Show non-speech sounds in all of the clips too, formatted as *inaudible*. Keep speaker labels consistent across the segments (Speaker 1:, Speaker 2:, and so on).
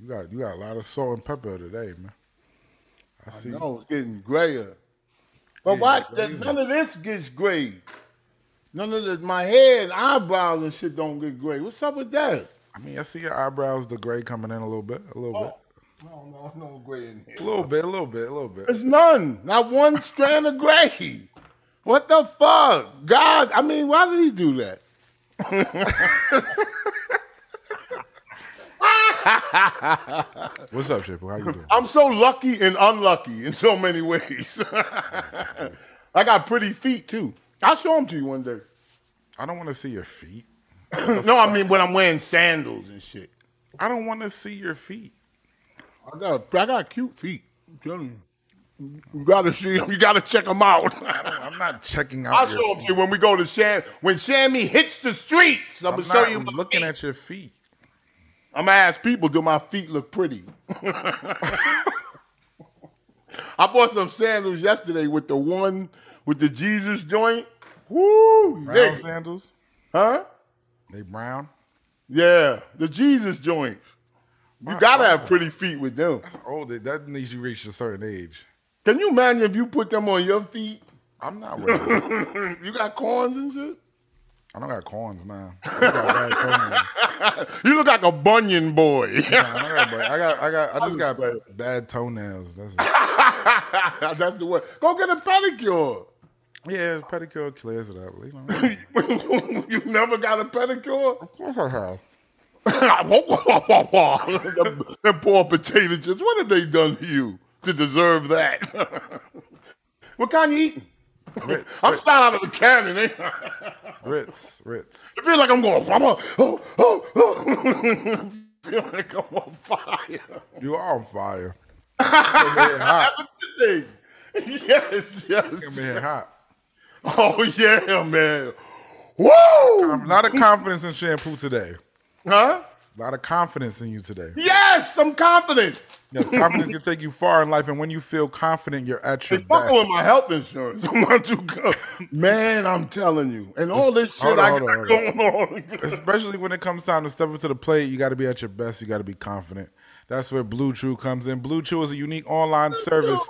Speaker 1: You got you got a lot of salt and pepper today, man. I see.
Speaker 2: No, it's getting grayer. But why?
Speaker 1: grayer.
Speaker 2: None of this gets gray. None of this. My head, eyebrows, and shit don't get gray. What's up with that?
Speaker 1: I mean, I see your eyebrows, the gray coming in a little bit, a little bit,
Speaker 2: No, Oh, no, no gray in here.
Speaker 1: a little bit, a little bit, a little bit.
Speaker 2: There's none. Not one strand of gray. What the fuck? God, I mean, why did he do that?
Speaker 1: What's up, Shippo? How you doing?
Speaker 2: I'm so lucky and unlucky in so many ways. *laughs* I got pretty feet too. I'll show them to you one day. *clears throat*
Speaker 1: I don't want to see your feet.
Speaker 2: no, I mean when I'm wearing sandals and shit.
Speaker 1: I don't want to see your feet.
Speaker 2: I got I got cute feet. I'm telling you. You gotta see them. You gotta check them out. *laughs*
Speaker 1: I'm not checking out
Speaker 2: I'll
Speaker 1: your
Speaker 2: show them to you when we go to Sham. When Shammy hits the streets, I'm,
Speaker 1: I'm
Speaker 2: gonna show
Speaker 1: not
Speaker 2: you. My
Speaker 1: looking
Speaker 2: feet.
Speaker 1: at your feet.
Speaker 2: I'm gonna ask people, do my feet look pretty? *laughs* I bought some sandals yesterday with the one with the Jesus joint. Woo!
Speaker 1: Brown
Speaker 2: nigga.
Speaker 1: sandals?
Speaker 2: Huh?
Speaker 1: They brown?
Speaker 2: Yeah, the Jesus joint. You gotta have pretty feet with them.
Speaker 1: Oh, that, that needs you reach a certain age.
Speaker 2: Can you imagine if you put them on your feet? *laughs*
Speaker 1: I'm not wearing. them.
Speaker 2: you got corns and shit.
Speaker 1: I don't got corns now. I got bad toenails. *laughs*
Speaker 2: You look like a bunion boy.
Speaker 1: Nah, I, got, bad- I got, I got, I just got bad toenails. That's it.
Speaker 2: That's the way. Go get a pedicure. *laughs*
Speaker 1: yeah, pedicure clears it up. You know,
Speaker 2: you never got a pedicure? *laughs*
Speaker 1: of course I have.
Speaker 2: them, *laughs* them poor potato chips. What have they done to you to deserve that? *laughs* what kind you eating?
Speaker 1: Ritz,
Speaker 2: I'm flying out of the cannon. Eh? *laughs*
Speaker 1: Ritz, Ritz.
Speaker 2: It feels like I'm going. *laughs* Oh, oh, oh. feel like I'm on fire. *laughs*
Speaker 1: You are on fire.
Speaker 2: That's a good thing. Yes,
Speaker 1: I'm
Speaker 2: yes.
Speaker 1: being hot.
Speaker 2: Oh yeah, man. Woo!
Speaker 1: A lot of confidence in shampoo today.
Speaker 2: Huh?
Speaker 1: A lot of confidence in you today.
Speaker 2: Yes, I'm confident.
Speaker 1: You know, confidence can take you far in life, and when you feel confident, you're at your
Speaker 2: It's fucking with
Speaker 1: best.
Speaker 2: my health insurance. *laughs* I'm not too good. Man, I'm telling you. And all this shit
Speaker 1: Hold on,
Speaker 2: I
Speaker 1: hold
Speaker 2: got
Speaker 1: on,
Speaker 2: going on.
Speaker 1: Especially when it comes time to step up to the plate, you got to be at your best. You got to be confident. That's where Blue Chew comes in. Blue Chew is a unique online service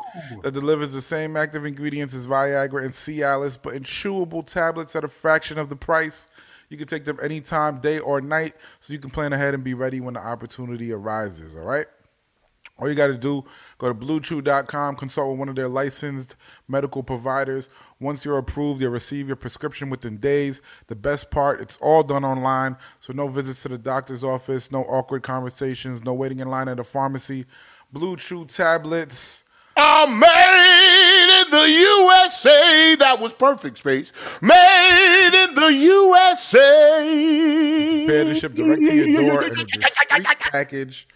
Speaker 1: that delivers the same active ingredients as Viagra and Cialis, but in chewable tablets at a fraction of the price. You can take them anytime, day or night, so you can plan ahead and be ready when the opportunity arises. All right. All you got to do, go to bluechew.com, consult with one of their licensed medical providers. Once you're approved, you'll receive your prescription within days. The best part, it's all done online, so no visits to the doctor's office, no awkward conversations, no waiting in line at a pharmacy. Blue Chew tablets.
Speaker 2: I made in the USA. That was perfect space. Made in the USA.
Speaker 1: prepared to ship direct to your door
Speaker 2: *laughs*
Speaker 1: in a discreet package.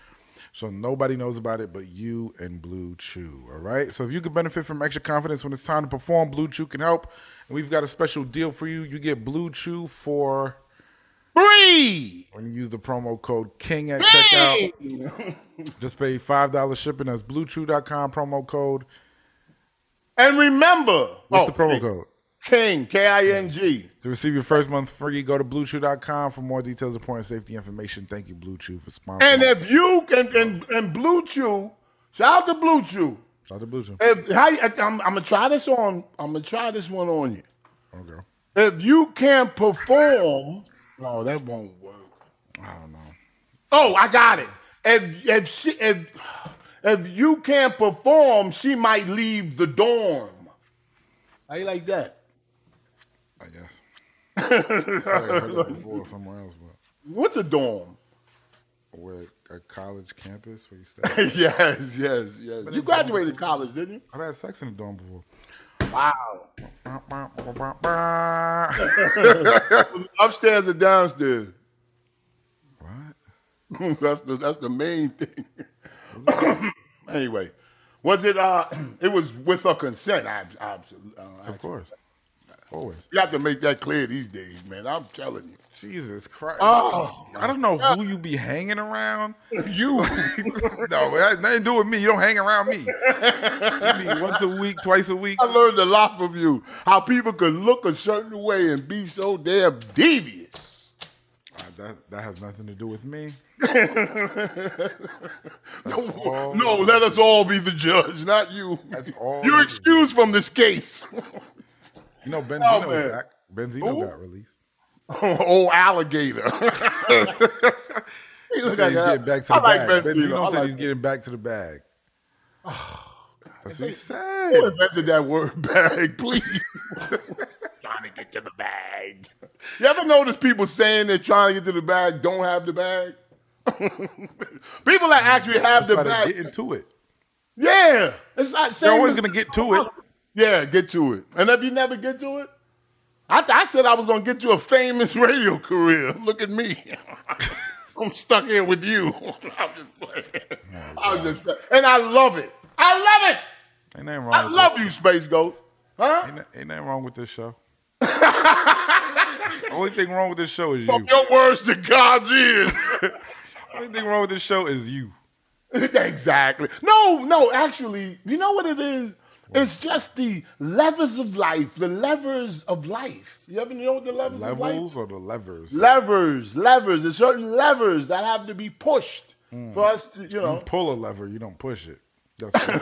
Speaker 1: So nobody knows about it but you and Blue Chew. All right. So if you could benefit from extra confidence when it's time to perform, Blue Chew can help. And we've got a special deal for you. You get Blue Chew for
Speaker 2: Free.
Speaker 1: when you use the promo code King at
Speaker 2: Hey!
Speaker 1: checkout. Just pay five dollars shipping. That's BlueChew.com promo code.
Speaker 2: And remember,
Speaker 1: What's the
Speaker 2: oh,
Speaker 1: promo code?
Speaker 2: King K I N G.
Speaker 1: To receive your first month free, go to BlueChew.com for more details, important safety information. Thank you, Blue Chew, for sponsoring.
Speaker 2: And if you can and, and Blue Chew, shout out to Blue Chew.
Speaker 1: Shout out to Blue Chew.
Speaker 2: If how you- I'm, I'm gonna try this on, I'm gonna try this one on you.
Speaker 1: Okay.
Speaker 2: If you can perform, no, that won't work.
Speaker 1: I don't know.
Speaker 2: Oh, I got it. If if she if if you can perform, she might leave the dorm. How you like that?
Speaker 1: I
Speaker 2: *laughs*
Speaker 1: guess. I heard that before somewhere else, but
Speaker 2: What's a dorm? *laughs*
Speaker 1: where a college campus where you stay.
Speaker 2: yes, yes, yes. You graduated college, didn't you?
Speaker 1: I've had sex in the dorm before.
Speaker 2: Wow.
Speaker 1: Bah, bah, bah, bah, bah.
Speaker 2: Upstairs or downstairs?
Speaker 1: what?
Speaker 2: *laughs* that's the that's the main thing. *coughs* anyway, was it? Uh, *clears throat* it was with her consent. I, I, uh, I-
Speaker 1: Of course. Always.
Speaker 2: you have to make that clear these days, man. I'm telling you.
Speaker 1: Jesus Christ.
Speaker 2: Oh.
Speaker 1: I don't know who you be hanging around.
Speaker 2: *laughs* You *laughs*
Speaker 1: no, it had nothing to do with me. You don't hang around me. You be once a week, twice a week.
Speaker 2: I learned a lot from you. How people could look a certain way and be so damn devious.
Speaker 1: I Uh, that that has nothing to do with me.
Speaker 2: No,
Speaker 1: all.
Speaker 2: *laughs* no, let us all be the judge, not you.
Speaker 1: That's all.
Speaker 2: *laughs* You're excused from
Speaker 1: *laughs*
Speaker 2: this case. *laughs*
Speaker 1: You know, Benzino's
Speaker 2: Oh, man.
Speaker 1: back. Benzino
Speaker 2: Who?
Speaker 1: got released.
Speaker 2: oh, alligator.
Speaker 1: *laughs*
Speaker 2: *laughs* He look
Speaker 1: Yeah,
Speaker 2: like
Speaker 1: he's getting
Speaker 2: that.
Speaker 1: back to the
Speaker 2: I
Speaker 1: bag.
Speaker 2: like Benzino.
Speaker 1: Benzino said
Speaker 2: I like Oh,
Speaker 1: he's getting back to the
Speaker 2: *sighs*
Speaker 1: bag. That's what he
Speaker 2: Who
Speaker 1: said.
Speaker 2: invented that word *laughs* bag, please? trying to get to the bag. You ever notice people saying they're trying to get to the bag don't have the bag? *laughs* people that actually have the
Speaker 1: Try to
Speaker 2: bag.
Speaker 1: get into it.
Speaker 2: Yeah. It's not
Speaker 1: They're
Speaker 2: saying
Speaker 1: always gonna get to it.
Speaker 2: Yeah, get to it. And if you never get to it, I, I said I was going to get you a famous *laughs* radio career. Look at me. *laughs* I'm stuck here with you. *laughs* I'm just playing. I was just, and I love it. I love it.
Speaker 1: Ain't nothing wrong.
Speaker 2: I
Speaker 1: with
Speaker 2: love you, Space Ghost. Huh?
Speaker 1: Ain't, no- ain't nothing wrong with this
Speaker 2: *laughs*
Speaker 1: show. Only thing wrong with this show is you.
Speaker 2: From your words to God's ears.
Speaker 1: *laughs* Only thing wrong with this show is you.
Speaker 2: exactly. No, no, actually, you know what it is? It's just the levers of life, the levers of life. You ever know what the levers of life?
Speaker 1: Levels or the levers?
Speaker 2: levers, levers. There's certain levers that have to be pushed
Speaker 1: Mm.
Speaker 2: for us. To, you know,
Speaker 1: Pull a lever, you don't push it.
Speaker 2: *laughs*
Speaker 1: That's what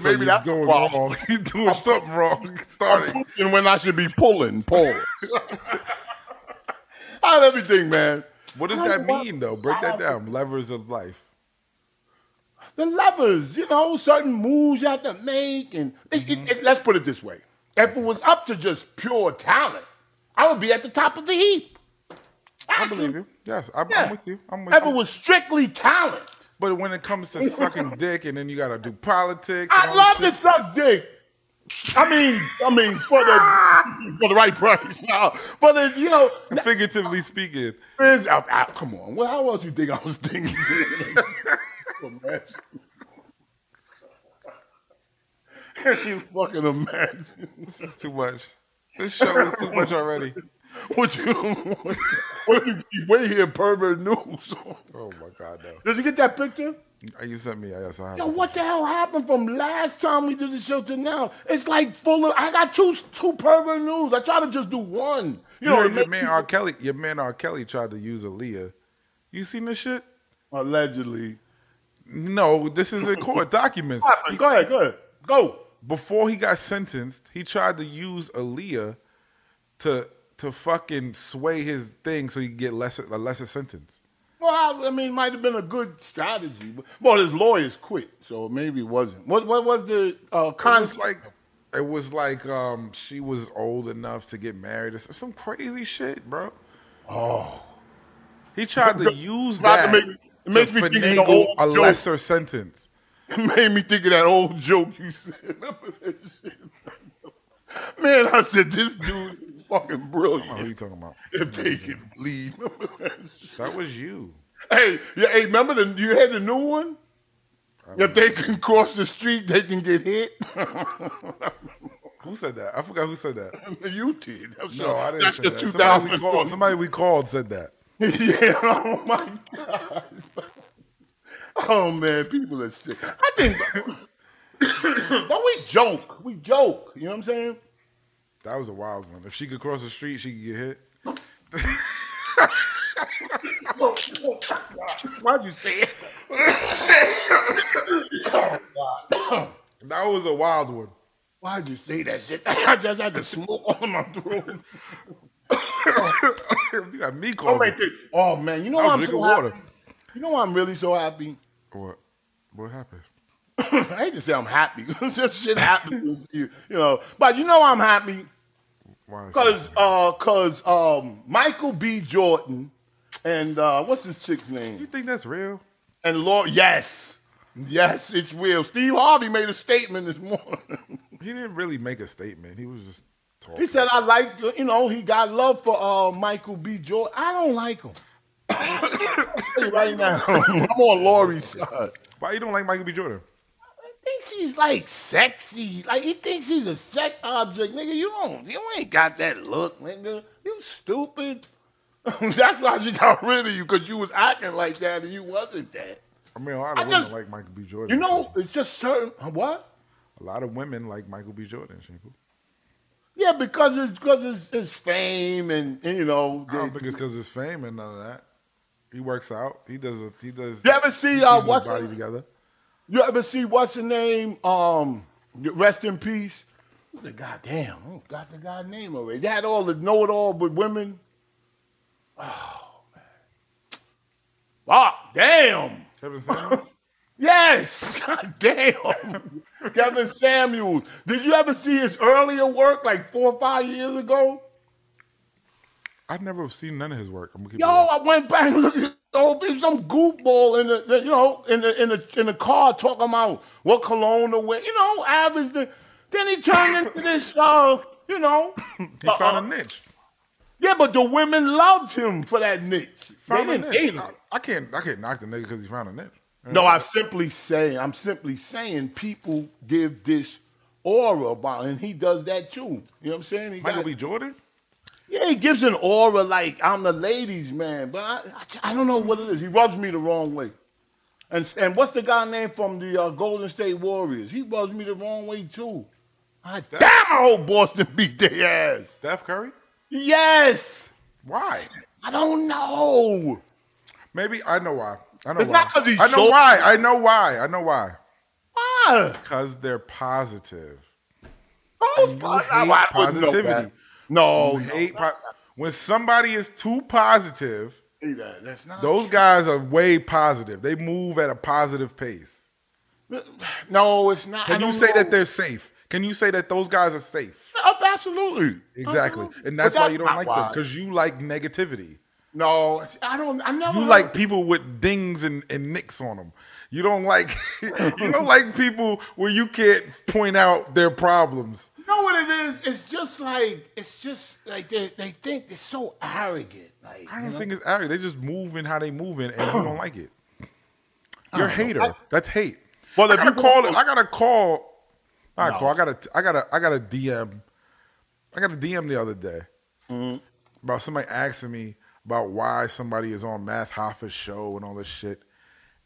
Speaker 1: *laughs* so
Speaker 2: Maybe
Speaker 1: you're
Speaker 2: that's
Speaker 1: going
Speaker 2: why.
Speaker 1: wrong. *laughs* You're doing something wrong. *laughs* Starting.
Speaker 2: and when I should be
Speaker 1: *laughs*
Speaker 2: pulling, pull. *laughs* Out of everything, man.
Speaker 1: What does
Speaker 2: I
Speaker 1: that
Speaker 2: love-
Speaker 1: mean, though? Break that down. Levers of life.
Speaker 2: The levers, you know, certain moves you have to make, and it- it- it- let's put it this way: if it was up to just pure talent, I would be at the top of the heap.
Speaker 1: I believe you. Yes, I'm, I'm with you. I'm with
Speaker 2: if it
Speaker 1: you.
Speaker 2: was strictly talent,
Speaker 1: But when it comes to sucking
Speaker 2: *laughs*
Speaker 1: dick, and then you got to do politics. and
Speaker 2: I
Speaker 1: all
Speaker 2: love
Speaker 1: this.
Speaker 2: to suck dick. I mean, I mean, for the for the right price, *laughs* no, for the you know,
Speaker 1: shit, *laughs* Figuratively speaking,
Speaker 2: Fizz, I, I, ah, come on. Well, how else you think I was thinking? *laughs* imagine. *laughs* Can you fucking imagine?
Speaker 1: this is too much. This show is too much already.
Speaker 2: What you, *laughs* what you, you wait here, pervert news?
Speaker 1: Oh my god, no.
Speaker 2: Did you get that picture?
Speaker 1: Are You sent me. Yes, I have.
Speaker 2: Yo,
Speaker 1: it.
Speaker 2: what the hell happened from last time we did the show to now? It's like full of. I got two two pervert news. I try to just do one. You know,
Speaker 1: You
Speaker 2: it
Speaker 1: heard your
Speaker 2: make
Speaker 1: man
Speaker 2: people-
Speaker 1: R. Kelly. Your man R. Kelly tried to use Aaliyah. You seen this shit?
Speaker 2: allegedly.
Speaker 1: No, this is in court
Speaker 2: *laughs*
Speaker 1: documents.
Speaker 2: What happened? Go ahead, go ahead, go.
Speaker 1: Before he got sentenced, he tried to use Aaliyah to to fucking sway his thing so he could get lesser a lesser sentence.
Speaker 2: Well, I, I mean, it might have been a good strategy. But, well, his lawyers quit, so maybe it wasn't. What what was the uh,
Speaker 1: It was
Speaker 2: con?
Speaker 1: like it was like um she was old enough to get married or some, some crazy shit, bro. Oh. He tried to use
Speaker 2: Tried
Speaker 1: that
Speaker 2: to
Speaker 1: to,
Speaker 2: make- it makes me think of the
Speaker 1: finagle
Speaker 2: old
Speaker 1: a
Speaker 2: joke.
Speaker 1: lesser sentence.
Speaker 2: It made me think of that old joke you said. Remember that shit? Man, I said this dude is fucking
Speaker 1: What are
Speaker 2: brilliant.
Speaker 1: Oh, you talking about?
Speaker 2: If they can bleed. Remember that shit?
Speaker 1: That was you.
Speaker 2: hey, yeah, hey, remember the you had the new one? If they can cross the street, they can get hit.
Speaker 1: *laughs* Who said that? I forgot who said that.
Speaker 2: you did.
Speaker 1: No,
Speaker 2: I'm sure.
Speaker 1: I didn't
Speaker 2: That's
Speaker 1: say
Speaker 2: the
Speaker 1: that. Somebody we,
Speaker 2: 2000
Speaker 1: called, somebody we called said that.
Speaker 2: *laughs* yeah, oh my God. Oh man, people are sick. I think *coughs* But we joke. We joke. You know what I'm saying?
Speaker 1: That was a wild one. If she could cross the street, she could get hit.
Speaker 2: Why'd you say it?
Speaker 1: That was a wild one. *laughs*
Speaker 2: Why'd you say that shit? *laughs* I just had the smoke on my throat.
Speaker 1: you got me calling.
Speaker 2: Oh man, you know
Speaker 1: I
Speaker 2: why
Speaker 1: was
Speaker 2: I'm
Speaker 1: drinking
Speaker 2: so
Speaker 1: water.
Speaker 2: happy? You know why I'm really so happy? *clears throat*
Speaker 1: What? What happened?
Speaker 2: I hate to say I'm happy. *laughs* this shit happens to you, you know. But you know I'm happy
Speaker 1: Why? is
Speaker 2: because
Speaker 1: it-
Speaker 2: uh, cause um, Michael B. Jordan and uh, what's his chick's name?
Speaker 1: you think that's real?
Speaker 2: And Lord, yes, yes, it's real. Steve Harvey made a statement this morning. *laughs*
Speaker 1: He didn't really make a statement. He was just talking.
Speaker 2: he said, "I like the- you know he got love for uh, Michael B. Jordan. I don't like him." *coughs* I'll tell you right now, I'm on Lori's side.
Speaker 1: "Why you don't like Michael B. Jordan?"
Speaker 2: thinks he's like sexy. Like he thinks he's a sex object, nigga. You don't, you ain't got that look, nigga. You stupid. *laughs* That's why she got rid of you because you was acting like that and you wasn't that.
Speaker 1: I mean, a lot of
Speaker 2: I
Speaker 1: women
Speaker 2: just-
Speaker 1: like Michael B. Jordan.
Speaker 2: You know, it's just certain what.
Speaker 1: a lot of women like Michael B. Jordan. Shinko.
Speaker 2: Yeah, because it's because it's, it's fame and, and, you know.
Speaker 1: I don't
Speaker 2: they-
Speaker 1: think it's because it's fame and none of that. He works out. He does. A, he does.
Speaker 2: you ever
Speaker 1: he
Speaker 2: see
Speaker 1: keeps
Speaker 2: uh,
Speaker 1: his
Speaker 2: what's
Speaker 1: body
Speaker 2: her,
Speaker 1: together.
Speaker 2: you ever see what's the name? Um, rest in peace. What's the goddamn? Oh, got the god name already. They had all the know it all with women. Oh man. Ah, damn.
Speaker 1: Kevin
Speaker 2: *laughs*
Speaker 1: Samuels.
Speaker 2: Yes, *laughs* God damn. Kevin Samuels. Did you ever see his earlier work, like four or five years ago?
Speaker 1: I've never seen none of his work. I'm gonna keep
Speaker 2: Yo,
Speaker 1: it real.
Speaker 2: I went back and looked at the whole thing. Some goofball in the, the- you know in the in the in the car talking about what cologne to wear. You know, average. The, then he turned
Speaker 1: *coughs*
Speaker 2: into this, uh, you know.
Speaker 1: he
Speaker 2: uh,
Speaker 1: found a niche.
Speaker 2: Yeah, but the women loved him for that niche. They
Speaker 1: Found a
Speaker 2: didn't hate
Speaker 1: niche.
Speaker 2: him.
Speaker 1: I, I can't. I can't knock the nigga because he found a niche.
Speaker 2: No, I'm simply saying, I'm simply saying people give this aura about and he does that too. You know what I'm saying? He
Speaker 1: Michael
Speaker 2: got,
Speaker 1: B. Jordan.
Speaker 2: yeah, he gives an aura like I'm the ladies man, but I, I, I don't know what it is. He rubs me the wrong way. And and what's the guy name from the uh, Golden State Warriors? He rubs me the wrong way too. I damn I hope Boston beat their ass.
Speaker 1: Steph Curry.
Speaker 2: Yes.
Speaker 1: Why?
Speaker 2: I don't know.
Speaker 1: Maybe I know why. I know
Speaker 2: It's
Speaker 1: why.
Speaker 2: not 'cause he's
Speaker 1: I know
Speaker 2: short.
Speaker 1: why. I know why. I know why.
Speaker 2: Why?
Speaker 1: Because they're positive.
Speaker 2: Oh,
Speaker 1: You
Speaker 2: fuck.
Speaker 1: hate
Speaker 2: I- I wouldn't know
Speaker 1: positivity.
Speaker 2: that. No,
Speaker 1: You
Speaker 2: Oh, no,
Speaker 1: hate po- when somebody is too positive.
Speaker 2: See that. That's not
Speaker 1: Those guys are way positive. They move at a positive pace.
Speaker 2: No, it's not. I
Speaker 1: Can you
Speaker 2: don't
Speaker 1: say
Speaker 2: know.
Speaker 1: that they're safe? Can you say that those guys are safe?
Speaker 2: Oh, absolutely?
Speaker 1: Exactly.
Speaker 2: Absolutely.
Speaker 1: And that's
Speaker 2: But
Speaker 1: why you don't
Speaker 2: not
Speaker 1: like
Speaker 2: why.
Speaker 1: them because you like negativity.
Speaker 2: no, it's- I don't. I never.
Speaker 1: You like people with dings and, and nicks on them. You don't like *laughs* you don't like people where you can't point out their problems.
Speaker 2: You know what it is? It's just like it's just like they they think it's so arrogant. Like
Speaker 1: I
Speaker 2: you
Speaker 1: don't
Speaker 2: know?
Speaker 1: think it's arrogant. They just moving how they moving, and you don't like it. You're a hater. That's hate.
Speaker 2: Well,
Speaker 1: I
Speaker 2: if
Speaker 1: gotta
Speaker 2: you-
Speaker 1: call. I gotta call. I gotta call. I gotta. I gotta. I gotta DM. I got a DM the other day
Speaker 2: Mm-hmm.
Speaker 1: about somebody asking me about why somebody is on Math Hoffa's show and all this shit,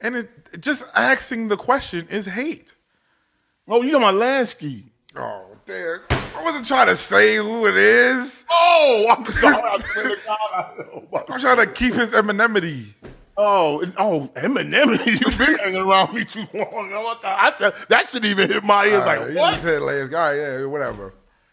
Speaker 1: and it, just asking the question is hate.
Speaker 2: Oh, you know my Lansky.
Speaker 1: Oh, there. I wasn't trying to say who it is.
Speaker 2: Oh, I'm sorry. I swear to God, I know.
Speaker 1: I'm trying to keep his anonymity.
Speaker 2: Oh, and- oh, Eminem, *laughs* you've been hanging around me too long. I thought- I thought- that should even hit my ears.
Speaker 1: Uh,
Speaker 2: like
Speaker 1: you
Speaker 2: what?
Speaker 1: just said, like, all right, yeah, whatever.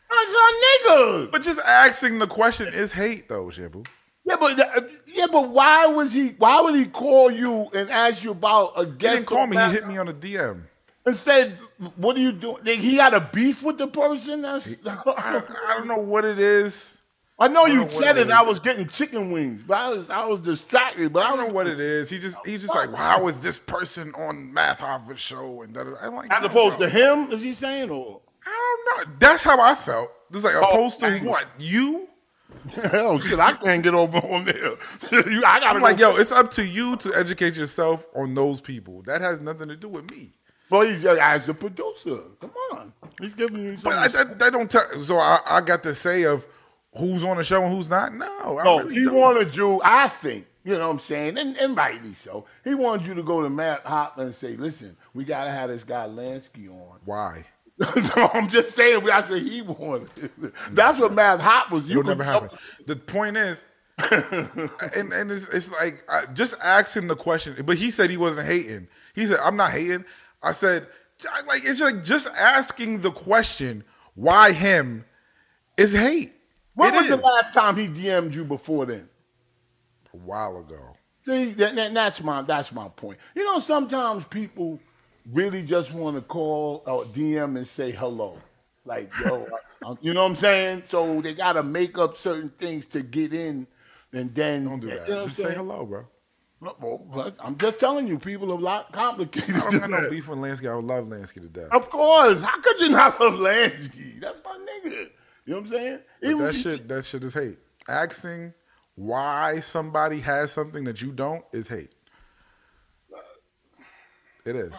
Speaker 2: That's our nigga.
Speaker 1: But just asking the question is hate, though, Shabu.
Speaker 2: Yeah, but uh, yeah, but why was he? Why would he call you and ask you about a
Speaker 1: He
Speaker 2: guest?
Speaker 1: didn't call me. He hit me on a DM.
Speaker 2: and said, "What are you doing?" Like, he had a beef with the person. That's
Speaker 1: I,
Speaker 2: I,
Speaker 1: I don't know what it is.
Speaker 2: know
Speaker 1: I
Speaker 2: you
Speaker 1: don't know what it
Speaker 2: said it. and I
Speaker 1: is.
Speaker 2: was getting chicken wings, but I was I was distracted. But
Speaker 1: I don't know what it is. He just he just like, how is this person on Math Harvard show? And da, da, da. I'm like,
Speaker 2: As
Speaker 1: no,
Speaker 2: opposed
Speaker 1: bro.
Speaker 2: to him, is he saying or?
Speaker 1: I don't know. That's how I felt. It was like
Speaker 2: Oh,
Speaker 1: opposed to
Speaker 2: dang.
Speaker 1: what you.
Speaker 2: *laughs* Hell, shit! I can't get over on there. *laughs* you, I gotta
Speaker 1: I'm like,
Speaker 2: go.
Speaker 1: yo, it's up to you to educate yourself on those people. That has nothing to do with me.
Speaker 2: Well, he's uh, as a producer. Come on, he's giving you.
Speaker 1: But I,
Speaker 2: Some,
Speaker 1: that, that don't tell. So I, I got to say of who's on the show and who's not. No, I
Speaker 2: no,
Speaker 1: really
Speaker 2: he
Speaker 1: don't.
Speaker 2: wanted you. I think you know what I'm saying, and, and rightly so. He wanted you to go to Matt Hop and say, "Listen, we gotta have this guy Lansky on." *laughs*
Speaker 1: Why?
Speaker 2: so I'm just saying that's what he wanted. *laughs* That's what Matt Hop was. You
Speaker 1: It'll never happen.
Speaker 2: *laughs*
Speaker 1: The point is, and, and it's, it's like I, just ask him the question. But he said he wasn't hating. He said I'm not hating. I said "J- like it's like just asking the question why him is hate.
Speaker 2: When
Speaker 1: It
Speaker 2: was the
Speaker 1: is.
Speaker 2: last time he DM'd you before then?
Speaker 1: A while ago.
Speaker 2: See, that, that- that's my that's my point. You know, sometimes people really just want to call or DM and say hello, like yo, I- you know what I'm saying? So they got to make up certain things to get in, and then
Speaker 1: Don't do
Speaker 2: you
Speaker 1: that.
Speaker 2: know what I'm
Speaker 1: just say
Speaker 2: saying?
Speaker 1: hello,
Speaker 2: *laughs*
Speaker 1: bro.
Speaker 2: No, well, but I'm just telling you, people are a lot complicated.
Speaker 1: I don't got no
Speaker 2: than that.
Speaker 1: beef with Lansky. I would love Lansky to death.
Speaker 2: *laughs* Of course, how could you not love Lansky? That's my nigga. You know what I'm saying?
Speaker 1: But
Speaker 2: Even-
Speaker 1: that shit, that shit is hate. Asking why somebody has something that you don't is hate. It is.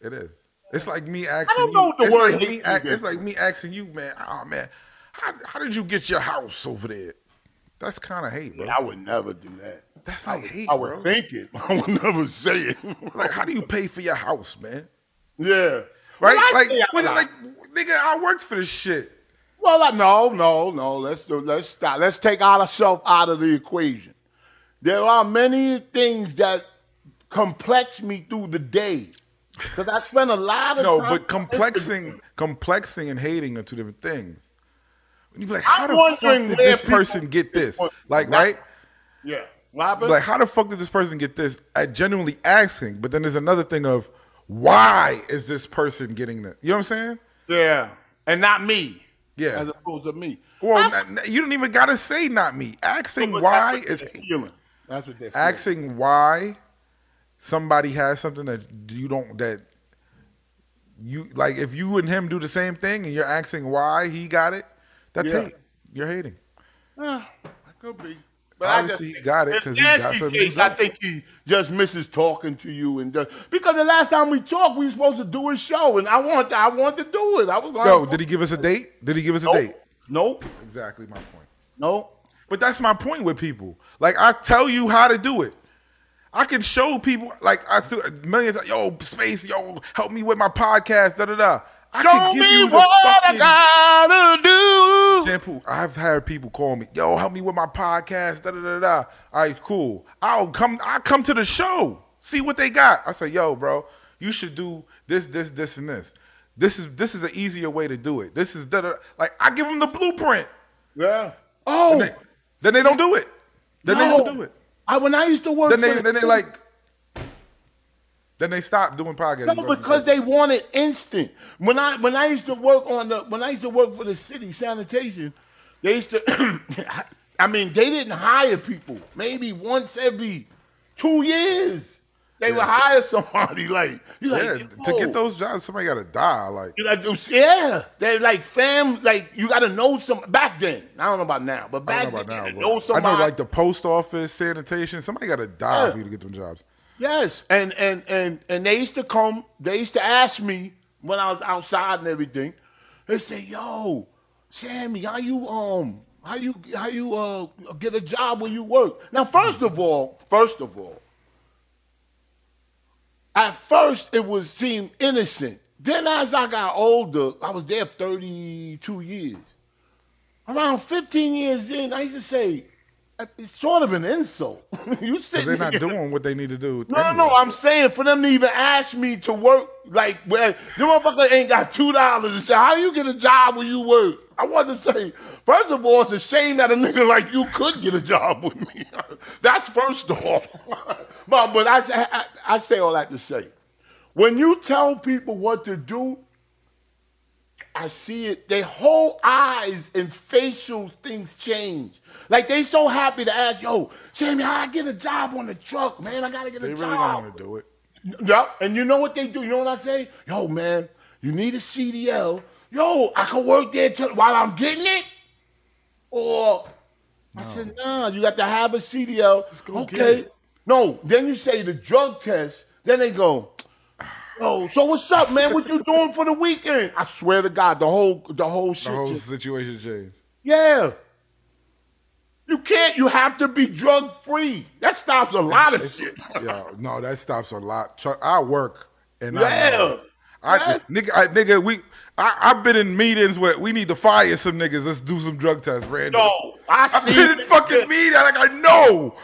Speaker 1: It is. It's like me asking
Speaker 2: don't know
Speaker 1: you.
Speaker 2: what the
Speaker 1: it's
Speaker 2: word
Speaker 1: like
Speaker 2: hate
Speaker 1: me.
Speaker 2: is.
Speaker 1: ac- It's like me asking you, man. Oh man, how, how did you get your house over there? That's kind of hate, bro.
Speaker 2: *laughs* I would never do that.
Speaker 1: That's not hate,
Speaker 2: I
Speaker 1: bro.
Speaker 2: would think it. *laughs* I would never say it. *laughs*
Speaker 1: Like, how do you pay for your house, man?
Speaker 2: yeah.
Speaker 1: Right?
Speaker 2: Well, I
Speaker 1: Like,
Speaker 2: say I
Speaker 1: what,
Speaker 2: lie.
Speaker 1: like, nigga, I worked for this shit.
Speaker 2: Well, I- no, no, no. Let's do- let's stop. Let's take ourselves out of the equation. There are many things that complex me through the day because I spend a lot
Speaker 1: *laughs*
Speaker 2: of
Speaker 1: No,
Speaker 2: time
Speaker 1: but
Speaker 2: on Instagram.
Speaker 1: complexing, complexing and hating are two different things. And you be like, how
Speaker 2: I'm
Speaker 1: the fuck
Speaker 2: wondering
Speaker 1: did
Speaker 2: where
Speaker 1: this
Speaker 2: people-
Speaker 1: person get this? Like, right?
Speaker 2: Yeah, Robert.
Speaker 1: Like, how the fuck did this person get this? I genuinely asking, but then there's another thing of why is this person getting this? You know what I'm saying?
Speaker 2: yeah, and not me.
Speaker 1: Yeah.
Speaker 2: as opposed to me.
Speaker 1: Well, not- you don't even gotta say not me. Asking
Speaker 2: But
Speaker 1: why
Speaker 2: that's what
Speaker 1: is
Speaker 2: they're feeling. That's what they're feeling.
Speaker 1: asking why somebody has something that you don't that you like if you and him do the same thing and you're asking why he got it, that's
Speaker 2: Yeah.
Speaker 1: hate. You're hating.
Speaker 2: Ah, it could be.
Speaker 1: Obviously, he got it 'cause he
Speaker 2: In
Speaker 1: got
Speaker 2: Nancy's
Speaker 1: something to
Speaker 2: case,
Speaker 1: do.
Speaker 2: I think he just misses talking to you and just, because the last time we talked, we were supposed to do his show, and I wanted to, I wanted to do it. I was going.
Speaker 1: Yo, did he give us a date? Did he give us a date?
Speaker 2: Nope.
Speaker 1: Exactly my point.
Speaker 2: Nope.
Speaker 1: But that's my point with people. Like I tell you how to do it. I can show people like I see millions. Of, yo, space. Yo, help me with my podcast. Da da da. I
Speaker 2: Show
Speaker 1: can give
Speaker 2: me
Speaker 1: you
Speaker 2: what I
Speaker 1: the fucking
Speaker 2: gotta do.
Speaker 1: shampoo. I've had people call me. Yo, help me with my podcast. Da da da da. All right, cool. I'll come. I come to the show. See what they got. I say, yo, bro, you should do this, this, this, and this. This is this is an easier way to do it. This is da da. Like I give them the blueprint.
Speaker 2: Yeah. Oh,
Speaker 1: Then, then they don't do it. Then
Speaker 2: no.
Speaker 1: they don't do it.
Speaker 2: I, when I used to work,
Speaker 1: Then
Speaker 2: for
Speaker 1: they
Speaker 2: the-
Speaker 1: then they like then they stop doing podcasts.
Speaker 2: No, because they want it instant. When I when I used to work on the when I used to work for the city sanitation, they used to. *coughs* I mean, they didn't hire people. Maybe once every two years, they would hire somebody. *laughs* Like you,
Speaker 1: yeah,
Speaker 2: like oh.
Speaker 1: to
Speaker 2: yo.
Speaker 1: get those jobs, somebody gotta die. Like
Speaker 2: You gotta do- yeah, they're like fam. Like you got to know some back then. I don't know about now, but
Speaker 1: I
Speaker 2: back
Speaker 1: don't know about
Speaker 2: then,
Speaker 1: now,
Speaker 2: you
Speaker 1: but
Speaker 2: gotta know
Speaker 1: I
Speaker 2: somebody.
Speaker 1: know like the post office, sanitation, somebody gotta die
Speaker 2: Yeah.
Speaker 1: for you to get them jobs.
Speaker 2: Yes, and and and and they used to come. They used to ask me when I was outside and everything. They say, "Yo, Sammy, how you um, how you how you uh get a job where you work?" Now, first of all, first of all, at first it was seemed innocent. Then as I got older, I was there 32 years. Around 15 years in, I used to say, it's sort of an insult. *laughs* you
Speaker 1: Because
Speaker 2: sitting
Speaker 1: they're
Speaker 2: *laughs*
Speaker 1: not
Speaker 2: here-
Speaker 1: doing what they need to do.
Speaker 2: no, no, no. I'm saying for them to even ask me to work, like, where the motherfucker ain't got two dollars. and say, How you get a job when you work? I want to say, first of all, it's a shame that a nigga like you could get a job with me. *laughs* That's first of all. *laughs* but but I, say- I, I say all that to say, when you tell people what to do, I see it. Their whole eyes and facial things change. Like they so happy to ask, yo, Sammy, how I get a job on the truck, man? I gotta get a
Speaker 1: They
Speaker 2: job.
Speaker 1: really don't want to do it.
Speaker 2: Yep. And you know what they do? You know what I say? Yo, man, you need a CDL. Yo, I can work there till while I'm getting it. Or I said, nah, you got to have a CDL.
Speaker 1: go
Speaker 2: okay.
Speaker 1: get it.
Speaker 2: No, then you say the drug test. Then they go, oh, so what's up, man? What you doing for the weekend? I swear to God, the whole the whole shit.
Speaker 1: The whole
Speaker 2: just-
Speaker 1: situation
Speaker 2: *laughs*
Speaker 1: changed.
Speaker 2: yeah. You can't. You have to be drug free. That stops a lot of shit.
Speaker 1: yeah, no, that stops a lot. Tru- I work and I
Speaker 2: Yeah.
Speaker 1: know. I, nigga, I, nigga, we, I, I've been in meetings where we need to fire some niggas. Let's do some drug tests, random.
Speaker 2: No, I
Speaker 1: I've
Speaker 2: see.
Speaker 1: been in fucking media. Like I know,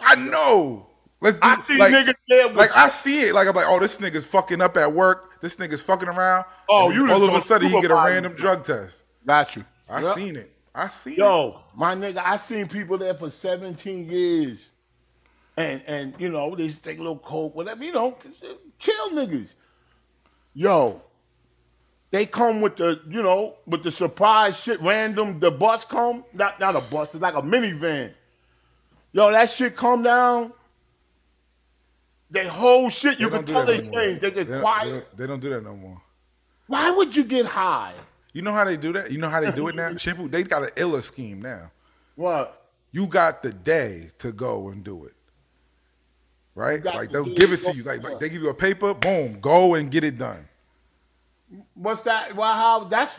Speaker 1: I know. Let's do,
Speaker 2: I see
Speaker 1: like,
Speaker 2: niggas there with-
Speaker 1: like I see it. Like I'm like, oh, this nigga's fucking up at work. This nigga's fucking around.
Speaker 2: Oh,
Speaker 1: And
Speaker 2: you
Speaker 1: all of
Speaker 2: just
Speaker 1: a
Speaker 2: gonna
Speaker 1: sudden he
Speaker 2: super
Speaker 1: get a
Speaker 2: body.
Speaker 1: random drug test.
Speaker 2: Got you.
Speaker 1: I
Speaker 2: Yep.
Speaker 1: seen it. I seen it.
Speaker 2: Yo, my nigga, I seen people there for 17 years. And and you know, they just take a little coke, whatever, you know, 'cause they're chill niggas. Yo, they come with the, you know, with the surprise shit, random, the bus come, not not a bus, it's like a minivan. Yo, that shit come down. They whole shit, you
Speaker 1: They
Speaker 2: can
Speaker 1: don't do
Speaker 2: tell
Speaker 1: that
Speaker 2: they
Speaker 1: no more.
Speaker 2: changed. They get
Speaker 1: don't-
Speaker 2: quiet.
Speaker 1: don't- they don't do that no more.
Speaker 2: Why would you get high?
Speaker 1: You know how they do that? You know how they do it
Speaker 2: *laughs*
Speaker 1: now? Shampoo, they got an iller scheme now.
Speaker 2: What?
Speaker 1: You got the day to go and do it. Right?
Speaker 2: got
Speaker 1: Like
Speaker 2: to
Speaker 1: they'll
Speaker 2: do
Speaker 1: give it
Speaker 2: it.
Speaker 1: to you. Like, like they give you a paper, boom, go and get it done.
Speaker 2: What's that? Well, how? That's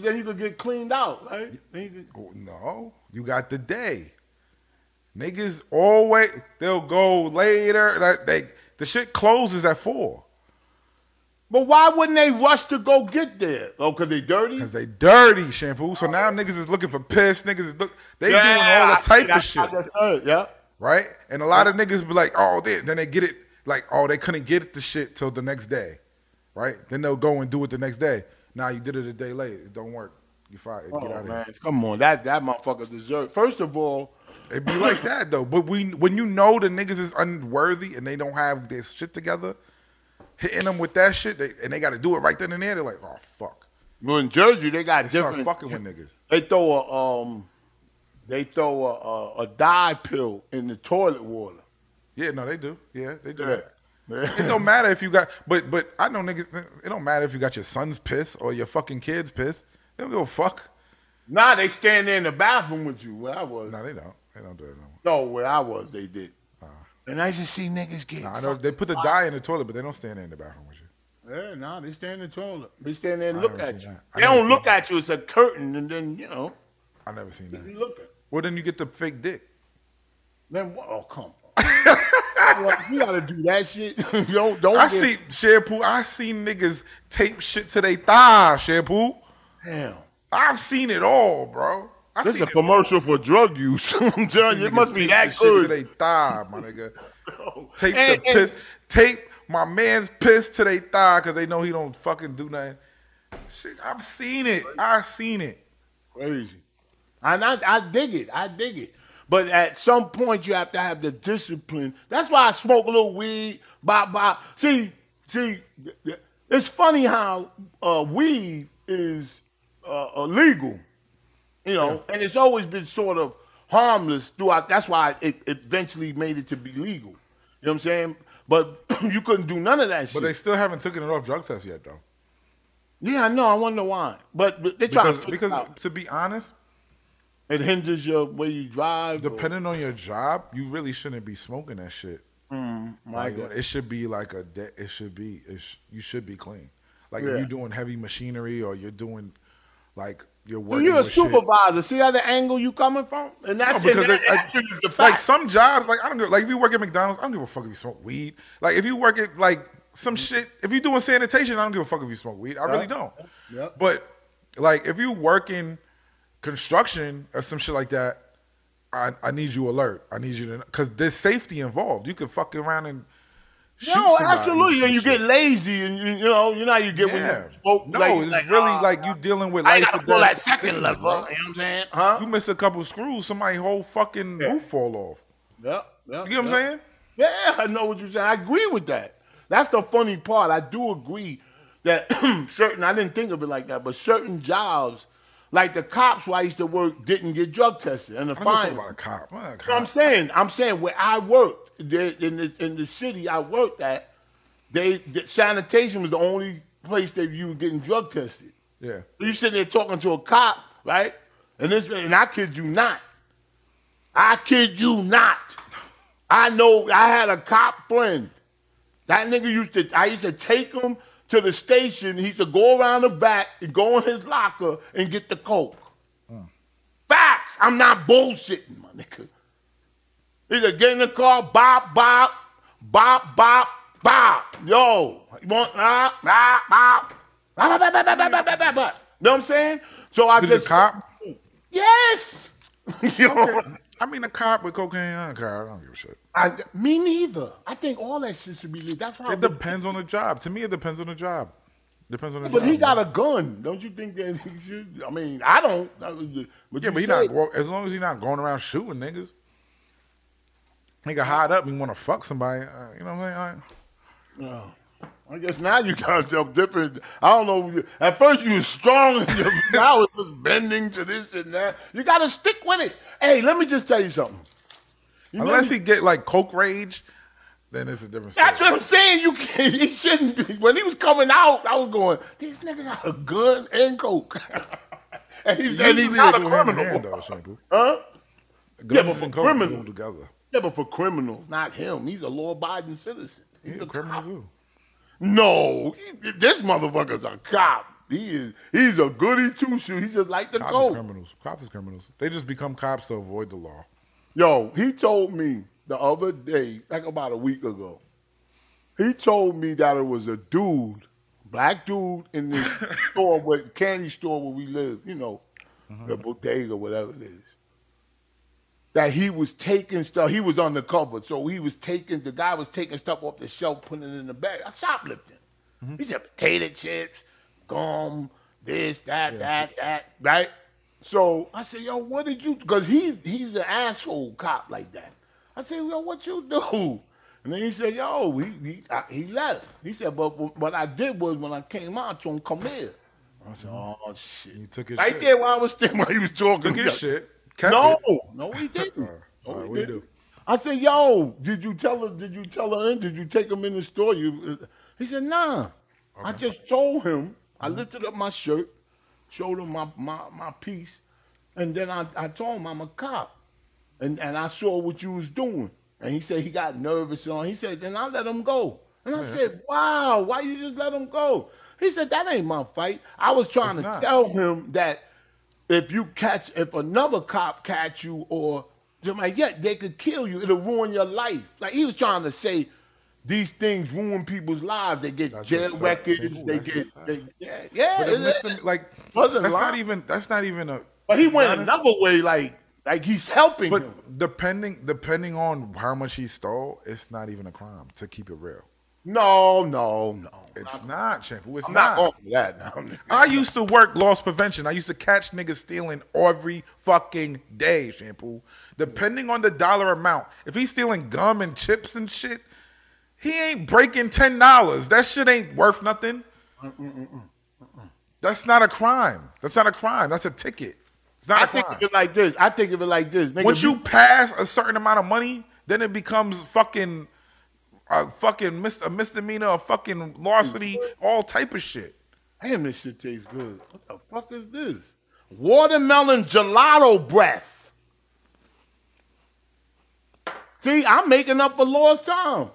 Speaker 2: then you could get cleaned out, right? Then you could-
Speaker 1: Oh, No, you got the day. Niggas always they'll go later. Like they the shit closes at four.
Speaker 2: But why wouldn't they rush to go get there? Oh, because they dirty?
Speaker 1: Cause they dirty shampoo. So now niggas is looking for piss. Niggas is look. They
Speaker 2: Yeah,
Speaker 1: doing all
Speaker 2: I-
Speaker 1: the type
Speaker 2: I- I
Speaker 1: of shit,
Speaker 2: just heard, yeah.
Speaker 1: right? And a lot of niggas be like, oh, they, then they get it. Like, oh, they couldn't get the shit till the next day, right? Then they'll go and do it the next day. Now you did it a day late. It don't work. You fired.
Speaker 2: Oh,
Speaker 1: get out of here.
Speaker 2: man, come on. That, that motherfucker deserved. First of all,
Speaker 1: It be like that though. But we when you know the niggas is unworthy and they don't have their shit together, hitting them with that shit, they, and they got to do it right then and there. They're like, oh fuck,
Speaker 2: well, in Jersey, they got
Speaker 1: they start
Speaker 2: different.
Speaker 1: fucking with niggas.
Speaker 2: They throw a um, they throw a, a a dye pill in the toilet water.
Speaker 1: Yeah, no, they do. Yeah, they do. That. It
Speaker 2: Yeah.
Speaker 1: don't matter if you got, but but I know niggas. It don't matter if you got your son's piss or your fucking kid's piss. They don't give a fuck.
Speaker 2: nah, they stand there in the bathroom with you. Where I was,
Speaker 1: No, they don't. They don't do it no more.
Speaker 2: no, where I was, they did. and I just see niggas get.
Speaker 1: Nah, I know they put the dye in the toilet, but they don't stand there in the bathroom with you.
Speaker 2: Yeah, nah, they stand in the toilet. They stand there and
Speaker 1: I
Speaker 2: look
Speaker 1: never seen
Speaker 2: at you.
Speaker 1: that. I
Speaker 2: They
Speaker 1: never
Speaker 2: don't
Speaker 1: seen
Speaker 2: look
Speaker 1: that.
Speaker 2: at you. It's a curtain, and then you know
Speaker 1: I never seen that.
Speaker 2: you looking.
Speaker 1: Well, then you get the fake dick.
Speaker 2: Then what? Oh, come
Speaker 1: *laughs*
Speaker 2: on. Like, you gotta do that shit. *laughs* don't don't.
Speaker 1: I
Speaker 2: get-
Speaker 1: see shampoo. I seen niggas tape shit to their thigh. Shampoo.
Speaker 2: Damn.
Speaker 1: I've seen it all, bro. I
Speaker 2: This is
Speaker 1: seen
Speaker 2: a
Speaker 1: it
Speaker 2: commercial for drug use. *laughs* I'm
Speaker 1: all.
Speaker 2: telling you,
Speaker 1: Niggas
Speaker 2: it must be
Speaker 1: tape the
Speaker 2: that
Speaker 1: shit
Speaker 2: good.
Speaker 1: to their thigh, my nigga. Tape
Speaker 2: And-
Speaker 1: the
Speaker 2: and-
Speaker 1: piss. Tape my man's piss to their thigh because they know he don't fucking do nothing. Shit, I've seen it. I've seen it.
Speaker 2: Crazy. And I, I dig it. I dig it. But at some point, you have to have the discipline. That's why I smoke a little weed. Bop, bop. See, see, th- th- it's funny how uh, weed is uh, illegal, you know, and it's always been sort of harmless throughout. That's why it eventually made it to be legal. You know what I'm saying? But *clears throat* you couldn't do none of that
Speaker 1: But
Speaker 2: shit.
Speaker 1: they still haven't taken it off drug test yet, though.
Speaker 2: yeah, I know. I wonder why. But, but they're trying
Speaker 1: Because,
Speaker 2: to
Speaker 1: because
Speaker 2: because out.
Speaker 1: to be honest,
Speaker 2: it hinders your way you drive. or-
Speaker 1: depending on your job, you really shouldn't be smoking that shit.
Speaker 2: Mm, my God.
Speaker 1: Like, it should be like a. De- it should be. It sh- you should be clean. Like
Speaker 2: Yeah.
Speaker 1: if you're doing heavy machinery or you're doing, like you're
Speaker 2: So
Speaker 1: working.
Speaker 2: you're a
Speaker 1: with shit.
Speaker 2: supervisor. See how the angle you coming from, and that's
Speaker 1: No, Oh, because
Speaker 2: and that-
Speaker 1: it- I-
Speaker 2: that's just the
Speaker 1: like
Speaker 2: fact.
Speaker 1: some jobs, like I don't give, like if you work at McDonald's, I don't give a fuck if you smoke weed. Like if you work at like some shit, if you doing sanitation, I don't give a fuck if you smoke weed. I really don't.
Speaker 2: Mm-hmm. Yep.
Speaker 1: But like if you work in construction or some shit like that, I, I need you alert. I need you to because there's safety involved. You can fuck around and shoot
Speaker 2: no,
Speaker 1: somebody or
Speaker 2: absolutely,
Speaker 1: some
Speaker 2: and you
Speaker 1: shit.
Speaker 2: get lazy, and you, you know you know how you get
Speaker 1: yeah.
Speaker 2: when you smoke.
Speaker 1: no,
Speaker 2: like,
Speaker 1: it's
Speaker 2: like,
Speaker 1: really
Speaker 2: uh,
Speaker 1: like you dealing with
Speaker 2: I
Speaker 1: life or
Speaker 2: gotta pull
Speaker 1: death
Speaker 2: that second
Speaker 1: things, *laughs*
Speaker 2: level.
Speaker 1: bro.
Speaker 2: You know what I'm saying? Huh?
Speaker 1: You miss a couple screws, somebody whole fucking roof fall off.
Speaker 2: Yep. yep
Speaker 1: You get what I'm saying?
Speaker 2: Yeah, I know what you're saying. I agree with that. That's the funny part. I do agree that *clears throat* certain I didn't think of it like that, but certain jobs, like the cops where I used to work, didn't get drug tested, and the
Speaker 1: I don't give a fuck
Speaker 2: fine.
Speaker 1: about a cop. Man, a cop.
Speaker 2: I'm saying, I'm saying where I worked there in the in the city I worked at, they the sanitation was the only place that you were getting drug tested.
Speaker 1: Yeah.
Speaker 2: So you sitting there talking to a cop, right? And this and I kid you not, I kid you not. I know I had a cop friend. That nigga used to I used to take him to the station. He used to go around the back and go in his locker and get the coke. Facts. I'm not bullshitting, my nigga. He could get in the car, bop, bop, bop, bop, bop. Yo, you want ah, bop, bop, bop, bop, bop, bop, bop, bop, bop, bop, bop. You know what I'm saying? So I
Speaker 1: He's
Speaker 2: just
Speaker 1: a cop.
Speaker 2: Yes. *laughs* Yo,
Speaker 1: I mean, a cop with cocaine on a car. I don't give a shit.
Speaker 2: I, me neither. I think all that shit should be legal. That's how.
Speaker 1: It depends on the job. To me, it depends on the job. Depends on the
Speaker 2: But
Speaker 1: job.
Speaker 2: he got a gun. Don't you think that he should? I mean, I don't. I- But
Speaker 1: yeah,
Speaker 2: you
Speaker 1: but he
Speaker 2: said-
Speaker 1: not go- as long as he's not going around shooting niggas. Nigga hide up and want to fuck somebody. Uh, you know what I'm saying? All right.
Speaker 2: Oh. I guess now you got jump different. I don't know. At first you was strong, *laughs* and you- now it's just bending to this and that. You got to stick with it. Hey, let me just tell you something. You know,
Speaker 1: Unless he get like coke rage, then it's a different story.
Speaker 2: that's what I'm saying. You can't, he shouldn't be. When he was coming out, I was going, this nigga got a gun and coke, *laughs* and he's, and
Speaker 1: Usually
Speaker 2: he's
Speaker 1: they
Speaker 2: not a
Speaker 1: go hand in
Speaker 2: criminal.
Speaker 1: hand, though, Shampoo.
Speaker 2: Huh?
Speaker 1: Guns
Speaker 2: but for
Speaker 1: and coke
Speaker 2: criminal-
Speaker 1: go together.
Speaker 2: Yeah, but for criminals, not him. He's a law-abiding citizen. He's
Speaker 1: Yeah,
Speaker 2: a
Speaker 1: criminals too.
Speaker 2: No, he- this motherfucker's a cop. He is. He's a goody two shoe. He just like the
Speaker 1: Cops is
Speaker 2: coke.
Speaker 1: criminals. Cops is criminals. They just become cops to avoid the law.
Speaker 2: Yo, he told me the other day, like about a week ago. He told me that it was a dude black dude in
Speaker 1: *laughs*
Speaker 2: this store, where, candy store where we live, you know,
Speaker 1: Mm-hmm.
Speaker 2: the bodega, whatever it is, that he was taking stuff. He was undercover, so he was taking the guy was taking stuff off the shelf, putting it in the bag. I shoplifting.
Speaker 1: Mm-hmm.
Speaker 2: He said potato chips, gum, this, that, that, that, right? So I said, yo, what did you? Because he he's an asshole cop like that. I said, yo, what you do? And then he said, yo, he he, I, he left. He said, but but what I did was when I came out to him, come here. I said, oh shit.
Speaker 1: He took his
Speaker 2: right
Speaker 1: shit.
Speaker 2: there while I was standing while he was talking.
Speaker 1: Took his shit. Kept
Speaker 2: No, Oh,
Speaker 1: it. *laughs*
Speaker 2: no, he didn't. No,
Speaker 1: All
Speaker 2: he
Speaker 1: right, we
Speaker 2: didn't.
Speaker 1: do.
Speaker 2: I said, "Yo, did you tell her? Did you tell her in? Did you take him in the store?" You, uh, he said, "Nah." I just told him. I
Speaker 1: Mm-hmm.
Speaker 2: lifted up my shirt, showed him my my, my piece, and then I, I told him I'm a cop, and and I saw what you was doing, and he said he got nervous and all. He said, "Then I let him go." And I said, "Wow, why you just let him go?" He said, "That ain't my fight. I was trying
Speaker 1: It's
Speaker 2: to
Speaker 1: not.
Speaker 2: tell him that." if you catch if another cop catch you or somebody, yeah, they could kill you. It'll ruin your life. Like he was trying to say, these things ruin people's lives. They get
Speaker 1: That's a
Speaker 2: jail
Speaker 1: fact,
Speaker 2: records.
Speaker 1: people.
Speaker 2: They
Speaker 1: That's a
Speaker 2: get
Speaker 1: fact.
Speaker 2: they, yeah, yeah.
Speaker 1: But
Speaker 2: it
Speaker 1: it
Speaker 2: is.
Speaker 1: misdem- like that's
Speaker 2: Wasn't
Speaker 1: not
Speaker 2: lying.
Speaker 1: even that's not even a.
Speaker 2: But he
Speaker 1: to be
Speaker 2: went
Speaker 1: honest,
Speaker 2: another way. Like like he's helping him.
Speaker 1: But depending depending on how much he stole, it's not even a crime. To keep it real,
Speaker 2: No, no, no.
Speaker 1: it's not shampoo. It's
Speaker 2: I'm
Speaker 1: not.
Speaker 2: not on for that. *laughs* No.
Speaker 1: I used to work loss prevention. I used to catch niggas stealing every fucking day, shampoo. Depending on the dollar amount, if he's stealing gum and chips and shit, he ain't breaking ten dollars. That shit ain't worth nothing. That's not a crime. That's not a crime. That's a ticket. It's not
Speaker 2: I
Speaker 1: a
Speaker 2: think
Speaker 1: crime.
Speaker 2: of it like this. I think of it like this. Nigga,
Speaker 1: Once
Speaker 2: if
Speaker 1: you pass a certain amount of money, then it becomes fucking a fucking mis- a misdemeanor, a fucking larceny, all type of shit.
Speaker 2: Damn, this shit tastes good. What the fuck is this? Watermelon gelato breath. See, I'm making up for lost time.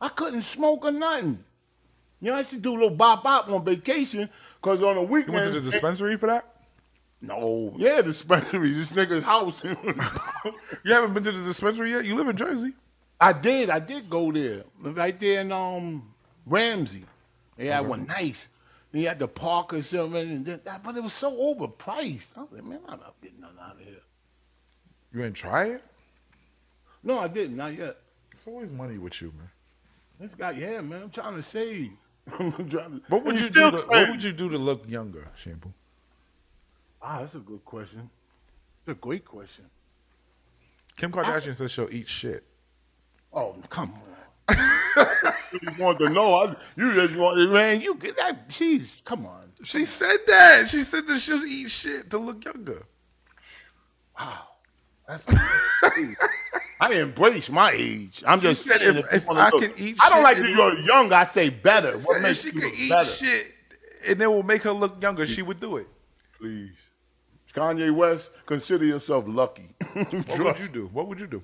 Speaker 2: I couldn't smoke or nothing. You know, I used to do a little bop bop on vacation because on a
Speaker 1: You
Speaker 2: weekend.
Speaker 1: went to the dispensary for that?
Speaker 2: no, yeah, *laughs* dispensary. This nigga's
Speaker 1: *laughs*
Speaker 2: house. *laughs*
Speaker 1: You haven't been to the dispensary yet? You live in Jersey.
Speaker 2: I did. I did go there. Right there in um Ramsey. They had one nice. They had the park or something, and then, but it was so overpriced. I was like, man, I'm not getting none out of here.
Speaker 1: You ain't try it?
Speaker 2: No, I didn't. Not yet.
Speaker 1: It's always money with you, man.
Speaker 2: This guy, yeah, man, I'm trying to save. *laughs* I'm trying to-
Speaker 1: What would
Speaker 2: It's
Speaker 1: you do?
Speaker 2: still
Speaker 1: To,
Speaker 2: crazy.
Speaker 1: what would you do to look younger, Shampoo?
Speaker 2: Ah, that's a good question. It's a great question.
Speaker 1: Kim Kardashian says she'll eat shit.
Speaker 2: Oh, come *laughs* on. you want to know? I, you just want, man. You get that? Jeez, come on.
Speaker 1: She said that. She said that she'll eat shit to look younger.
Speaker 2: Wow. That's I embrace my age. I'm just
Speaker 1: said if-
Speaker 2: saying you
Speaker 1: if
Speaker 2: wanna
Speaker 1: I
Speaker 2: look-
Speaker 1: could eat
Speaker 2: I don't
Speaker 1: shit,
Speaker 2: like
Speaker 1: it
Speaker 2: that
Speaker 1: would-
Speaker 2: you're young. I say better.
Speaker 1: She said
Speaker 2: What
Speaker 1: if
Speaker 2: makes
Speaker 1: she
Speaker 2: you
Speaker 1: could
Speaker 2: look
Speaker 1: eat
Speaker 2: better?
Speaker 1: shit, and it will make her look younger, she would do it.
Speaker 2: Please, Kanye West, consider yourself
Speaker 1: *laughs*
Speaker 2: lucky.
Speaker 1: What would you do? What would you do?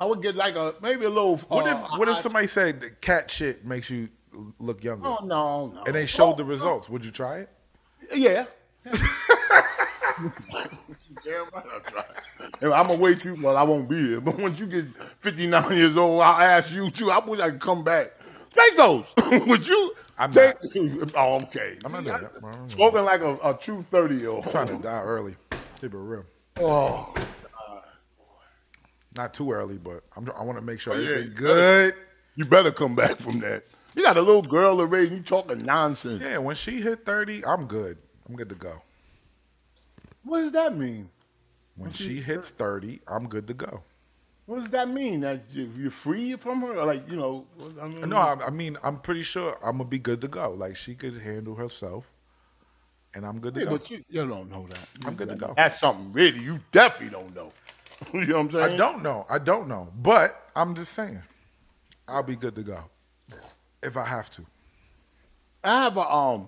Speaker 2: I would get like a maybe a little.
Speaker 1: What
Speaker 2: uh,
Speaker 1: if what if
Speaker 2: I-
Speaker 1: somebody said that cat shit makes you l- look younger,
Speaker 2: Oh no, no.
Speaker 1: and they showed the results? Would you try it?
Speaker 2: Yeah. Damn right I'll try. And I'm gonna wait too well. I won't be here. But once you get 59 years old, I'll ask you too. I wish I could come back. Space Ghost, *laughs* would you?
Speaker 1: I'm
Speaker 2: Oh, okay.
Speaker 1: I'm not doing
Speaker 2: See, I-
Speaker 1: that. I'm not doing
Speaker 2: Spoken like a, a true 30 year old.
Speaker 1: Trying to die early, keep it real.
Speaker 2: Oh,
Speaker 1: Not too early, but I'm, I want to make sure
Speaker 2: Oh, yeah,
Speaker 1: everything
Speaker 2: you
Speaker 1: good.
Speaker 2: you better come back from that. You got a little girl already. You talking nonsense.
Speaker 1: Yeah, when she hit 30, I'm good. I'm good to go.
Speaker 2: What does that mean?
Speaker 1: When she hits 30, I'm good to go.
Speaker 2: What does that mean? That you- you're free from her? Or like, you know, I mean,
Speaker 1: No, I, I mean, I'm pretty sure I'm going to be good to go. Like, she could handle herself, and I'm good to
Speaker 2: Yeah,
Speaker 1: go.
Speaker 2: but you, you don't know that.
Speaker 1: I'm good to go.
Speaker 2: That's something really you definitely don't know. *laughs* you know what I'm saying?
Speaker 1: I don't know. I don't know. But I'm just saying, I'll be good to go if I have to.
Speaker 2: I have a um.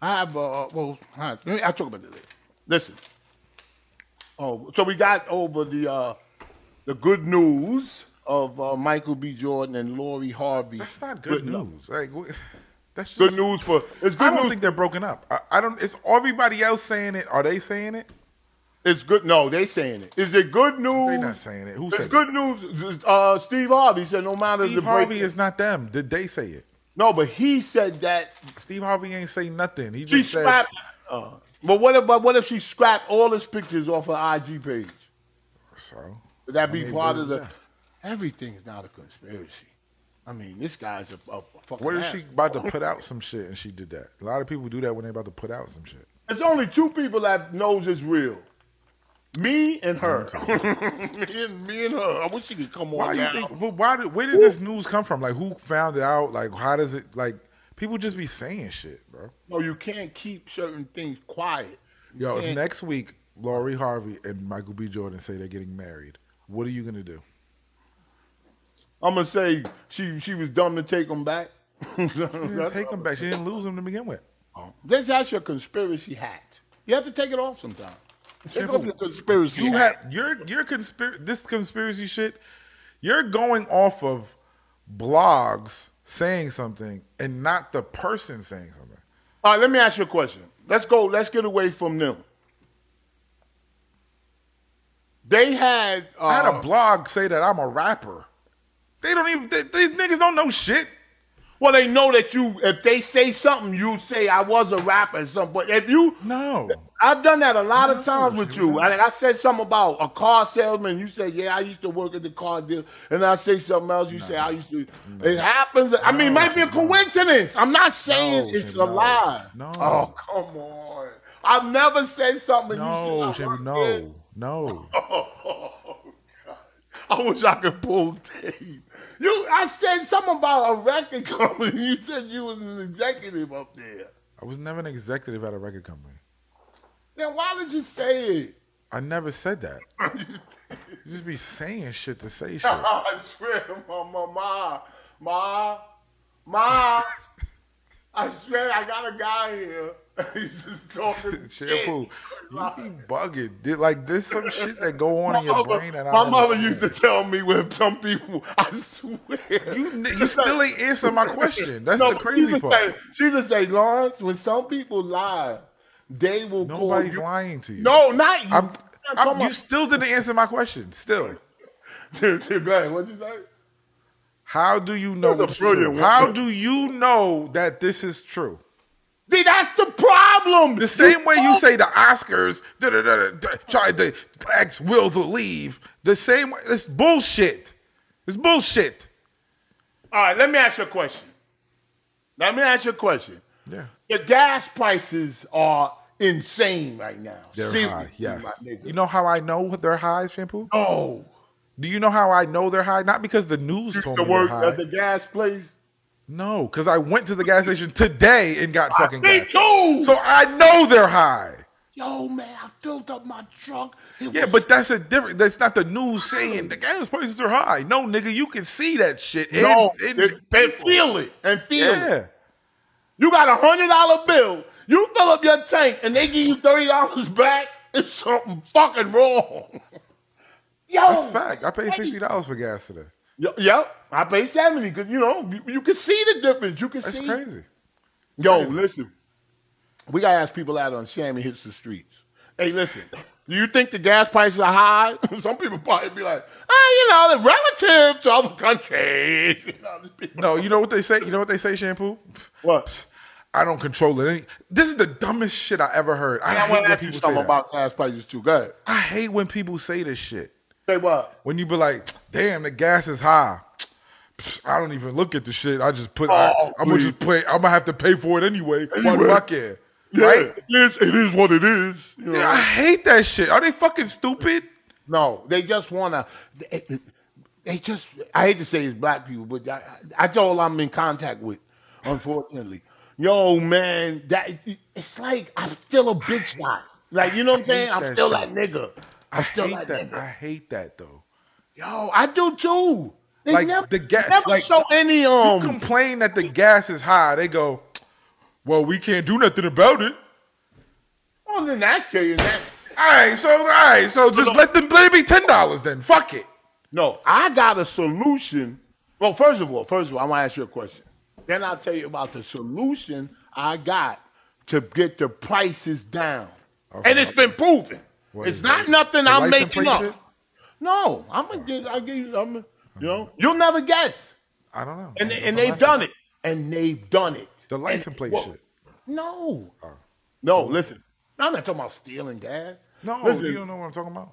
Speaker 2: I have a uh, well. I, let me- I'll talk about this later. Listen. Oh, so we got over the uh, the good news of uh, Michael B. Jordan and Lori Harvey.
Speaker 1: That's not good
Speaker 2: luck.
Speaker 1: news. Like, wh- that's just,
Speaker 2: Good news for it's
Speaker 1: I
Speaker 2: good
Speaker 1: don't
Speaker 2: news.
Speaker 1: think they're broken up. I, I don't. It's everybody else saying it. Are they saying it?
Speaker 2: it's good. No, they saying it. Is it good news?
Speaker 1: They not saying it. Who
Speaker 2: It's
Speaker 1: said it?
Speaker 2: good news. Uh, Steve Harvey said no matter
Speaker 1: Steve
Speaker 2: the
Speaker 1: Harvey
Speaker 2: break-
Speaker 1: is not them. Did they say it?
Speaker 2: No, but he said that
Speaker 1: Steve Harvey ain't say nothing. He
Speaker 2: she
Speaker 1: just said
Speaker 2: scrapped. Uh, but what if? But what if she scrapped all his pictures off her IG page?
Speaker 1: so.
Speaker 2: Would that be
Speaker 1: mean,
Speaker 2: part
Speaker 1: but-
Speaker 2: of the?
Speaker 1: yeah.
Speaker 2: Everything is now a conspiracy. I mean, this guy's a, a fucking.
Speaker 1: What if she
Speaker 2: asshole.
Speaker 1: about to put out some shit and she did that? A lot of people do that when they about to put out some shit.
Speaker 2: There's only two people that knows it's real. Me and her. *laughs* me, and, me and her. I wish she could come on
Speaker 1: Why do you
Speaker 2: now.
Speaker 1: think? But why? Did, where did this news come from? Like, who found it out? Like, how does it? Like, people just be saying shit, bro.
Speaker 2: no, you can't keep certain things quiet. You
Speaker 1: Yo, if
Speaker 2: can't-
Speaker 1: next week Laurie Harvey and Michael B. Jordan say they're getting married, what are you gonna do?
Speaker 2: I'm gonna say she she was dumb to take him back. *laughs*
Speaker 1: She didn't take them back. She didn't lose them to begin with.
Speaker 2: This that's Oh. your conspiracy hat. You have to take it off sometime. Take off your conspiracy
Speaker 1: You
Speaker 2: hat.
Speaker 1: have your your conspiracy. This conspiracy shit. You're going off of blogs saying something and not the person saying something.
Speaker 2: All right, let me ask you a question. Let's go. Let's get away from them. They had. Uh,
Speaker 1: I had a blog say that I'm a rapper. They don't even. th these niggas don't know shit.
Speaker 2: well, they know that you. If they say something, you say I was a rapper at some point. If you,
Speaker 1: No.
Speaker 2: I've done that a lot of times with you. I, I said something about a car salesman. You said, "Yeah, I used to work at the car deal," and I say something else. You say, "I used to." It happens. I mean, it might be a coincidence. I'm not saying
Speaker 1: No,
Speaker 2: it's
Speaker 1: Jimmy,
Speaker 2: a
Speaker 1: no.
Speaker 2: lie.
Speaker 1: No.
Speaker 2: Oh, come on. I've never said something.
Speaker 1: No,
Speaker 2: you said I
Speaker 1: Jimmy,
Speaker 2: worked there.
Speaker 1: no, no.
Speaker 2: *laughs* Oh, God. I wish I could pull tape. You, I said something about a record *laughs* company. You said you was an executive up there.
Speaker 1: I was never an executive at a record company.
Speaker 2: Then why did you say it?
Speaker 1: I never said that. You just be saying shit to say
Speaker 2: *laughs*
Speaker 1: shit.
Speaker 2: I swear, ma, ma, ma, ma, ma. I swear, I got a guy here. *laughs* He's just talking
Speaker 1: *laughs* Shampoo,
Speaker 2: shit.
Speaker 1: you be bugging. Did, like there's some shit that go on
Speaker 2: My
Speaker 1: in your
Speaker 2: mother,
Speaker 1: brain that I
Speaker 2: my
Speaker 1: never
Speaker 2: mother
Speaker 1: said.
Speaker 2: used to tell me when some people, I swear.
Speaker 1: You, n- you still ain't answer my question. That's the
Speaker 2: but
Speaker 1: crazy
Speaker 2: she would
Speaker 1: part.
Speaker 2: Say, she would say, Lawrence, when some people lie, they will
Speaker 1: Nobody's
Speaker 2: call oh, you.
Speaker 1: lying to you.
Speaker 2: No, not you.
Speaker 1: I'm,
Speaker 2: I'm
Speaker 1: I'm,
Speaker 2: talking
Speaker 1: you still didn't answer my question. Still,
Speaker 2: *laughs* about- Go ahead, what'd you say?
Speaker 1: how do you know?
Speaker 2: That's a
Speaker 1: It's true?
Speaker 2: brilliant one.
Speaker 1: How do you know that this is true?
Speaker 2: See, that's the problem.
Speaker 1: The same way you say the Oscars, da da da da, tried to X will to leave. The same way, it's bullshit. It's bullshit.
Speaker 2: All right, let me ask you a question. Let me ask you a question.
Speaker 1: Yeah,
Speaker 2: The gas prices are insane right now.
Speaker 1: they're
Speaker 2: Seriously,
Speaker 1: high. Yes,
Speaker 2: my nigga.
Speaker 1: you know how I know they're high, shampoo?
Speaker 2: No.
Speaker 1: Do you know how I know they're high? Not because the news told
Speaker 2: the
Speaker 1: me they're
Speaker 2: work
Speaker 1: high.
Speaker 2: at the gas place.
Speaker 1: No, because I went to the gas station today and got fucking
Speaker 2: Me
Speaker 1: gas.
Speaker 2: too.
Speaker 1: So I know they're high.
Speaker 2: Yo, man, I filled up my trunk. It
Speaker 1: Yeah,
Speaker 2: was
Speaker 1: but that's a different. That's not the news saying the gas prices are high. No, nigga, you can see that shit. in-
Speaker 2: no,
Speaker 1: in
Speaker 2: it- and
Speaker 1: people.
Speaker 2: feel it, and feel it.
Speaker 1: Yeah.
Speaker 2: You got a hundred dollar bill. You fill up your tank, and they give you thirty dollars back. It's something fucking wrong. Yo,
Speaker 1: That's fact. I paid sixty dollars for gas today.
Speaker 2: Yo- Yep, I pay seventy because you know you, you can see the difference. You can
Speaker 1: That's
Speaker 2: see.
Speaker 1: crazy.
Speaker 2: Yo, listen, we gotta ask people out on Shammy hits the streets. Hey, listen, do you think the gas prices are high? *laughs* Some people probably be like, ah, you know, they're relative to other countries. *laughs* You know, these people-
Speaker 1: No, you know what they say. You know what they say, shampoo.
Speaker 2: What?
Speaker 1: I don't control it. Any- This is the dumbest shit I ever heard. I,
Speaker 2: I
Speaker 1: hate
Speaker 2: want to
Speaker 1: when
Speaker 2: ask you
Speaker 1: people say
Speaker 2: something
Speaker 1: that.
Speaker 2: about gas prices too. Go ahead.
Speaker 1: I hate when people say this shit.
Speaker 2: Say what?
Speaker 1: When you be like, "Damn, the gas is high." Pfft, I don't even look at the shit. I just put. I,
Speaker 2: Oh,
Speaker 1: I'm gonna just play. I'm gonna have to pay for it anyway. Why do I care? Right?
Speaker 2: Yeah, it is, it is what it is. you know.
Speaker 1: Yeah, I hate that shit. Are they fucking stupid?
Speaker 2: No, they just want to. They, they just. I hate to say it's black people, but I, that's all I'm in contact with, unfortunately. Yo, man, that it's like I feel a bitch shot. Like you know what I'm saying? I'm
Speaker 1: that
Speaker 2: still
Speaker 1: shit.
Speaker 2: that nigga. I'm
Speaker 1: I
Speaker 2: still
Speaker 1: hate
Speaker 2: that,
Speaker 1: that.
Speaker 2: nigga.
Speaker 1: I hate that though.
Speaker 2: Yo, I do too. They
Speaker 1: Like,
Speaker 2: never,
Speaker 1: the ga-
Speaker 2: never
Speaker 1: like-
Speaker 2: show any
Speaker 1: You
Speaker 2: um.
Speaker 1: complain that the gas is high. They go, "Well, we can't do nothing about it."
Speaker 2: well, in that case, in that
Speaker 1: All right, so all right, so just let them let it be ten dollars then. Fuck it.
Speaker 2: No, I got a solution. Well, first of all, first of all, I'm gonna ask you a question. Then I'll tell you about the solution I got to get the prices down. And it's been proven.
Speaker 1: What
Speaker 2: it's
Speaker 1: is it?
Speaker 2: not nothing
Speaker 1: The
Speaker 2: I'm
Speaker 1: license
Speaker 2: making
Speaker 1: plate
Speaker 2: up.
Speaker 1: shit?
Speaker 2: No,
Speaker 1: Uh-huh.
Speaker 2: I'm gonna get. I give you. I'm. You know, you'll never guess.
Speaker 1: I don't know.
Speaker 2: And
Speaker 1: That's
Speaker 2: they, and
Speaker 1: what I'm
Speaker 2: they've
Speaker 1: asking.
Speaker 2: done it. and they've done it.
Speaker 1: The Oh. license
Speaker 2: And-
Speaker 1: plate
Speaker 2: well,
Speaker 1: shit.
Speaker 2: No. No, listen. I'm not talking about stealing gas.
Speaker 1: No,
Speaker 2: listen,
Speaker 1: you don't know what I'm talking about.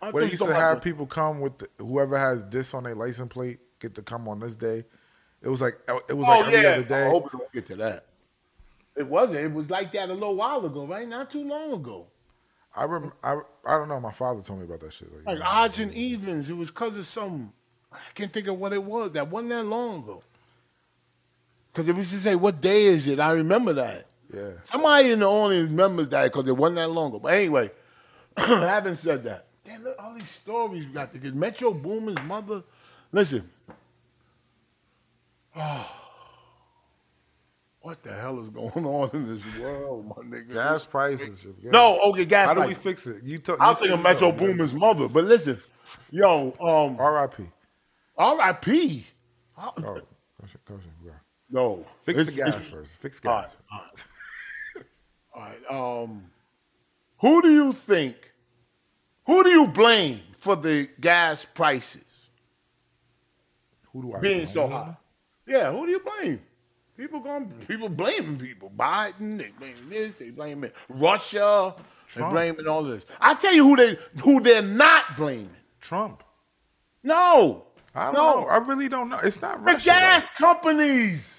Speaker 2: I
Speaker 1: Where
Speaker 2: think
Speaker 1: they used to
Speaker 2: somebody-
Speaker 1: have people come with the, whoever has this on their license plate get to come on this day. It was like uh, it was like every other
Speaker 2: Oh, I
Speaker 1: day.
Speaker 2: hope we don't get to that. It wasn't. It was like that a little while ago, right? Not too long ago.
Speaker 1: I rem- I I don't know. My father told me about that shit. Like,
Speaker 2: Like odds and evens. It was because of some. I can't think of what it was. That wasn't that long ago. Because it was to say, what day is it? I remember that. *laughs*
Speaker 1: yeah,
Speaker 2: Somebody in the audience remembers that because it wasn't that long ago. But anyway, *clears throat* having said that, damn, look, all these stories we got to get. Metro Boomin's mother. Listen. *sighs* what the hell is going *laughs* on in this world, my nigga?
Speaker 1: gas prices. yeah.
Speaker 2: No, okay, gas.
Speaker 1: How do
Speaker 2: price.
Speaker 1: we fix it? You took.
Speaker 2: I was thinking Metro Boomin's mother, but listen, yo, um,
Speaker 1: R.I.P.
Speaker 2: R.I.P.
Speaker 1: Oh, go ahead, go ahead, go ahead.
Speaker 2: No,
Speaker 1: Fix the
Speaker 2: It's-
Speaker 1: gas first. Fix gas.
Speaker 2: All right, all right. all right. Um, who do you think? Who do you blame for the gas prices
Speaker 1: Who do I?
Speaker 2: being so
Speaker 1: blame?
Speaker 2: high? Yeah, who do you blame? People going people blaming people. Biden, they blame this, they blame it. Russia,
Speaker 1: Trump.
Speaker 2: they blaming all this. I tell you who they who they're not blaming.
Speaker 1: Trump.
Speaker 2: No,
Speaker 1: I don't
Speaker 2: no.
Speaker 1: know. I really don't know. It's not
Speaker 2: The
Speaker 1: Russia.
Speaker 2: gas companies.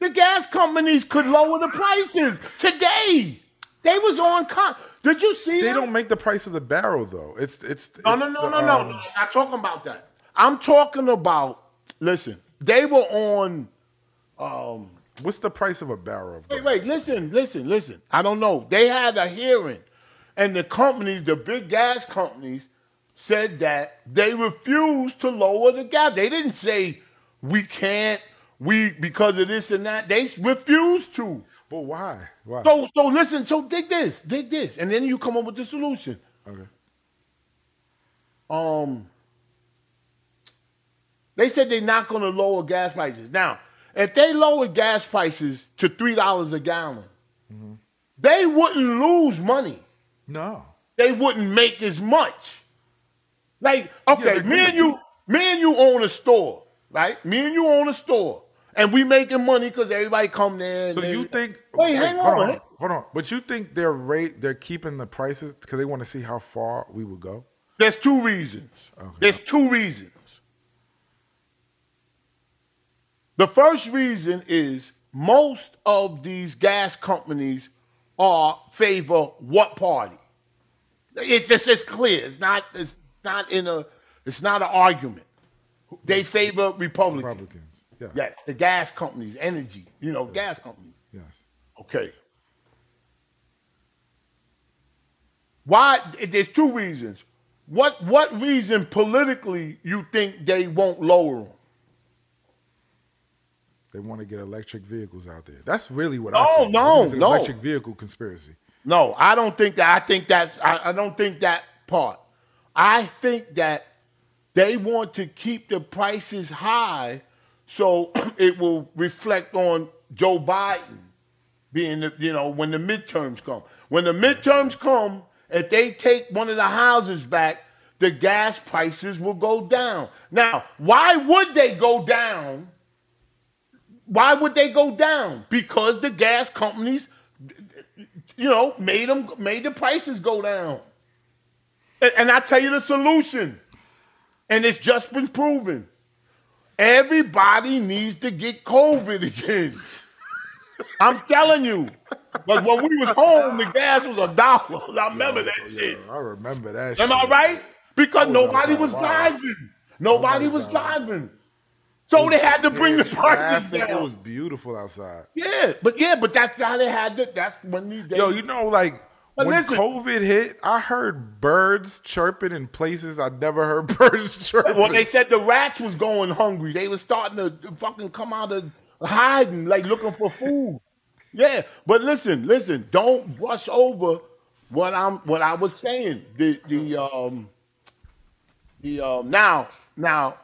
Speaker 2: The gas companies could lower the prices today. They was on. Con- Did you
Speaker 1: though.
Speaker 2: see?
Speaker 1: They
Speaker 2: that?
Speaker 1: don't make the price of the barrel though. It's it's.
Speaker 2: No,
Speaker 1: it's
Speaker 2: no, no,
Speaker 1: the,
Speaker 2: no, no.
Speaker 1: um,
Speaker 2: no. I'm not talking about that. I'm talking about. Listen, they were on. Um,
Speaker 1: What's the price of a barrel of?
Speaker 2: wait,
Speaker 1: gas?
Speaker 2: wait. Listen, listen, listen. I don't know. They had a hearing, and the companies, the big gas companies, said that they refused to lower the gas. They didn't say we can't. We because of this and that. They refused to.
Speaker 1: But why? Why?
Speaker 2: So, so listen. So dig this, dig this, and then you come up with the solution.
Speaker 1: okay.
Speaker 2: um they said they're not going to lower gas prices now if they lower gas prices to three dollars a gallon
Speaker 1: Mm-hmm.
Speaker 2: they wouldn't lose money
Speaker 1: No.
Speaker 2: they wouldn't make as much like okay
Speaker 1: they
Speaker 2: me and you me and you own a store right me and you own a store and we making money because everybody come there and
Speaker 1: So
Speaker 2: they-
Speaker 1: you think?
Speaker 2: Wait, hang
Speaker 1: hold
Speaker 2: on.
Speaker 1: on, hold on. But you think their rate? They're keeping the prices because they want to see how far we would go.
Speaker 2: There's two reasons.
Speaker 1: Okay.
Speaker 2: There's two reasons. The first reason is most of these gas companies are favor what party? It's just it's clear. It's not it's not in a it's not an argument. They favor Republicans.
Speaker 1: Republicans. Yeah.
Speaker 2: Yeah, the gas companies, energy, you know, gas companies.
Speaker 1: Yes.
Speaker 2: Okay. Why? There's two reasons. What what reason politically you think they won't lower them?
Speaker 1: They want to get electric vehicles out there. That's really what
Speaker 2: No,
Speaker 1: I think.
Speaker 2: Oh, no,
Speaker 1: It's an
Speaker 2: no.
Speaker 1: Electric vehicle conspiracy.
Speaker 2: No, I don't think that. I think that's. I, I don't think that part. I think that they want to keep the prices high, so *clears throat* it will reflect on Joe Biden being, the, you know, when the midterms come. When the midterms come, if they take one of the houses back, the gas prices will go down. Now, why would they go down? Why would they go down? Because the gas companies you know, made them made the prices go down. And, and I tell you the solution, and it's just been proven. Everybody needs to get COVID again. *laughs* I'm telling you. Like when we was home, the gas was a dollar. I remember that shit.
Speaker 1: I remember that.
Speaker 2: Am I
Speaker 1: shit.
Speaker 2: right?
Speaker 1: Oh,
Speaker 2: Because nobody
Speaker 1: that's
Speaker 2: was
Speaker 1: wild.
Speaker 2: driving.
Speaker 1: Oh,
Speaker 2: Nobody was driving. So they had to bring the prices
Speaker 1: Traffic, It
Speaker 2: down.
Speaker 1: was beautiful outside.
Speaker 2: Yeah, but yeah, but that's how they had to. That's when they. they
Speaker 1: Yo, you know, like
Speaker 2: But
Speaker 1: when
Speaker 2: listen-
Speaker 1: COVID hit, I heard birds chirping in places I never heard *laughs* birds chirping.
Speaker 2: Well, they said the rats was going hungry. They was starting to fucking come out of hiding, like looking for food. Yeah, but listen, listen, don't brush over what I'm what I was saying. The the um the um now now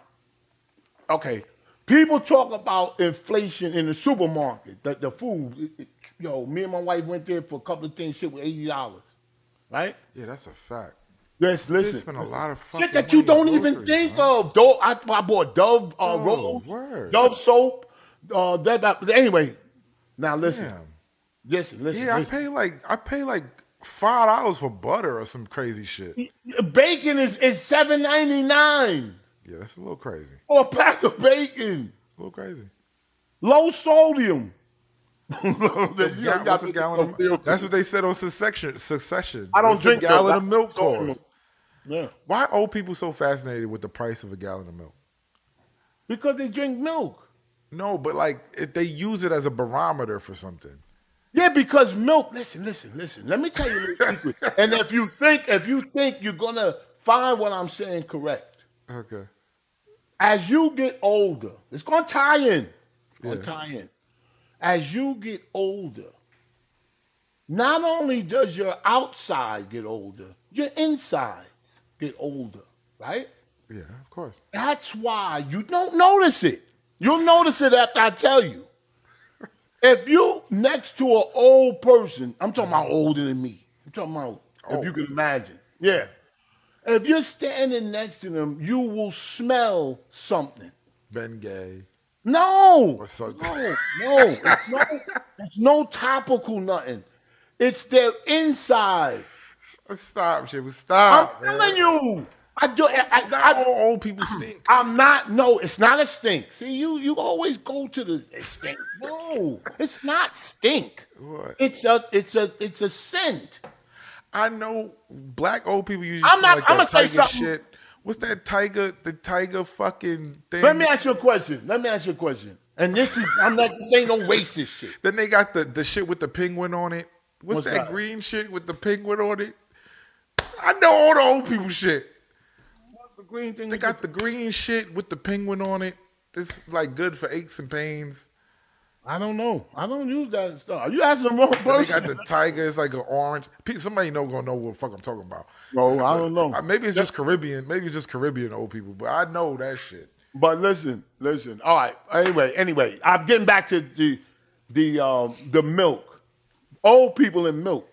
Speaker 2: okay. People talk about inflation in the supermarket, the, the food. It- it- yo, me and my wife went there for a couple of things, shit with eighty dollars, right?
Speaker 1: yeah, that's a fact.
Speaker 2: Yes,
Speaker 1: They
Speaker 2: listen.
Speaker 1: spent a lot of fucking
Speaker 2: Shit that you
Speaker 1: money on
Speaker 2: don't even
Speaker 1: groceries,
Speaker 2: think
Speaker 1: man.
Speaker 2: of. Dove, I, I bought Dove uh,
Speaker 1: Oh,
Speaker 2: Rose,
Speaker 1: word.
Speaker 2: Dove soap, Uh, that, that- anyway, now listen.
Speaker 1: Damn.
Speaker 2: Listen, listen.
Speaker 1: Yeah, I
Speaker 2: listen.
Speaker 1: pay like I pay like five dollars for butter or some crazy shit.
Speaker 2: Bacon is is seven ninety nine
Speaker 1: Yeah, that's a little crazy.
Speaker 2: for a pack of bacon.
Speaker 1: A little crazy. *laughs*
Speaker 2: Low sodium. You
Speaker 1: Ga-
Speaker 2: gotta
Speaker 1: what's a
Speaker 2: make
Speaker 1: gallon of
Speaker 2: yourself feel
Speaker 1: milk? That's what they said on Succession. Succession.
Speaker 2: I don't
Speaker 1: What's
Speaker 2: drink
Speaker 1: a gallon
Speaker 2: milk.
Speaker 1: of milk
Speaker 2: I don't drink
Speaker 1: cost.
Speaker 2: good. Yeah.
Speaker 1: Why are old people so fascinated with the price of a gallon of milk?
Speaker 2: Because they drink milk.
Speaker 1: No, but like it, they use it as a barometer for something.
Speaker 2: Yeah, because milk. Listen, listen, listen. Let me tell you a little secret. And if you think, if you think you're gonna find what I'm saying correct,
Speaker 1: Okay.
Speaker 2: as you get older, it's gonna tie in. It's gonna
Speaker 1: Yeah.
Speaker 2: tie in. As you get older, not only does your outside get older, your insides get older, right?
Speaker 1: Yeah, of course.
Speaker 2: That's why you don't notice it. You'll notice it after I tell you. If you next to an old person, I'm talking about older than me. I'm talking about if
Speaker 1: Oh.
Speaker 2: you can imagine. Yeah. If you're standing next to them, you will smell something.
Speaker 1: Ben Gay
Speaker 2: No.
Speaker 1: or something.
Speaker 2: No, no, it's no, it's no topical nothing. It's their inside.
Speaker 1: Stop, shit.
Speaker 2: I'm
Speaker 1: Stop. Oh, man.
Speaker 2: telling you. I do. I, I,
Speaker 1: Not
Speaker 2: I,
Speaker 1: all old people stink.
Speaker 2: I'm not. No, it's not a stink. See, you you always go to the it stink. No, it's not stink.
Speaker 1: What?
Speaker 2: It's a it's a it's a scent.
Speaker 1: I know black old people usually
Speaker 2: I'm
Speaker 1: smell
Speaker 2: not-
Speaker 1: like
Speaker 2: I'ma
Speaker 1: that
Speaker 2: say
Speaker 1: tiger
Speaker 2: something.
Speaker 1: shit. What's that tiger? The tiger fucking thing.
Speaker 2: Let me ask you a question. Let me ask you a question. And this is I'm not this ain't no racist shit.
Speaker 1: Then they got the, the shit with the penguin on it. What's,
Speaker 2: What's
Speaker 1: that,
Speaker 2: that?
Speaker 1: green shit with the penguin on it? I know all the old people shit.
Speaker 2: The green thing.
Speaker 1: They got the green shit with the penguin on it. It's like good for aches and pains.
Speaker 2: I don't know. I don't use that stuff. You asking the wrong
Speaker 1: Then they got
Speaker 2: person.
Speaker 1: the tiger. It's like an orange. Pe- Somebody know gonna know what the fuck I'm talking about.
Speaker 2: No, I don't know.
Speaker 1: Uh, Maybe it's just Caribbean. Maybe it's just Caribbean old people. But I know that shit.
Speaker 2: But listen, listen. All right. Anyway, anyway, I'm getting back to the the um, the milk. Old people in milk.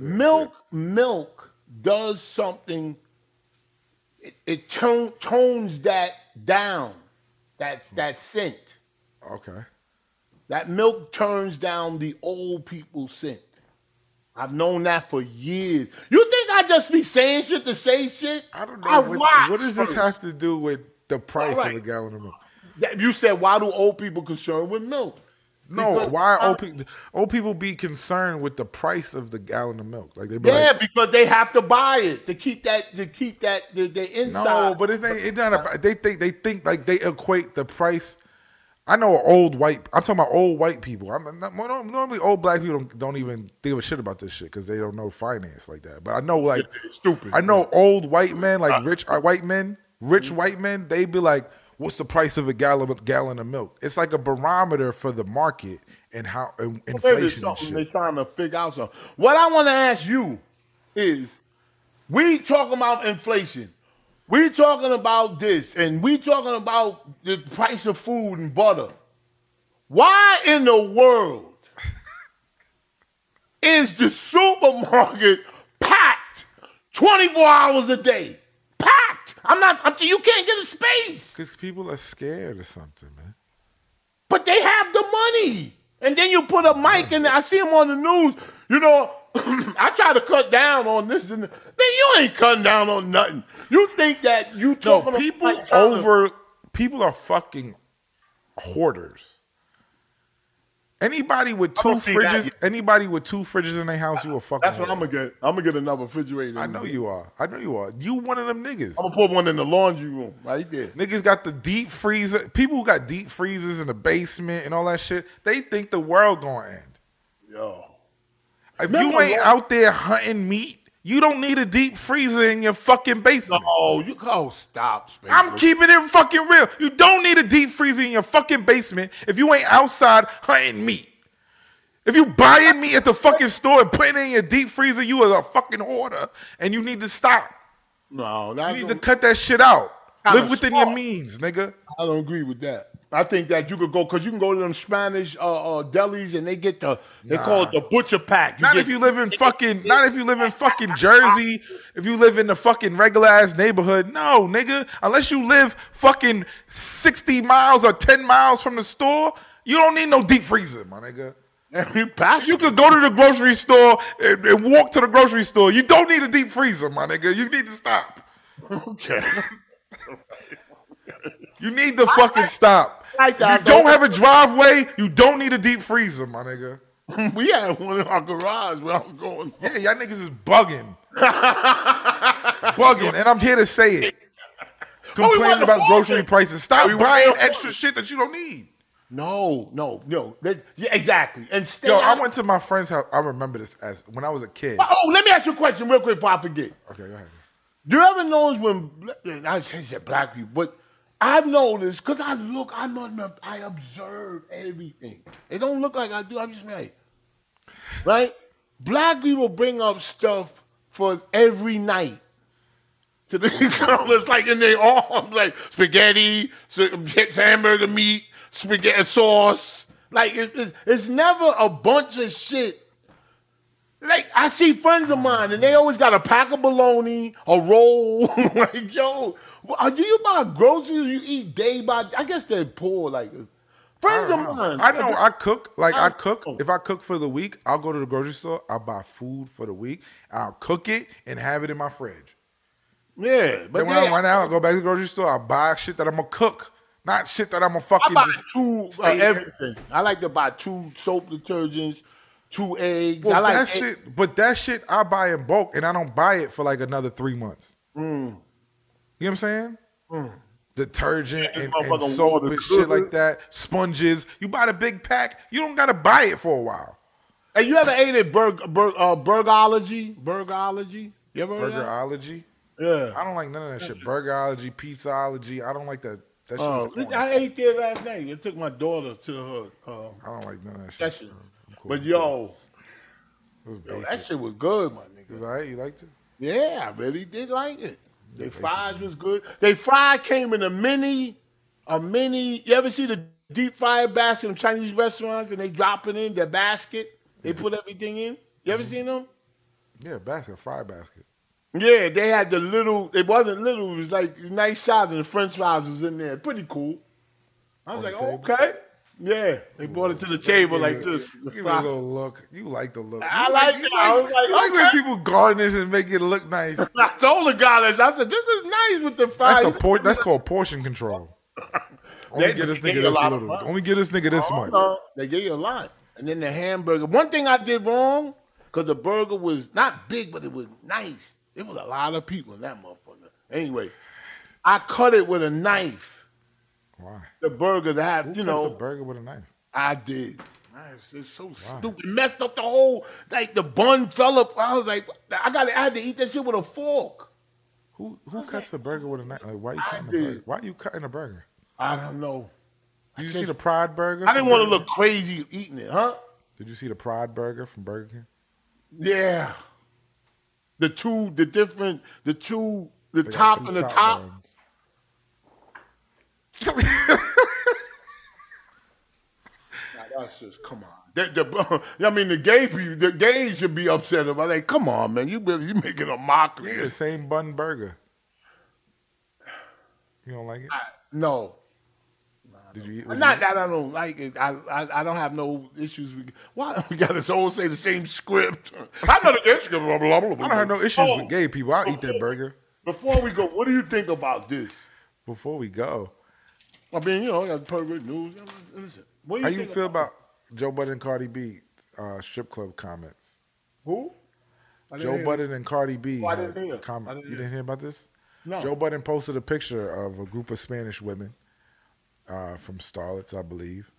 Speaker 2: Milk, milk does something. It, it tone, tones that down. That
Speaker 1: Hmm.
Speaker 2: that scent.
Speaker 1: Okay.
Speaker 2: That milk turns down the old people scent. I've known that for years. You think I just be saying shit to say shit?
Speaker 1: I don't know.
Speaker 2: watch
Speaker 1: what, what does this
Speaker 2: first.
Speaker 1: have to do with the price
Speaker 2: Alright.
Speaker 1: of a gallon of milk?
Speaker 2: That- You said why do old people concerned with milk?
Speaker 1: No,
Speaker 2: Because-
Speaker 1: why old people old people be concerned with the price of the gallon of milk? Like they be
Speaker 2: Yeah,
Speaker 1: like,
Speaker 2: because they have to buy it to keep that to keep that the, the inside.
Speaker 1: no, but it's, ain't, it's not about. They think they think like they equate the price. I know old white. I'm talking about old white people. I'm not, well, no- normally old black people don't, don't even give a shit about this shit because they don't know finance like that. But I know like
Speaker 2: Stupid.
Speaker 1: I know old white men like rich uh, white men, rich
Speaker 2: Mm-hmm.
Speaker 1: white men. They be like, "What's the price of a gallon gallon of milk?" It's like a barometer for the market and how and
Speaker 2: Maybe it's
Speaker 1: inflation and
Speaker 2: something
Speaker 1: shit.
Speaker 2: they're trying to figure out something. What I want to ask you is, we talking about inflation, we talking about this, and we talking about the price of food and butter. Why in the world
Speaker 1: *laughs*
Speaker 2: is the supermarket packed twenty four hours a day? Packed. I'm not. I'm, you can't get a space.
Speaker 1: Because people are scared of something, man.
Speaker 2: But they have the money. And then you put a mic in there. I see him on the news. You know, *clears throat* I try to cut down on this and then you ain't cutting down on nothing. You think that you talking
Speaker 1: No,
Speaker 2: about
Speaker 1: people
Speaker 2: like,
Speaker 1: over people are fucking hoarders. Anybody with two
Speaker 2: don't see that
Speaker 1: fridges,
Speaker 2: yet.
Speaker 1: anybody with two fridges in their house, you a fucking.
Speaker 2: That's what I'm gonna get. I'm gonna get another refrigerator.
Speaker 1: I know you are. I know you are. You one of them niggas.
Speaker 2: I'm gonna put one in the laundry room right there.
Speaker 1: Niggas got the deep freezer. People who got deep freezers in the basement and all that shit, they think the world gonna end.
Speaker 2: Yo.
Speaker 1: If you
Speaker 2: Remember
Speaker 1: ain't
Speaker 2: when-
Speaker 1: out there hunting meat, you don't need a deep freezer in your fucking basement.
Speaker 2: Oh, you oh stop, Spade.
Speaker 1: I'm keeping it fucking real. You don't need a deep freezer in your fucking basement if you ain't outside hunting meat. If you buying meat at the fucking store and putting it in your deep freezer, you are a fucking hoarder, and you need to stop.
Speaker 2: no, that
Speaker 1: You need to
Speaker 2: don't-
Speaker 1: cut that shit out.
Speaker 2: Kinda
Speaker 1: Live within
Speaker 2: smart.
Speaker 1: your means, nigga.
Speaker 2: I don't agree with that. I think that you could go because you can go to them Spanish uh, uh, delis and they get the they call it the butcher pack.
Speaker 1: Not
Speaker 2: get-
Speaker 1: if you live in fucking. Not if you live in fucking Jersey. If you live in the fucking regular ass neighborhood, no, nigga. Unless you live fucking sixty miles or ten miles from the store, You don't need no deep freezer, my nigga.
Speaker 2: *laughs* Every passion.
Speaker 1: You
Speaker 2: *laughs*
Speaker 1: could go to the grocery store and, and walk to the grocery store. You don't need a deep freezer, my nigga. You need to stop.
Speaker 2: Okay.
Speaker 1: You need to fucking stop.
Speaker 2: like that,
Speaker 1: If you don't
Speaker 2: though.
Speaker 1: have a driveway, you don't need a deep freezer, my nigga.
Speaker 2: *laughs* we had one in our garage where I was going.
Speaker 1: Yeah, y'all niggas is
Speaker 2: *laughs*
Speaker 1: bugging. bugging, and I'm here to say it.
Speaker 2: Oh,
Speaker 1: Complaining
Speaker 2: wasn't
Speaker 1: about
Speaker 2: bugging.
Speaker 1: grocery prices. Stop
Speaker 2: wasn't
Speaker 1: buying
Speaker 2: bugging.
Speaker 1: extra shit that you don't need.
Speaker 2: No, no, no. That- yeah, exactly. And stay
Speaker 1: Yo, I
Speaker 2: out-
Speaker 1: went to my friend's house. I remember this as when I was a kid.
Speaker 2: Oh, let me ask you a question real quick before I forget.
Speaker 1: Okay, go ahead.
Speaker 2: Do you ever notice when and I say said black people, but I've noticed because I look, I know, I observe everything. It don't look like I do. I'm just like, right? Black people bring up stuff for every night. To the *laughs* girl that's like in their arms, like spaghetti, s- hamburger meat, spaghetti sauce. Like it, it's, it's never a bunch of shit like I see friends of mine, and they always got a pack of bologna, a roll. *laughs* like, yo, are you buy groceries you eat day by? I guess they're poor. Like, friends of mine.
Speaker 1: Uh-huh.
Speaker 2: Oh.
Speaker 1: I know I cook. Like I
Speaker 2: I-
Speaker 1: cook. If I cook for the week, I'll go to the grocery store. I'll buy food for the week. I'll cook it and have it in my fridge.
Speaker 2: Yeah, but
Speaker 1: Then when
Speaker 2: they,
Speaker 1: I run out, I go back to the grocery store. I buy shit that I'm gonna cook, not shit that I'm gonna
Speaker 2: I
Speaker 1: fucking
Speaker 2: buy *laughs*
Speaker 1: just.
Speaker 2: two uh,
Speaker 1: stay-
Speaker 2: everything. I like to buy two soap detergents, two eggs.
Speaker 1: Well,
Speaker 2: I like
Speaker 1: that
Speaker 2: egg-
Speaker 1: shit, but that shit I buy in bulk and I don't buy it for like another three months.
Speaker 2: Mm.
Speaker 1: You know what I'm saying? Detergent
Speaker 2: this
Speaker 1: and, and
Speaker 2: motherfucking
Speaker 1: soap
Speaker 2: water
Speaker 1: and shit
Speaker 2: good.
Speaker 1: like that. Sponges. You buy the big pack. You don't gotta buy it for a while.
Speaker 2: And you ever ate at Burg, Burg, uh, Burgology? Burgology? You ever heard of that?
Speaker 1: Burgerology.
Speaker 2: Yeah.
Speaker 1: I don't like none of that shit. Burgerology, pizzaology. I don't like that. That shit.
Speaker 2: Oh,
Speaker 1: is corny.
Speaker 2: I
Speaker 1: I
Speaker 2: ate there last night. I took my daughter to her. Uh,
Speaker 1: don't like none of that shit.
Speaker 2: session.
Speaker 1: I'm cool.
Speaker 2: But yo,
Speaker 1: It's
Speaker 2: yo,
Speaker 1: basic.
Speaker 2: that shit was good, my nigga.
Speaker 1: It's all right. You liked it?
Speaker 2: Yeah, I really did like it. They fries was good. They fry came in a mini, a mini. You ever see the deep fryer basket in Chinese restaurants and they drop it in their basket? They put everything in. You
Speaker 1: Mm-hmm.
Speaker 2: ever seen them?
Speaker 1: Yeah, basket, fry basket.
Speaker 2: Yeah, they had the little. It wasn't little. It was like a nice size, and the French fries was in there. Pretty cool. I was
Speaker 1: On
Speaker 2: like,
Speaker 1: the table?
Speaker 2: okay. Yeah, they brought it to the table like
Speaker 1: Give it-
Speaker 2: this.
Speaker 1: Give it a little look. You like the look.
Speaker 2: I
Speaker 1: You
Speaker 2: like
Speaker 1: you
Speaker 2: it. I was like,
Speaker 1: you like when
Speaker 2: okay.
Speaker 1: people garden this and make it look nice.
Speaker 2: I told the guy this. I said, "This is nice with the fries."
Speaker 1: That's a por- That's called portion control. Only
Speaker 2: They-
Speaker 1: give this
Speaker 2: they
Speaker 1: nigga
Speaker 2: get a
Speaker 1: this
Speaker 2: lot of
Speaker 1: little.
Speaker 2: money.
Speaker 1: Only give this nigga this
Speaker 2: Oh,
Speaker 1: much.
Speaker 2: no. They gave you a lot. And then the hamburger. One thing I did wrong, because the burger was not big, but it was nice. It was a lot of people in that motherfucker. Anyway, I cut it with a knife.
Speaker 1: Why?
Speaker 2: The burger that had, you
Speaker 1: That's a
Speaker 2: know,
Speaker 1: burger with a knife.
Speaker 2: I did. Nice. It's so stupid. It messed up the whole, like the bun fell up. I was like, I got, to I had to eat that shit with a fork.
Speaker 1: Who who cuts a burger with a knife? Like, why you
Speaker 2: I
Speaker 1: cutting a
Speaker 2: did.
Speaker 1: burger? Why you cutting a burger?
Speaker 2: I don't know.
Speaker 1: Did you see
Speaker 2: just-
Speaker 1: the Pride Burger?
Speaker 2: I didn't
Speaker 1: from
Speaker 2: want to
Speaker 1: Burger
Speaker 2: look crazy eating it, huh?
Speaker 1: King? Did you see the Pride Burger from Burger King?
Speaker 2: Yeah. The two, the different, the two, the
Speaker 1: They got
Speaker 2: top
Speaker 1: two
Speaker 2: and the top.
Speaker 1: buns. *laughs*
Speaker 2: Nah, that's just come on. The, the, *laughs* I mean, the gay people, the gays should be upset about. Like, come on, man, you really, you making a mockery. of
Speaker 1: Yeah,
Speaker 2: this.
Speaker 1: same bun burger. You don't like it?
Speaker 2: No,
Speaker 1: Did you eat? would you
Speaker 2: not that I don't like it. I, I I don't have no issues. With, why *laughs* we got this whole say the same script? *laughs* I know the gay script. Blah, blah, blah, blah.
Speaker 1: I don't have no issues
Speaker 2: Oh,
Speaker 1: with gay people. I'll eat that burger.
Speaker 2: Before we go, what do you think about this?
Speaker 1: Before we go,
Speaker 2: I mean, you know, I got perfect news. Listen, what do you
Speaker 1: how you
Speaker 2: think
Speaker 1: feel about Joe Budden and Cardi B uh, strip club comments?
Speaker 2: who? I didn't
Speaker 1: Joe
Speaker 2: hear Oh,
Speaker 1: Budden and Cardi B
Speaker 2: I
Speaker 1: had
Speaker 2: didn't hear.
Speaker 1: comment-
Speaker 2: I didn't
Speaker 1: you
Speaker 2: hear.
Speaker 1: didn't hear about this?
Speaker 2: No.
Speaker 1: Joe Budden posted a picture of a group of Spanish women uh, from starlets, I believe,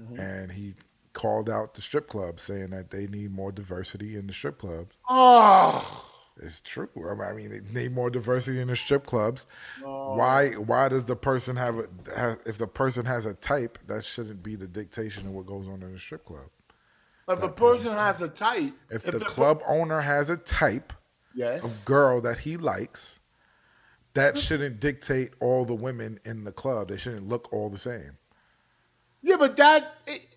Speaker 2: Mm-hmm.
Speaker 1: and he called out the strip club, saying that they need more diversity in the strip clubs.
Speaker 2: Oh,
Speaker 1: It's true. I mean, I mean, they need more diversity in the strip clubs. Why? Why does the person have a? Have, if the person has a type, that shouldn't be the dictation of what goes on in the strip club.
Speaker 2: if a person has a type,
Speaker 1: If, the
Speaker 2: they're-
Speaker 1: club owner has a type
Speaker 2: yes,
Speaker 1: of girl that he likes, that
Speaker 2: Mm-hmm.
Speaker 1: shouldn't dictate all the women in the club. They shouldn't look all the same.
Speaker 2: yeah, but that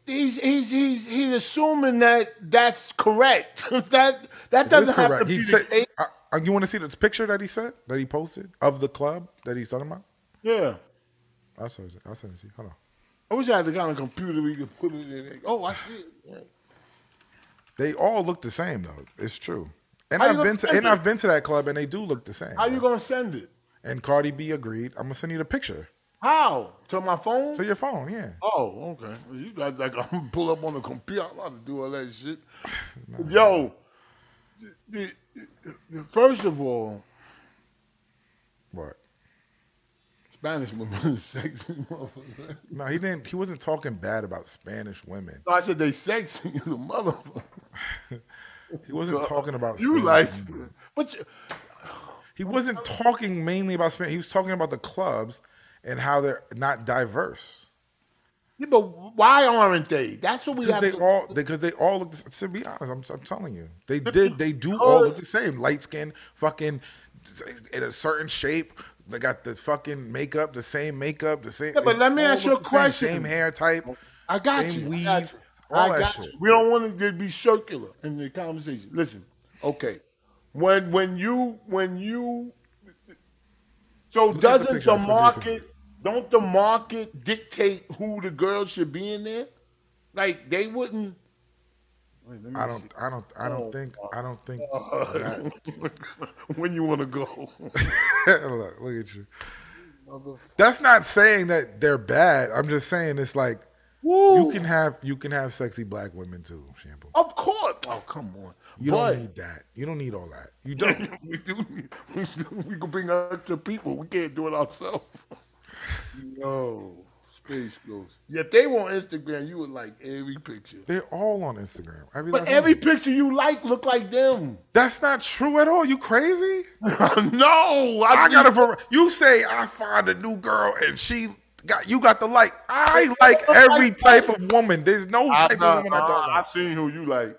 Speaker 2: he's he's he's he's assuming that that's correct. *laughs* that that
Speaker 1: That's
Speaker 2: doesn't have to be
Speaker 1: He
Speaker 2: the
Speaker 1: said,
Speaker 2: case.
Speaker 1: I, I- "You want to see the picture that he said that he posted of the club that he's talking about?"
Speaker 2: Yeah,
Speaker 1: I'll send it. I'll send it to you. Hold on.
Speaker 2: I wish I had the kind of computer where you could put it in. Oh, I see it. Yeah.
Speaker 1: They all look the same though. It's true. And
Speaker 2: How you
Speaker 1: I've
Speaker 2: gonna
Speaker 1: been to
Speaker 2: send
Speaker 1: and
Speaker 2: it?
Speaker 1: I've been to that club and they do look the same.
Speaker 2: How you gonna send it?
Speaker 1: and Cardi B agreed. I'm gonna send you the picture
Speaker 2: How? To my phone?
Speaker 1: to your phone. Yeah.
Speaker 2: Oh, okay. Well, You got like *laughs* I'm gonna pull up on the computer. I'm about to do all that
Speaker 1: *laughs*
Speaker 2: shit. Yo, the- the- the- first of all,
Speaker 1: What?
Speaker 2: Spanish women is *laughs* sexy, motherfucker.
Speaker 1: No, he didn't. He wasn't talking bad about Spanish women.
Speaker 2: No, I said they sexy as a motherfucker.
Speaker 1: He wasn't talking about
Speaker 2: You
Speaker 1: Spanish
Speaker 2: like,
Speaker 1: women.
Speaker 2: but you,
Speaker 1: He wasn't talking mainly about Spanish. He was talking about the clubs and how they're not diverse.
Speaker 2: yeah, but why aren't they? That's what we
Speaker 1: Because
Speaker 2: have.
Speaker 1: they
Speaker 2: to,
Speaker 1: all because they all look. the s- To be honest, I'm, I'm telling you, they did. They do all look the same. Light skin, fucking in a certain shape. They got the fucking makeup, the same makeup, the same.
Speaker 2: Yeah, but
Speaker 1: they
Speaker 2: let me
Speaker 1: all
Speaker 2: ask
Speaker 1: look
Speaker 2: you a
Speaker 1: the same,
Speaker 2: question.
Speaker 1: Same hair type.
Speaker 2: I got
Speaker 1: Same
Speaker 2: you.
Speaker 1: weave,
Speaker 2: I got you.
Speaker 1: all
Speaker 2: I
Speaker 1: that
Speaker 2: got
Speaker 1: shit.
Speaker 2: you. We don't want to be circular in the conversation. Listen, okay. When when you when you so
Speaker 1: the
Speaker 2: doesn't
Speaker 1: picture.
Speaker 2: the
Speaker 1: I sent you the
Speaker 2: market don't the market dictate who the girls should be in there? Like they wouldn't. Wait, let me
Speaker 1: I don't. I don't. I
Speaker 2: Oh,
Speaker 1: don't think. *laughs* I don't think.
Speaker 2: see. Uh, *laughs* when you want to go?
Speaker 1: *laughs* look, look at you. That's not saying that they're bad. I'm just saying it's like you
Speaker 2: Woo.
Speaker 1: can have you can have sexy black women too, Shampoo.
Speaker 2: of course. Oh come on.
Speaker 1: You
Speaker 2: but,
Speaker 1: don't need that. You don't need all that. You *laughs* don't.
Speaker 2: we *laughs* do. need- We, do, we can bring extra people. We can't do it ourselves. No, space ghost. Yeah, if they were on Instagram, you would like every picture.
Speaker 1: They're all on Instagram. Every
Speaker 2: But
Speaker 1: last
Speaker 2: every
Speaker 1: one.
Speaker 2: picture you like look like *laughs* them.
Speaker 1: that's not true at all. You crazy?
Speaker 2: no,
Speaker 1: I got a. var- You say I find a new girl and she got you got the like. I like every type of woman. There's no type of woman I don't like.
Speaker 2: have seen who you like.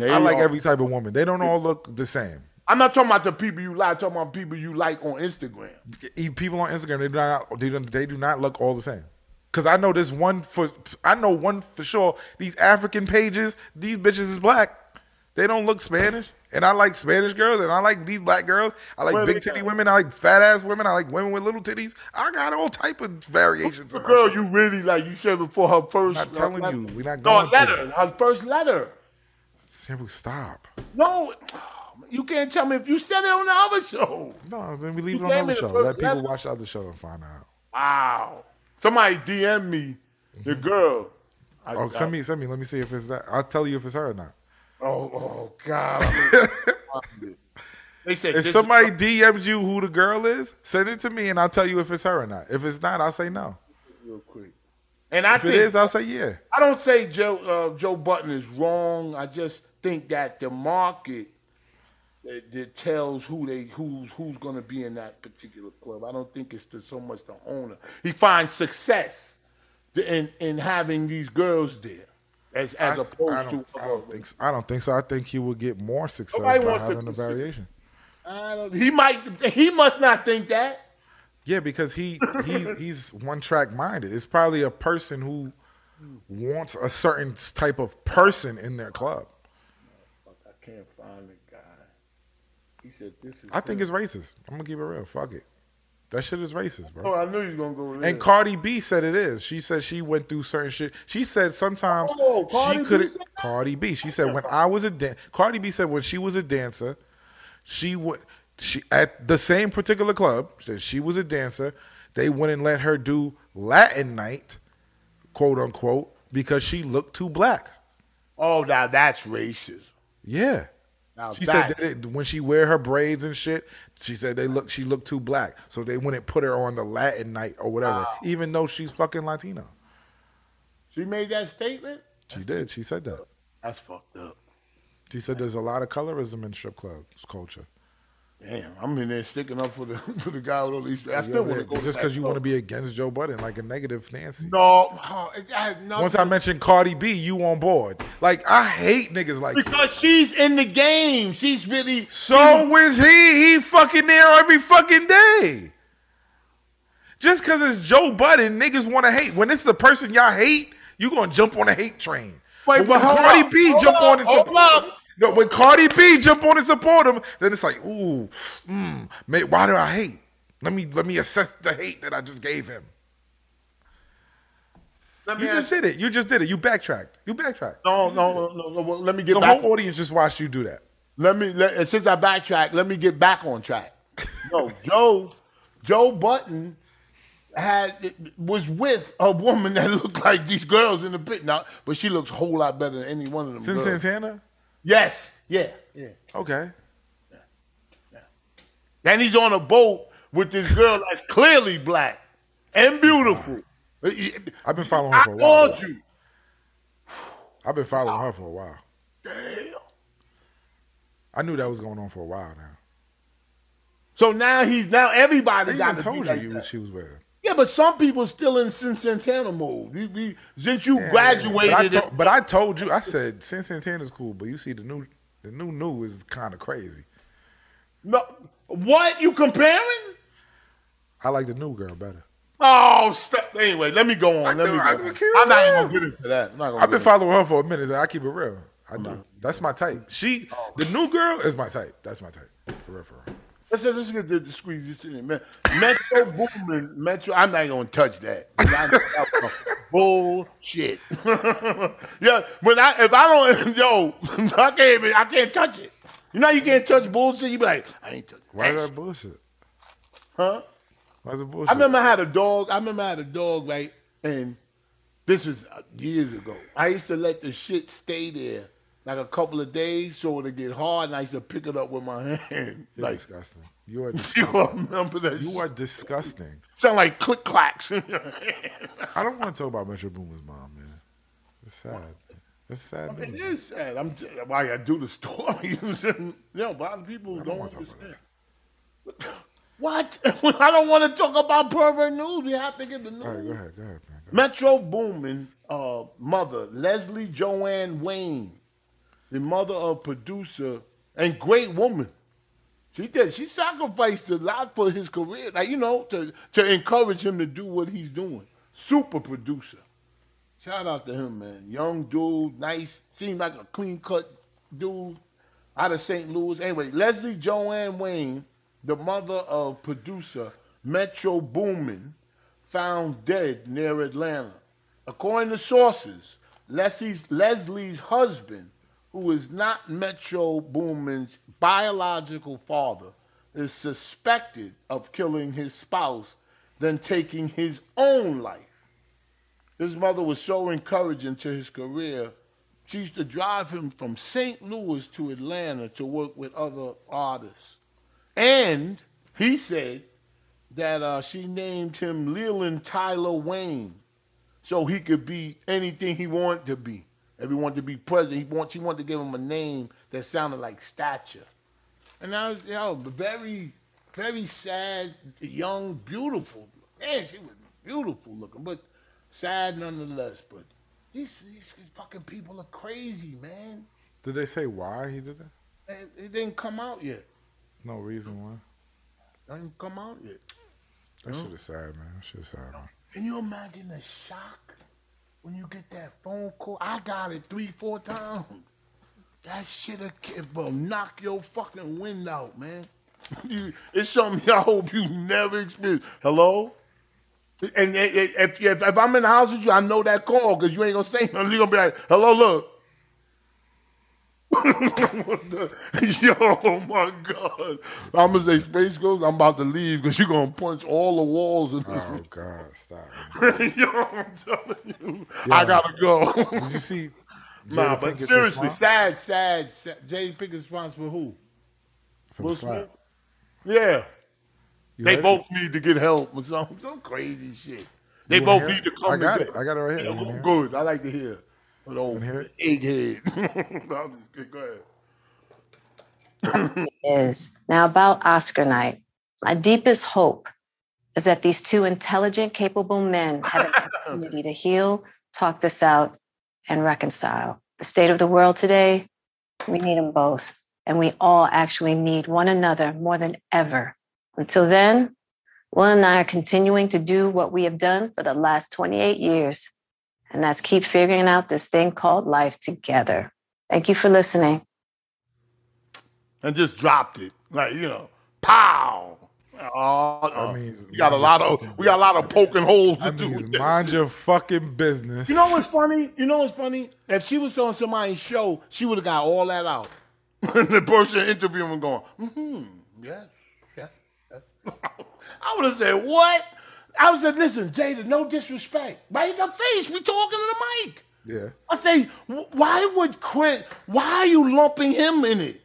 Speaker 1: I like every type of woman. They don't all look the same.
Speaker 2: I'm not talking about the people you like. I'm talking about people you like on Instagram.
Speaker 1: e- people on Instagram they do not they do, they do not look all the same. Cause I know this one for I know one for sure. These African pages, these bitches is black. They don't look Spanish, and I like Spanish girls, and I like these black girls. I like
Speaker 2: Where
Speaker 1: big
Speaker 2: they
Speaker 1: titty
Speaker 2: at?
Speaker 1: women. I like fat ass women. I like women with little titties. I got all type of variations.
Speaker 2: The
Speaker 1: of
Speaker 2: girl you really like, you said before her first.
Speaker 1: I'm not telling you. We're not
Speaker 2: No,
Speaker 1: going. to
Speaker 2: letter. Her first letter.
Speaker 1: Shampoo, stop.
Speaker 2: No, you can't tell me if you said it on the other show.
Speaker 1: No, then we leave it
Speaker 2: You
Speaker 1: on
Speaker 2: gave me
Speaker 1: another
Speaker 2: the
Speaker 1: show.
Speaker 2: first
Speaker 1: Let people
Speaker 2: letter.
Speaker 1: watch the other show and find out.
Speaker 2: Wow. Somebody DM me the girl. I,
Speaker 1: Mm-hmm. Oh,
Speaker 2: I-
Speaker 1: send me, send me. Let me see if it's that. I'll tell you if it's her or not.
Speaker 2: oh, oh,
Speaker 1: *laughs*
Speaker 2: God. I'm gonna find it. they said
Speaker 1: If
Speaker 2: this
Speaker 1: somebody DMs you who the girl is, send it to me and I'll tell you if it's her or not. If it's not, I'll say no.
Speaker 2: is real quick. And I
Speaker 1: If it
Speaker 2: think
Speaker 1: is, I'll say yeah.
Speaker 2: I don't say Joe uh, Joe Button is wrong. I just think that the market that, that tells who they who's who's going to be in that particular club. I don't think it's the, so much the owner. He finds success in in having these girls there, as as opposed
Speaker 1: I
Speaker 2: to
Speaker 1: don't, I don't think so. I don't think so. I think he will get more success
Speaker 2: Nobody
Speaker 1: by
Speaker 2: wants to
Speaker 1: having a
Speaker 2: do-
Speaker 1: variation.
Speaker 2: I don't- he might he must not think that.
Speaker 1: Yeah, because he
Speaker 2: *laughs*
Speaker 1: he's he's one track minded. It's probably a person who wants a certain type of person in their club.
Speaker 2: Fuck, I can't find the guy. He said this is.
Speaker 1: I think it's racist. I'm gonna keep it real. Fuck it. That shit is racist, bro.
Speaker 2: Oh, I knew you were gonna go there.
Speaker 1: And Cardi B said it is. She said she went through certain shit. She said sometimes
Speaker 2: Oh, Cardi
Speaker 1: she
Speaker 2: B
Speaker 1: couldn't.
Speaker 2: said that?
Speaker 1: Cardi B. She said when I was a dan- Cardi B said when she was a dancer, she would she at the same particular club that she was a dancer. They wouldn't let her do Latin night, quote unquote, because she looked too black.
Speaker 2: oh, now that's racist.
Speaker 1: Yeah.
Speaker 2: Now
Speaker 1: She said
Speaker 2: that-
Speaker 1: that it, when she wear her braids and shit, she said they look she looked too black, so they wouldn't put her on the Latin night or whatever, even though she's fucking Latino.
Speaker 2: she made that statement.
Speaker 1: She did. She said that.
Speaker 2: That's fucked up.
Speaker 1: She said there's a lot of colorism in strip clubs culture.
Speaker 2: Damn, I'm in there sticking up for the *laughs* for the guy with all these. I
Speaker 1: You
Speaker 2: still
Speaker 1: over
Speaker 2: want
Speaker 1: there-
Speaker 2: to go
Speaker 1: just
Speaker 2: because
Speaker 1: because you want to be against Joe Budden, like a negative Nancy.
Speaker 2: No, oh, it has nothing.
Speaker 1: Once I mentioned Cardi B, you on board. Like I hate niggas like you.
Speaker 2: because she's in the game. She's really
Speaker 1: So is he. He fucking there every fucking day. Just because it's Joe Budden, niggas want to hate. When it's the person y'all hate, you gonna jump on a hate train. But
Speaker 2: Wait,
Speaker 1: when
Speaker 2: but hold
Speaker 1: Cardi
Speaker 2: up,
Speaker 1: B
Speaker 2: hold
Speaker 1: jump
Speaker 2: up,
Speaker 1: on and
Speaker 2: hold
Speaker 1: support him,
Speaker 2: up.
Speaker 1: no, when Cardi B jump on and support him, then it's like, ooh, mm, may, why do I hate? Let me let me assess the hate that I just gave him.
Speaker 2: Let me
Speaker 1: You just
Speaker 2: ask-
Speaker 1: did it. You just did it. You backtracked. You backtracked.
Speaker 2: no, no, no, no, well, Let me get
Speaker 1: The
Speaker 2: back.
Speaker 1: whole audience just watched you do that.
Speaker 2: Let me let, and since I backtracked, let me get back on track. No, Joe, Joe Button had was with a woman that *laughs* looked like these girls in the pit now, but she looks a whole lot better than any one of them.
Speaker 1: Since
Speaker 2: girls.
Speaker 1: Santana?
Speaker 2: Yes, yeah, yeah.
Speaker 1: Okay.
Speaker 2: Then he's on a boat with this girl that's clearly black and beautiful.
Speaker 1: I've been following her
Speaker 2: I
Speaker 1: for a while.
Speaker 2: warned you.
Speaker 1: I've been following her for a while.
Speaker 2: Damn.
Speaker 1: I knew that was going on for a while now.
Speaker 2: So now he's now everybody
Speaker 1: I
Speaker 2: got
Speaker 1: even
Speaker 2: to
Speaker 1: told
Speaker 2: be
Speaker 1: you
Speaker 2: like
Speaker 1: you
Speaker 2: that.
Speaker 1: what she was with.
Speaker 2: Yeah, but some people still in Sin Santana mode. We, we, since you graduated,
Speaker 1: But I,
Speaker 2: it-
Speaker 1: to- but I told you, I said since Santana's cool, but you see the new, the new new is kind of crazy.
Speaker 2: no, what you comparing?
Speaker 1: I like the new girl better.
Speaker 2: Oh, stop. Anyway, let me go on.
Speaker 1: I
Speaker 2: Let me
Speaker 1: do-
Speaker 2: go
Speaker 1: I
Speaker 2: on.
Speaker 1: do care
Speaker 2: I'm not even
Speaker 1: about
Speaker 2: gonna get into that. I'm not gonna
Speaker 1: I've been
Speaker 2: get into
Speaker 1: following her for a minute. So I keep it real. I do. That's my type. She,
Speaker 2: Oh.
Speaker 1: the new girl, is my type. That's my type. For real, for real.
Speaker 2: Let's just let's get the, the squeeze this in, man. Metro Boomin, Metro. I'm not gonna touch that. I know that was some bullshit. *laughs* yeah, when I if I don't, *laughs* yo, I can't even, I can't touch it. You know how you can't touch bullshit. You be like, I ain't touching.
Speaker 1: Why is
Speaker 2: that
Speaker 1: that bullshit?
Speaker 2: Huh?
Speaker 1: Why is it bullshit?
Speaker 2: I remember I had a dog. I remember I had a dog, right? And this was uh, years ago. I used to let the shit stay there like a couple of days so it'd get hard, and I used to pick it up with my *laughs* hand.
Speaker 1: You're
Speaker 2: Like,
Speaker 1: disgusting. You are,
Speaker 2: you remember that?
Speaker 1: you are disgusting.
Speaker 2: sound like click clacks. *laughs*
Speaker 1: I don't want to talk about Metro Boomin's mom, man. It's sad. It's sad.
Speaker 2: It
Speaker 1: news.
Speaker 2: is sad. I'm j- why I do the story. *laughs* no, a lot of people don't,
Speaker 1: wanna talk about
Speaker 2: understand. What? *laughs* I don't want to talk about pervert news. We have to get the news.
Speaker 1: All right, go ahead, go ahead, man. Go
Speaker 2: Metro Boomin uh, mother, Leslie Joanne Wayne, the mother of producer and great woman. She did. She sacrificed a lot for his career, like you know, to to encourage him to do what he's doing. Super producer. Shout out to him, man. Young dude, nice. Seemed like a clean cut dude out of St. Louis. Anyway, Leslie Joanne Wayne, the mother of producer Metro Boomin, found dead near Atlanta. According to sources, Leslie's, Leslie's husband, who is not Metro Boomin's biological father, is suspected of killing his spouse, then taking his own life. His mother was so encouraging to his career. She used to drive him from St. Louis to Atlanta to work with other artists. And he said that uh, she named him Leland Tyler Wayne so he could be anything he wanted to be. If he wanted to be president, he want, she wanted to give him a name that sounded like stature. And I was, you know, very, very sad, young, beautiful. Man, she was beautiful looking, but sad nonetheless. But these, these fucking people are crazy, man.
Speaker 1: ahead. Did they say why he did that?
Speaker 2: It, it didn't come out yet.
Speaker 1: No reason why.
Speaker 2: It didn't come out yet.
Speaker 1: That shit is sad, man. That shit is sad. Man.
Speaker 2: Can you imagine the shock when you get that phone call? I got it three, four times. That shit will knock your fucking wind out, man. *laughs* You- it's something I hope you never experience. Hello? And it- it- if, if, if I'm in the house with you, I know that call because you ain't gonna say nothing. You're gonna be like, hello, look. *laughs* What the- Yo, oh my God. I'm gonna say, Space Ghost, I'm about to leave because you're gonna punch all the walls in this
Speaker 1: Oh God, stop. Man.
Speaker 2: *laughs* Yo, I'm telling you, I gotta *laughs* go.
Speaker 1: Did you see?
Speaker 2: nah,
Speaker 1: Jada
Speaker 2: but
Speaker 1: Pinkett's
Speaker 2: seriously,
Speaker 1: response?
Speaker 2: sad, sad, sad. Jada Pinkett response for who?
Speaker 1: for the slap.
Speaker 2: Yeah,
Speaker 1: You
Speaker 2: they
Speaker 1: heard it?
Speaker 2: both need to get help or something, some *laughs* crazy shit. They
Speaker 1: You wanna
Speaker 2: both
Speaker 1: hear
Speaker 2: need to
Speaker 1: it?
Speaker 2: come.
Speaker 1: I got
Speaker 2: together.
Speaker 1: it. I got it right here.
Speaker 2: Yeah,
Speaker 1: You wanna hear it?
Speaker 2: good. I like to hear. An old
Speaker 1: hear it?
Speaker 2: egghead. *laughs* No, I'm just kidding. go ahead.
Speaker 3: is. Now, about Oscar night, my deepest hope is that these two intelligent, capable men have an opportunity to heal, talk this out, and reconcile. The state of the world today, we need them both. And we all actually need one another more than ever. Until then, Will and I are continuing to do what we have done for the last 28 years, and that's keep figuring out this thing called life together. Thank you for listening.
Speaker 2: And just dropped it, like you know, pow. Oh,
Speaker 1: I
Speaker 2: no.
Speaker 1: mean,
Speaker 2: we got a lot of we got a lot of poking holes to
Speaker 1: That
Speaker 2: do.
Speaker 1: means
Speaker 2: with this.
Speaker 1: mind your fucking business.
Speaker 2: You know what's funny? You know what's funny? If she was on somebody's show, she would have got all that out. the person interviewing going, hmm, yes, yes, yes." I would have said, what? I would have said, listen, Jada, no disrespect. Right in the face, we talking to the mic.
Speaker 1: Yeah.
Speaker 2: I say, "Wh- why would Quint, why are you lumping him in it?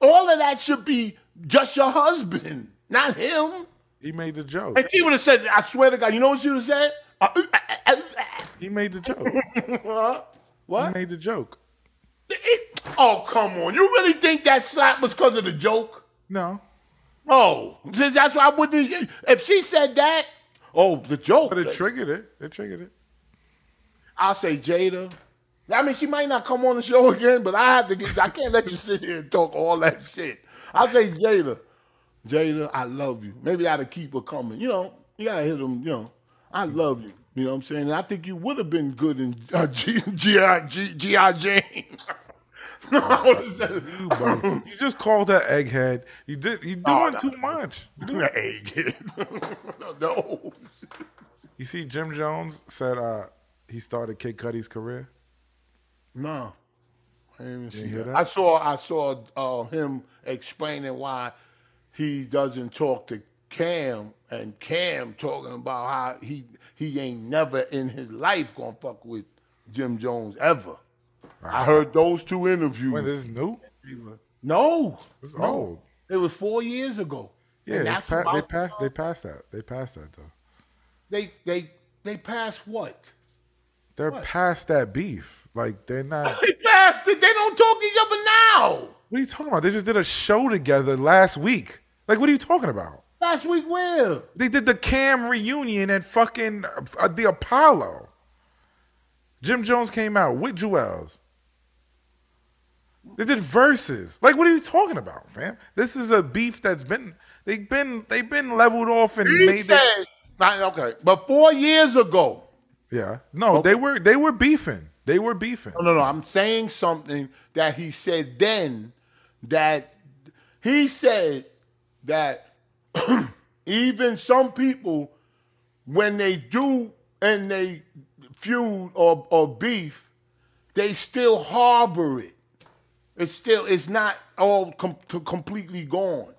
Speaker 2: All of that should be just your husband, not him.
Speaker 1: He made the joke.
Speaker 2: And she would have said, I swear to God, you know what she would have said? Uh, uh, uh,
Speaker 1: He made the joke.
Speaker 2: uh, uh,
Speaker 1: He
Speaker 2: what?
Speaker 1: made the joke.
Speaker 2: It- oh, come on. You really think that slap was because of the joke?
Speaker 1: No.
Speaker 2: Oh, see, that's why I wouldn't. If she said that, oh, the joke.
Speaker 1: But it triggered it. It triggered
Speaker 2: *laughs*
Speaker 1: it.
Speaker 2: I'll say Jada. I mean, she might not come on the show again, but I have to get. I can't let you sit here and talk all that shit. I'll say Jada. Jada, I love you. Maybe I'd keep her coming. You know, you gotta hit them. You know, I love you. You know what I'm saying? And I think you would have been good in uh, G G I G G I Jane. *laughs* no, I would have said
Speaker 1: You, buddy. you just called her egghead. You did. You
Speaker 2: Oh,
Speaker 1: doing
Speaker 2: no.
Speaker 1: too much. You doing-
Speaker 2: egghead. *laughs* no.
Speaker 1: You see, Jim Jones said uh, he started Kid Cudi's career.
Speaker 2: No. I didn't even see
Speaker 1: hear
Speaker 2: that.
Speaker 1: that?
Speaker 2: I saw I saw uh, him explaining why he doesn't talk to Cam and Cam talking about how he he ain't never in his life gonna fuck with Jim Jones ever. I heard those two interviews.
Speaker 1: When this is new,
Speaker 2: no.
Speaker 1: this is
Speaker 2: no.
Speaker 1: old.
Speaker 2: It was four years ago.
Speaker 1: Yeah,
Speaker 2: And
Speaker 1: it's
Speaker 2: that's
Speaker 1: pa-
Speaker 2: about-
Speaker 1: they passed. They passed that. They passed that though.
Speaker 2: they they they passed what?
Speaker 1: They're past that beef. Like they're not.
Speaker 2: They passed it. They don't talk to each other now.
Speaker 1: what are you talking about? They just did a show together last week. Like, what are you talking about?
Speaker 2: Last week where?
Speaker 1: They did the Cam reunion at fucking uh, the Apollo. Jim Jones came out with Jewels. They did verses. Like, what are you talking about, fam? This is a beef that's been they've been they've been leveled off and
Speaker 2: He
Speaker 1: made. Their,
Speaker 2: said- Nah, okay, but four years ago.
Speaker 1: yeah, no, they were they were beefing. They were beefing.
Speaker 2: No, no, no. I'm saying something that he said then that he said that *clears throat* even some people, when they do and they feud or, or beef, they still harbor it. It's still, it's not all com- to completely gone.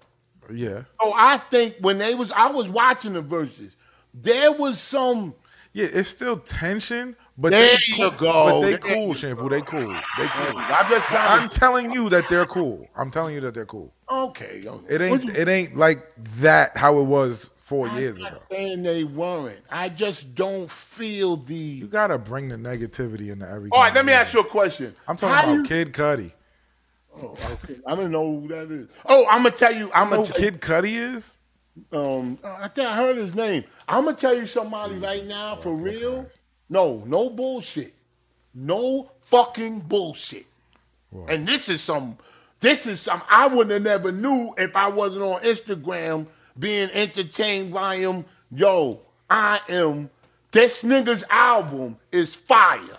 Speaker 1: Yeah,
Speaker 2: So I think when they was, I was watching the verses, there was some
Speaker 1: yeah. It's still tension, but
Speaker 2: There
Speaker 1: they
Speaker 2: you
Speaker 1: cool,
Speaker 2: go.
Speaker 1: But they
Speaker 2: There
Speaker 1: cool,
Speaker 2: you
Speaker 1: shampoo. They cool. They cool.
Speaker 2: Oh, I'm just
Speaker 1: I'm
Speaker 2: trying to,
Speaker 1: telling you that they're cool. I'm telling you that they're cool.
Speaker 2: okay.
Speaker 1: It ain't it ain't like that how it was four years
Speaker 2: I'm
Speaker 1: ago.
Speaker 2: not saying they weren't. I just don't feel the.
Speaker 1: You gotta bring the negativity into everything.
Speaker 2: All right, let me ask you a question.
Speaker 1: I'm talking
Speaker 2: How
Speaker 1: about
Speaker 2: you-
Speaker 1: Kid Cudi.
Speaker 2: Oh, okay. I don't know who that is. Oh, I'm gonna tell you. I'm
Speaker 1: You know
Speaker 2: gonna
Speaker 1: who
Speaker 2: tell
Speaker 1: Kid Cudi is?
Speaker 2: you. Um, I think I heard his name. I'm gonna tell you somebody right now for real. No, no bullshit. No fucking bullshit. And this is some. This is some I would have never knew if I wasn't on Instagram being entertained by him. Yo, I am. This nigga's album is fire.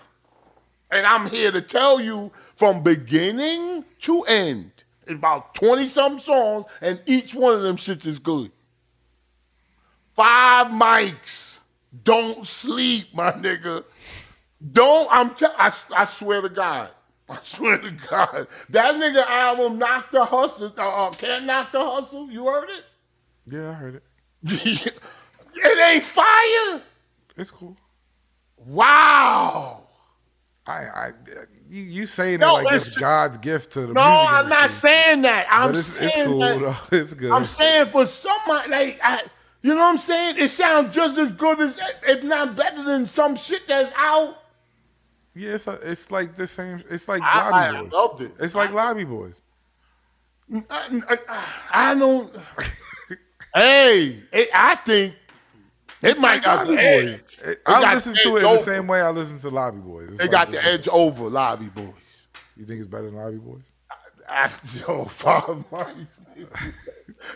Speaker 2: And I'm here to tell you from beginning to end, about 20 some songs, and each one of them shits is good. Five mics. Don't sleep, my nigga. Don't, I'm t- I, I swear to God. I swear to God. That nigga album, Knock the Hustle, uh, uh, Can't Knock the Hustle, you heard
Speaker 1: Yeah, I heard it.
Speaker 2: it? *laughs* it ain't fire?
Speaker 1: It's cool.
Speaker 2: Wow.
Speaker 1: I I you, you saying
Speaker 2: No,
Speaker 1: it like it's
Speaker 2: it's-
Speaker 1: God's gift to the
Speaker 2: No,
Speaker 1: music
Speaker 2: I'm not
Speaker 1: industry,
Speaker 2: saying that. I'm
Speaker 1: but it's,
Speaker 2: saying
Speaker 1: it's cool
Speaker 2: that-
Speaker 1: though. *laughs* It's good.
Speaker 2: I'm saying for somebody like I, you know what I'm saying. It sounds just as good as, if not better than some shit that's out.
Speaker 1: yeah, it's, a, it's like the same it's like
Speaker 2: I-
Speaker 1: Lobby
Speaker 2: I
Speaker 1: Boys.
Speaker 2: loved it.
Speaker 1: It's like Lobby Boys.
Speaker 2: I, I- I don't. *laughs* hey, it, I think it might got
Speaker 1: Lobby
Speaker 2: the edge.
Speaker 1: Boys. It- I
Speaker 2: got
Speaker 1: listen
Speaker 2: the
Speaker 1: to it
Speaker 2: edge
Speaker 1: in the
Speaker 2: over.
Speaker 1: same way I listen to Lobby Boys. It's
Speaker 2: They
Speaker 1: like
Speaker 2: got the
Speaker 1: just-
Speaker 2: edge over Lobby Boys.
Speaker 1: You think it's better than Lobby Boys?
Speaker 2: I, *laughs* yo, five mics.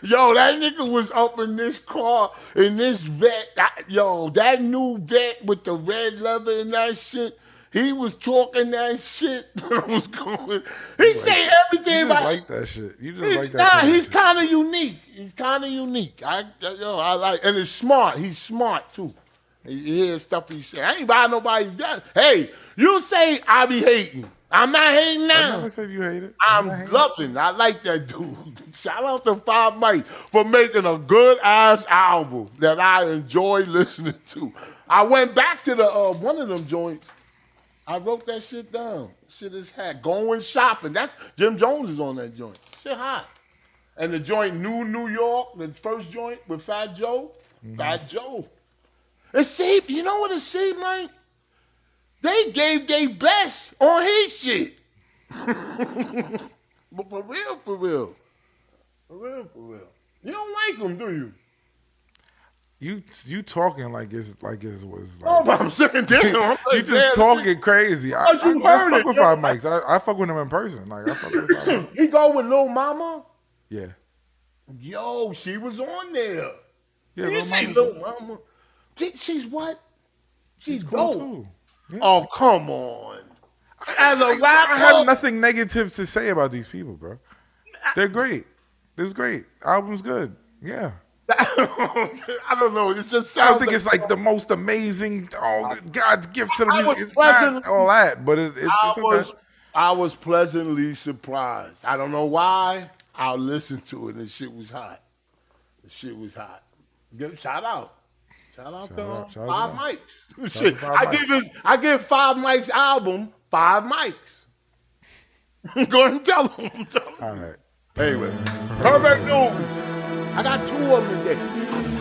Speaker 2: Yo, that nigga was up in this car, in this vet. I- yo, that new vet with the red leather and that shit. He was talking that shit. *laughs* that was going. He say everything
Speaker 1: You just
Speaker 2: about
Speaker 1: like that shit. You just
Speaker 2: He's,
Speaker 1: like that.
Speaker 2: nah,
Speaker 1: type of
Speaker 2: he's
Speaker 1: shit.
Speaker 2: kind of unique. He's kind of unique. I, I- yo, I like, and he's smart. He's smart too. He he hears stuff he say. I ain't buying nobody's death. Hey, you say I be hating. I'm not hating
Speaker 1: I
Speaker 2: now.
Speaker 1: never said you hate it. I hate
Speaker 2: I'm
Speaker 1: it.
Speaker 2: loving. I like that dude. *laughs* Shout out to Five Mike for making a good ass album that I enjoy listening to. I went back to the uh, one of them joints. I wrote that shit down. Shit is hot. Going shopping. That's Jim Jones is on that joint. Shit hot. And the joint New New York, the first joint with Fat Joe. Fat Joe. It seemed, you know what it seemed like? They gave their best on his shit. But for real, for real. For real, for real. You don't like him, do you?
Speaker 1: You you talking like it's like it was
Speaker 2: *laughs* Oh,
Speaker 1: like
Speaker 2: but I'm saying damn. I'm
Speaker 1: you
Speaker 2: like, damn,
Speaker 1: just talking crazy. I, I,
Speaker 2: thought you
Speaker 1: I
Speaker 2: heard
Speaker 1: fuck
Speaker 2: it,
Speaker 1: with
Speaker 2: yo.
Speaker 1: five mics. I, I fuck with him in person. Like I fuck with five
Speaker 2: *clears throat*
Speaker 1: mics.
Speaker 2: He go with Lil Mama?
Speaker 1: Yeah.
Speaker 2: Yo, she was on there.
Speaker 1: Yeah,
Speaker 2: you
Speaker 1: Lil
Speaker 2: say
Speaker 1: Mama's
Speaker 2: Lil Mama. She- she's what? She's
Speaker 1: cool
Speaker 2: dope.
Speaker 1: too.
Speaker 2: Oh, come on. As a rapper,
Speaker 1: I have nothing negative to say about these people, bro. They're great. This is great. Album's good. Yeah.
Speaker 2: *laughs* I don't know. It just sounds
Speaker 1: I don't think
Speaker 2: like,
Speaker 1: it's like the most amazing. Oh, God's gift to the
Speaker 2: I
Speaker 1: music.
Speaker 2: was
Speaker 1: It's not
Speaker 2: pleasant-
Speaker 1: all that, but it, it's,
Speaker 2: I
Speaker 1: it's
Speaker 2: was,
Speaker 1: okay.
Speaker 2: I was pleasantly surprised. I don't know why. I listened to it and shit was hot. The shit was hot. Give, shout out. Shout out to
Speaker 1: out,
Speaker 2: um,
Speaker 1: shout
Speaker 2: Five
Speaker 1: out.
Speaker 2: Mics. *laughs*
Speaker 1: out to
Speaker 2: Shit.
Speaker 1: Five
Speaker 2: I
Speaker 1: Mics.
Speaker 2: give it, I give Five Mics album Five Mics. *laughs* Go ahead and tell them. Tell them.
Speaker 1: All right.
Speaker 2: Anyway, perfect news. I got two of them today. I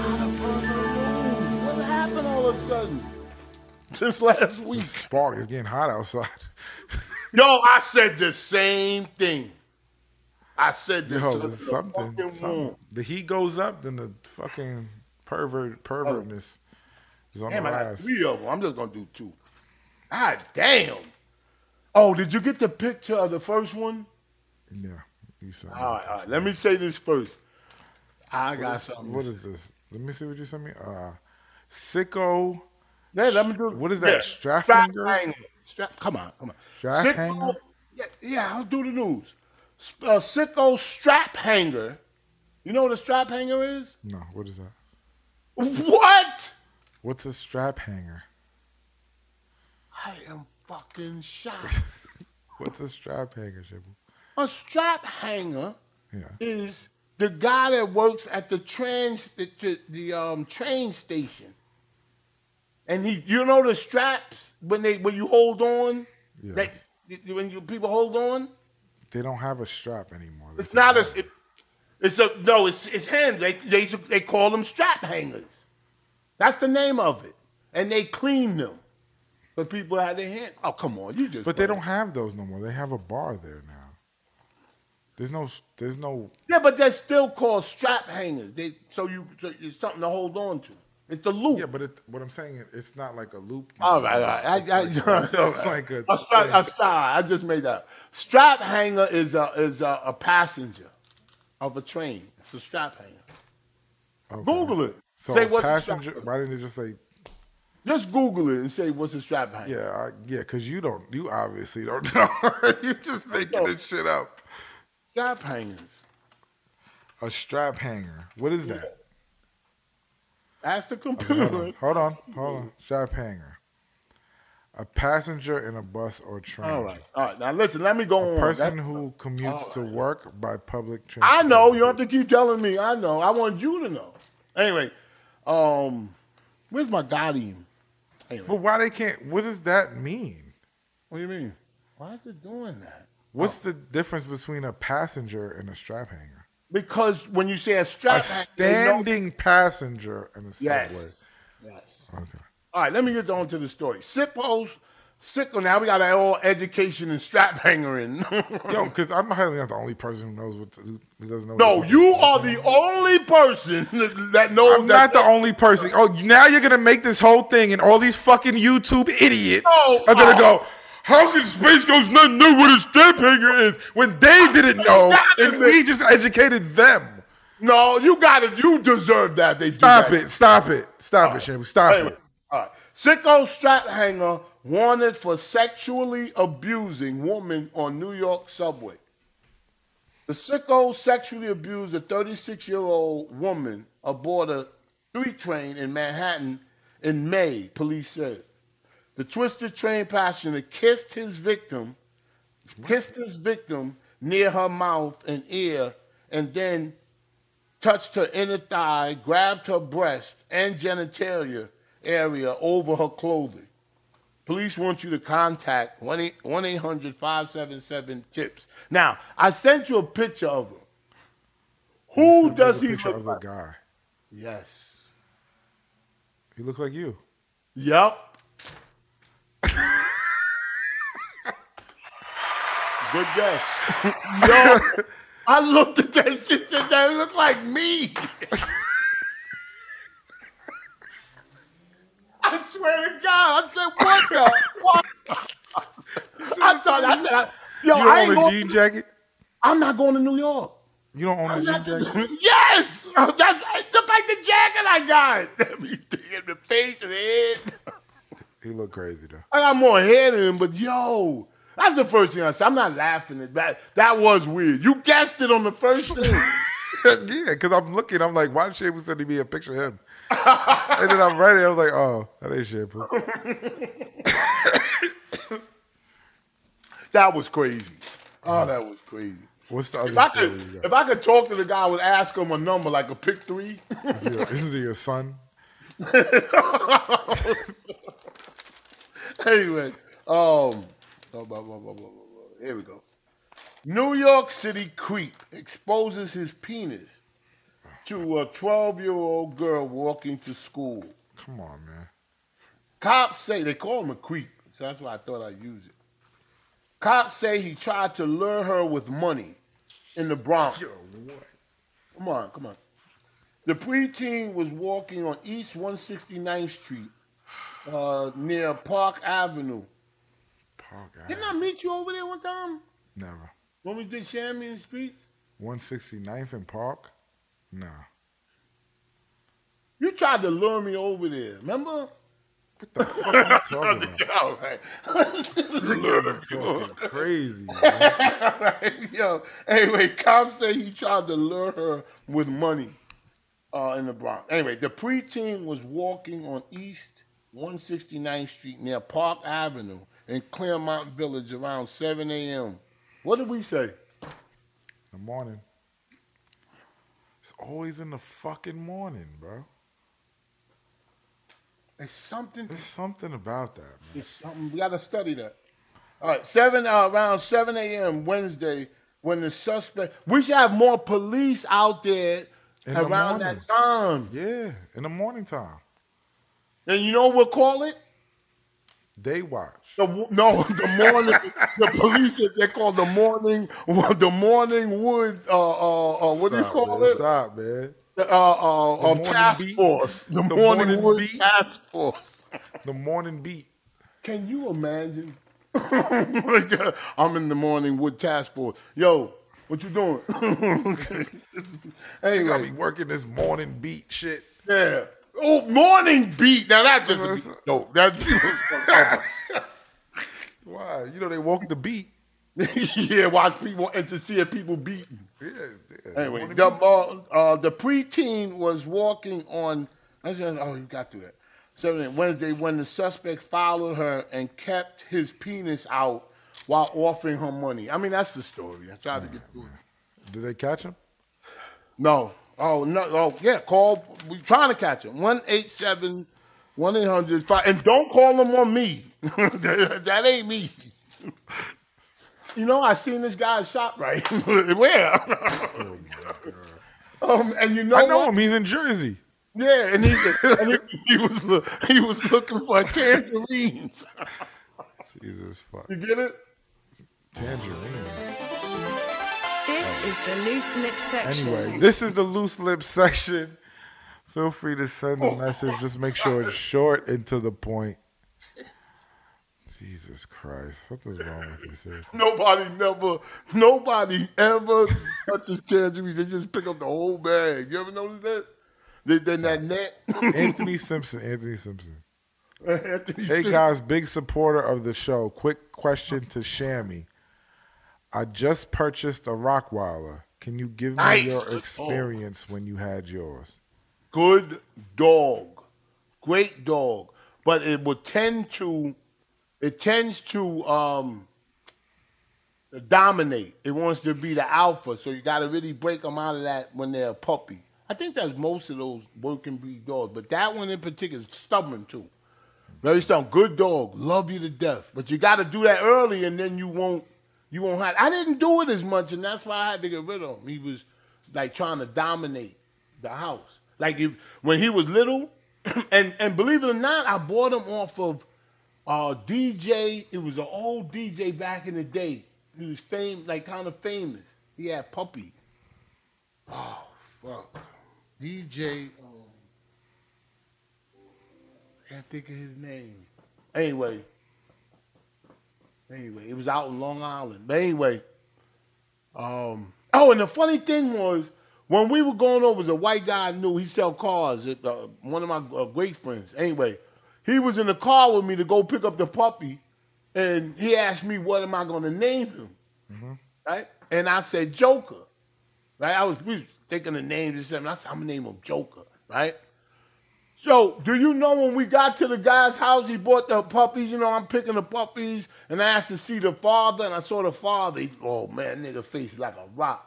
Speaker 2: got a perfect news. What happened all of a sudden? Since last
Speaker 1: The
Speaker 2: week.
Speaker 1: spark is getting hot outside. *laughs*
Speaker 2: Yo, I said the same thing. I said this
Speaker 1: Yo,
Speaker 2: to the
Speaker 1: it's something.
Speaker 2: fucking
Speaker 1: something.
Speaker 2: room.
Speaker 1: The heat goes up, then the fucking pervert pervertness is on
Speaker 2: Damn,
Speaker 1: the
Speaker 2: I got
Speaker 1: rise.
Speaker 2: three of them. I'm just gonna do two. God damn. Oh, did you get the picture of the first one?
Speaker 1: Yeah. You said.
Speaker 2: All right, all right. Let me say this first. I got something.
Speaker 1: What is this? Let me see what you sent me. Uh, sicko.
Speaker 2: Yeah, let me do.
Speaker 1: What is that, Strafinger?
Speaker 2: Strafinger. Stra- come on, come on.
Speaker 1: Strap
Speaker 2: Sicko-
Speaker 1: hanger?
Speaker 2: Yeah, yeah, I'll do the news. Sp- Uh, sicko strap hanger. You know what a strap hanger is?
Speaker 1: No. What is that?
Speaker 2: What?
Speaker 1: What's a strap hanger?
Speaker 2: I am
Speaker 1: *laughs*
Speaker 2: fucking shocked.
Speaker 1: What's a strap hanger, Shibu?
Speaker 2: A strap hanger
Speaker 1: Yeah.
Speaker 2: is the guy that works at the trans the, the, the um train station. And he you know the straps when they when you hold on?
Speaker 1: Yeah.
Speaker 2: That when you people hold on?
Speaker 1: They don't have a strap anymore. They
Speaker 2: It's
Speaker 1: said-
Speaker 2: not a it- it's a no, it's it's him. They they used to- they call them strap hangers. That's the name of it. And they clean them. But people had their hand. Oh come on, you just
Speaker 1: But they don't have those no more. They have a bar there now. There's no. There's no.
Speaker 2: Yeah, but that's still called strap hangers. They so you so it's something to hold on to. It's the loop.
Speaker 1: Yeah, but it, what I'm saying is, it's not like a loop. no
Speaker 2: all
Speaker 1: more.
Speaker 2: right, all right. I, I,
Speaker 1: It's, it's like,
Speaker 2: *laughs* all
Speaker 1: it's
Speaker 2: right.
Speaker 1: like a.
Speaker 2: I'm sorry,
Speaker 1: thing.
Speaker 2: I'm sorry. I just made that. up. Strap hanger is a is a, a passenger of a train. It's a strap hanger.
Speaker 1: Okay.
Speaker 2: Google it.
Speaker 1: So
Speaker 2: say what's
Speaker 1: passenger.
Speaker 2: A strap,
Speaker 1: Why didn't they just say?
Speaker 2: just Google it and say what's a strap hanger.
Speaker 1: Yeah, I, yeah. Because you don't. You obviously don't *laughs* know. you just making this shit up.
Speaker 2: Strap hangers.
Speaker 1: A strap hanger. What is that?
Speaker 2: Ask the
Speaker 1: Hold
Speaker 2: computer. *laughs*
Speaker 1: on, hold on, hold on. Strap hanger. A passenger in a bus or train.
Speaker 2: All right, all right. Now listen. Let me go on.
Speaker 1: A person
Speaker 2: That's-
Speaker 1: who commutes to work by public
Speaker 2: I
Speaker 1: transportation.
Speaker 2: know. You don't have to keep telling me. I know. I want you to know. Anyway, um, where's my guardian? Anyway,
Speaker 1: But why they can't? What does that mean?
Speaker 2: what do you mean? Why is it doing that? Oh.
Speaker 1: What's the difference between a passenger and a strap hanger?
Speaker 2: Because when you say a strap,
Speaker 1: A standing passenger in a subway.
Speaker 2: Yes.
Speaker 1: Okay.
Speaker 2: All right. Let me get on to the story. Sickos, sickle. Now we got our all education and strap hanger in. *laughs*
Speaker 1: Yo, because I'm probably not the only person who knows what to, who doesn't know.
Speaker 2: no,
Speaker 1: what to-
Speaker 2: you are the only person *laughs* that knows.
Speaker 1: I'm not
Speaker 2: that-
Speaker 1: the only person. Oh, now you're gonna make this whole thing, and all these fucking YouTube idiots
Speaker 2: No,
Speaker 1: are gonna
Speaker 2: I-
Speaker 1: go. How can Space Ghost not know what a stamp hanger is when they didn't know, and we just educated them?
Speaker 2: No, you got it. You deserve that. They do
Speaker 1: Stop
Speaker 2: that.
Speaker 1: it! Stop it! Stop it, Shamu! Stop
Speaker 2: Anyway,
Speaker 1: it!
Speaker 2: all right. Sicko strap hanger wanted for sexually abusing woman on New York subway. The sicko sexually abused a 36 year old woman aboard a street train in Manhattan in May, police said. The twisted train passenger kissed his victim, kissed his victim near her mouth and ear, and then touched her inner thigh, grabbed her breast and genitalia area over her clothing. Police want you to contact 1 800 577 TIPS. Now, I sent you a picture of him.
Speaker 1: You
Speaker 2: Who
Speaker 1: sent me
Speaker 2: does
Speaker 1: the
Speaker 2: he
Speaker 1: picture
Speaker 2: look
Speaker 1: of the
Speaker 2: like?
Speaker 1: guy?
Speaker 2: Yes.
Speaker 1: He looks like you.
Speaker 2: Yep. Good
Speaker 1: *laughs*
Speaker 2: guess. Yo, I looked at that shit and that looked like me. I swear to God, I said, what the fuck? I thought, I said, I- yo,
Speaker 1: You
Speaker 2: I
Speaker 1: don't
Speaker 2: ain't
Speaker 1: own a
Speaker 2: going,
Speaker 1: jean jacket.
Speaker 2: I'm not going to New York.
Speaker 1: You don't own a
Speaker 2: I'm
Speaker 1: jean
Speaker 2: not-
Speaker 1: jacket.
Speaker 2: yes! *laughs* That's, it looked like the jacket I got. *laughs* Everything in the face and the head.
Speaker 1: He look crazy though.
Speaker 2: I got more hair than him, but yo, that's the first thing I said. I'm not laughing at that. That was weird. You guessed it on the first thing.
Speaker 1: *laughs* yeah, because I'm looking. I'm like, why did Shampoo send me a picture of him? and then I'm ready. I was like, oh, that ain't Shampoo.
Speaker 2: that was crazy. Oh, that was crazy.
Speaker 1: What's the other
Speaker 2: If I
Speaker 1: story
Speaker 2: could,
Speaker 1: you
Speaker 2: if
Speaker 1: got?
Speaker 2: I could talk to the guy, I would ask him a number like a pick three. *laughs*
Speaker 1: Is it your- is it your son?
Speaker 2: anyway, um, blah, blah, blah, blah, blah, blah, blah. here we go. New York City creep exposes his penis to a 12 year old girl walking to school.
Speaker 1: Come on, man.
Speaker 2: Cops say they call him a creep, so that's why I thought I'd use it. Cops say he tried to lure her with money in the Bronx. Come on, come on. The preteen was walking on East 169th Street uh, near Park Avenue.
Speaker 1: Paul God.
Speaker 2: Didn't I meet you over there one time
Speaker 1: Never.
Speaker 2: when we did Champion Street?
Speaker 1: 169th and Park?
Speaker 2: *laughs*
Speaker 1: No.
Speaker 2: You tried to lure me over there, remember?
Speaker 1: What the fuck are you talking about?
Speaker 2: All right.
Speaker 1: Fucking *laughs*
Speaker 2: *laughs*
Speaker 1: crazy. Man.
Speaker 2: right, yo. Anyway, cops say he tried to lure her with money uh, in the Bronx. Anyway, the preteen was walking on East 169th Street near Park Avenue in Claremont Village around 7 a.m. What did we say?
Speaker 1: The morning. It's always in the fucking morning, bro.
Speaker 2: It's something.
Speaker 1: There's something about that, man.
Speaker 2: It's something. We gotta study that. All right, seven uh, around seven a.m. Wednesday when the suspect. We should have more police out there
Speaker 1: In the
Speaker 2: around
Speaker 1: morning.
Speaker 2: that time.
Speaker 1: Yeah, in the morning time.
Speaker 2: And you know what we'll call it?
Speaker 1: Day watch.
Speaker 2: The, w- no, *laughs* the morning. the police they call the morning. *laughs* The morning wood. Uh, uh, uh, what do you
Speaker 1: Stop,
Speaker 2: call
Speaker 1: man.
Speaker 2: it?
Speaker 1: Stop, man.
Speaker 2: The, uh, uh, uh,
Speaker 1: morning
Speaker 2: task
Speaker 1: beat.
Speaker 2: force. The, morning,
Speaker 1: morning
Speaker 2: wood
Speaker 1: beat.
Speaker 2: task force.
Speaker 1: The morning beat.
Speaker 2: Can you
Speaker 1: *laughs*
Speaker 2: imagine? Like, uh, I'm in the morning wood task force. Yo, what you doing? *laughs* Okay.
Speaker 1: You gotta be
Speaker 2: anyway,
Speaker 1: working this morning beat shit.
Speaker 2: yeah. Oh, morning beat. Now that just
Speaker 1: Listen.
Speaker 2: no. That *laughs*
Speaker 1: Why? You know they walk the beat.
Speaker 2: yeah. Watch people and to see if people beating.
Speaker 1: Yeah. yeah.
Speaker 2: Anyway,
Speaker 1: Morning
Speaker 2: the,
Speaker 1: beat.
Speaker 2: uh, uh, the preteen was walking on. I said, oh, you got through that. Seven Wednesday when the suspect followed her and kept his penis out while offering her money. I mean, that's the story. I tried to get through it.
Speaker 1: Did they catch him?
Speaker 2: No. Oh no. Oh yeah. Call. We trying to catch him. One eight seven. One eight hundred five. And don't call them on me. *laughs* that, that ain't me. You know, I seen this guy shot right. *laughs* Where? *laughs* Um, and you know,
Speaker 1: Oh, I know
Speaker 2: what?
Speaker 1: him. He's in Jersey.
Speaker 2: Yeah, and he, and he, he was loo- he was looking for tangerines. *laughs*
Speaker 1: Jesus fuck.
Speaker 2: You get it?
Speaker 1: Tangerine.
Speaker 4: This is the loose lip section.
Speaker 1: Anyway, this is the loose lips section. Feel free to send a message. Just make sure it's short and to the point. Jesus Christ. Something's wrong with you, seriously.
Speaker 2: Nobody never, nobody ever touches tangerines. They just pick up the whole bag. You ever notice that? They, then that net.
Speaker 1: Anthony Simpson. Anthony Simpson.
Speaker 2: *laughs* Anthony
Speaker 1: Hey
Speaker 2: said-
Speaker 1: guys, big supporter of the show. Quick question to Shammy. I just purchased a Rockweiler. Can you give me
Speaker 2: Nice. Oh.
Speaker 1: your experience when you had yours?
Speaker 2: good dog, great dog, but it would tend to, it tends to um, dominate. It wants to be the alpha, so you got to really break them out of that when they're a puppy. I think that's most of those working breed dogs, but that one in particular is stubborn too. Very stubborn. Good dog, love you to death, but you got to do that early, and then you won't, you won't have. I didn't do it as much, and that's why I had to get rid of him. He was like trying to dominate the house. Like if when he was little, *clears throat* and and believe it or not, I bought him off of uh, DJ. It was an old DJ back in the day. He was fame, like kind of famous. He had puppy. Oh fuck, DJ. Um, can't think of his name. Anyway, anyway, it was out in Long Island. But anyway, um. Oh, and the funny thing was, when we were going over, the white guy I knew he sell cars. At, uh, one of my uh, great friends. Anyway, he was in the car with me to go pick up the puppy, and he asked me, "What am I going to name him?" Right? And I said Joker. Right? I was, we was thinking of names and something. I said, "I'm gonna name him Joker." Right? So, do you know when we got to the guy's house, he bought the puppies. You know, I'm picking the puppies, and I asked to see the father, and I saw the father. He, oh man, nigga face like a rock.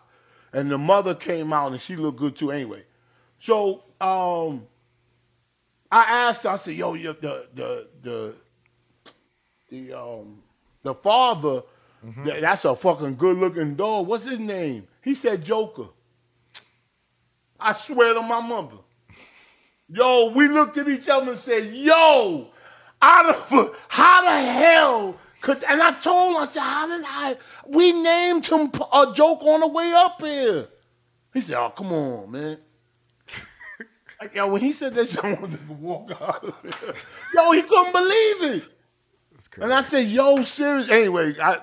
Speaker 2: And the mother came out, and she looked good too. Anyway, so um, I asked. her, I said, "Yo, yo the the the the um the father, th- that's a fucking good looking dog. What's his name?" He said, "Joker." I swear to my mother. Yo, we looked at each other and said, "Yo, how the how the hell could?" And I told him, I said, "How did I?" We named him P- a joke on the way up here. He said, "Oh, come on, man." *laughs* Like, yo, when he said that, I wanted to walk out. Of here. Yo, he couldn't believe it.
Speaker 1: That's crazy.
Speaker 2: And I said, "Yo, serious." Anyway, I,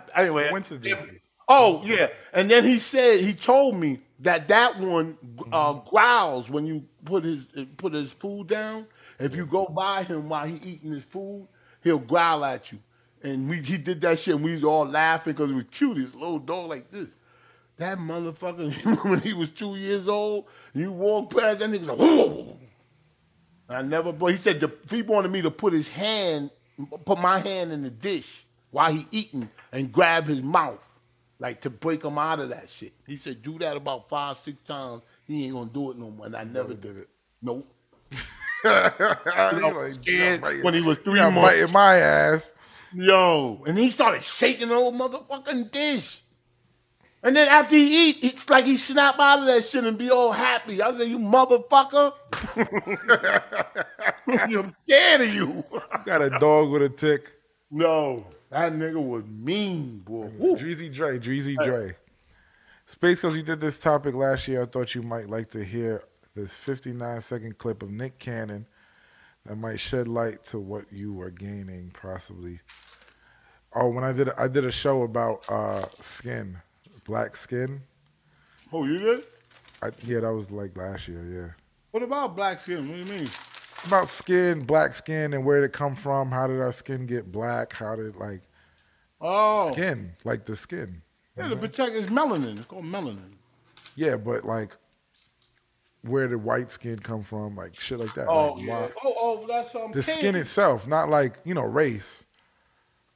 Speaker 1: *laughs*
Speaker 2: anyway,
Speaker 1: Coincidences.
Speaker 2: Oh yeah, and then he said he told me that that one uh, growls when you put his put his food down. If you go by him while he eating his food, he'll growl at you. And we he did that shit, and we was all laughing because it was cute. This little dog like this, that motherfucker *laughs* when he was two years old, you walk past that nigga's like. "Whoa." I never. But he said the, he wanted me to put his hand, put my hand in the dish while he eating, and grab his mouth, like to break him out of that shit. He said do that about five, six times. He ain't gonna do it no more. And I never did it. Nope.
Speaker 1: He like,
Speaker 2: Scared
Speaker 1: "Nah, biting-
Speaker 2: when he was three
Speaker 1: nah,
Speaker 2: months.
Speaker 1: biting my ass.
Speaker 2: Yo, and he started shaking the whole motherfucking dish. And then after he eat, it's like he snap out of that shit and be all happy. I said, you *laughs* motherfucker. I'm scared of you.
Speaker 1: Got a dog with a tick.
Speaker 2: No, that nigga was mean, boy. Woo.
Speaker 1: Dreezy Dre, Dreezy Dre. Space, because you did this topic last year, I thought you might like to hear this 59 second clip of Nick Cannon that might shed light to what you were gaining, possibly. Oh, when I did I did a show about uh, skin, black skin.
Speaker 2: Oh, you did?
Speaker 1: I, yeah, that was like last year. Yeah.
Speaker 2: What about black skin? What do you mean?
Speaker 1: about skin, black skin, and where did it come from? How did our skin get black? How did like
Speaker 2: Oh,
Speaker 1: skin, like the skin?
Speaker 2: yeah, the protect is melanin. It's called melanin.
Speaker 1: Yeah, but like where did white skin come from? Like shit like that. like, why-
Speaker 2: Oh, oh, that's um.
Speaker 1: The skin
Speaker 2: candy.
Speaker 1: itself, not like you know race.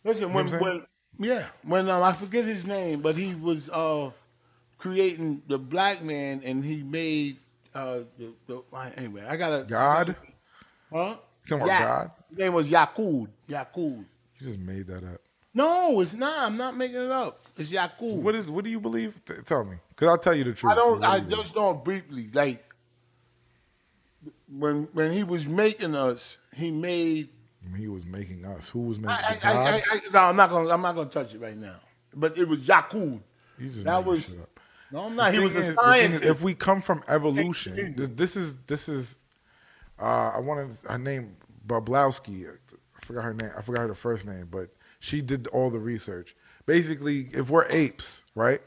Speaker 2: Listen, when,
Speaker 1: know what
Speaker 2: when
Speaker 1: I'm
Speaker 2: yeah, when um, I forget his name, but he was uh creating the black man, and he made uh the, the anyway. I gotta
Speaker 1: God,
Speaker 2: Huh?
Speaker 1: You talking about God?
Speaker 2: His name was Yakud. Yakud.
Speaker 1: you just made that up.
Speaker 2: No, it's not. I'm not making it up. It's Yakud.
Speaker 1: What is? What do you believe? T- tell me, because I'll tell you the truth.
Speaker 2: I don't.
Speaker 1: What
Speaker 2: I
Speaker 1: do you believe?
Speaker 2: just don't briefly like when when he was making us. He made.
Speaker 1: He was making us. Who was making
Speaker 2: I, I,
Speaker 1: God?
Speaker 2: I, I, I, no, I'm not gonna. I'm not gonna touch it right now. But it was Yakud.
Speaker 1: you just
Speaker 2: that
Speaker 1: making
Speaker 2: was-
Speaker 1: shit up.
Speaker 2: No, I'm not.
Speaker 1: The
Speaker 2: He was
Speaker 1: thing
Speaker 2: a
Speaker 1: is- the thing is,
Speaker 2: scientist.
Speaker 1: if we come from evolution, th- this is this is. Uh, I wanted her name Boblowski. I forgot her name. I forgot her first name, but she did all the research. Basically, if we're apes, right?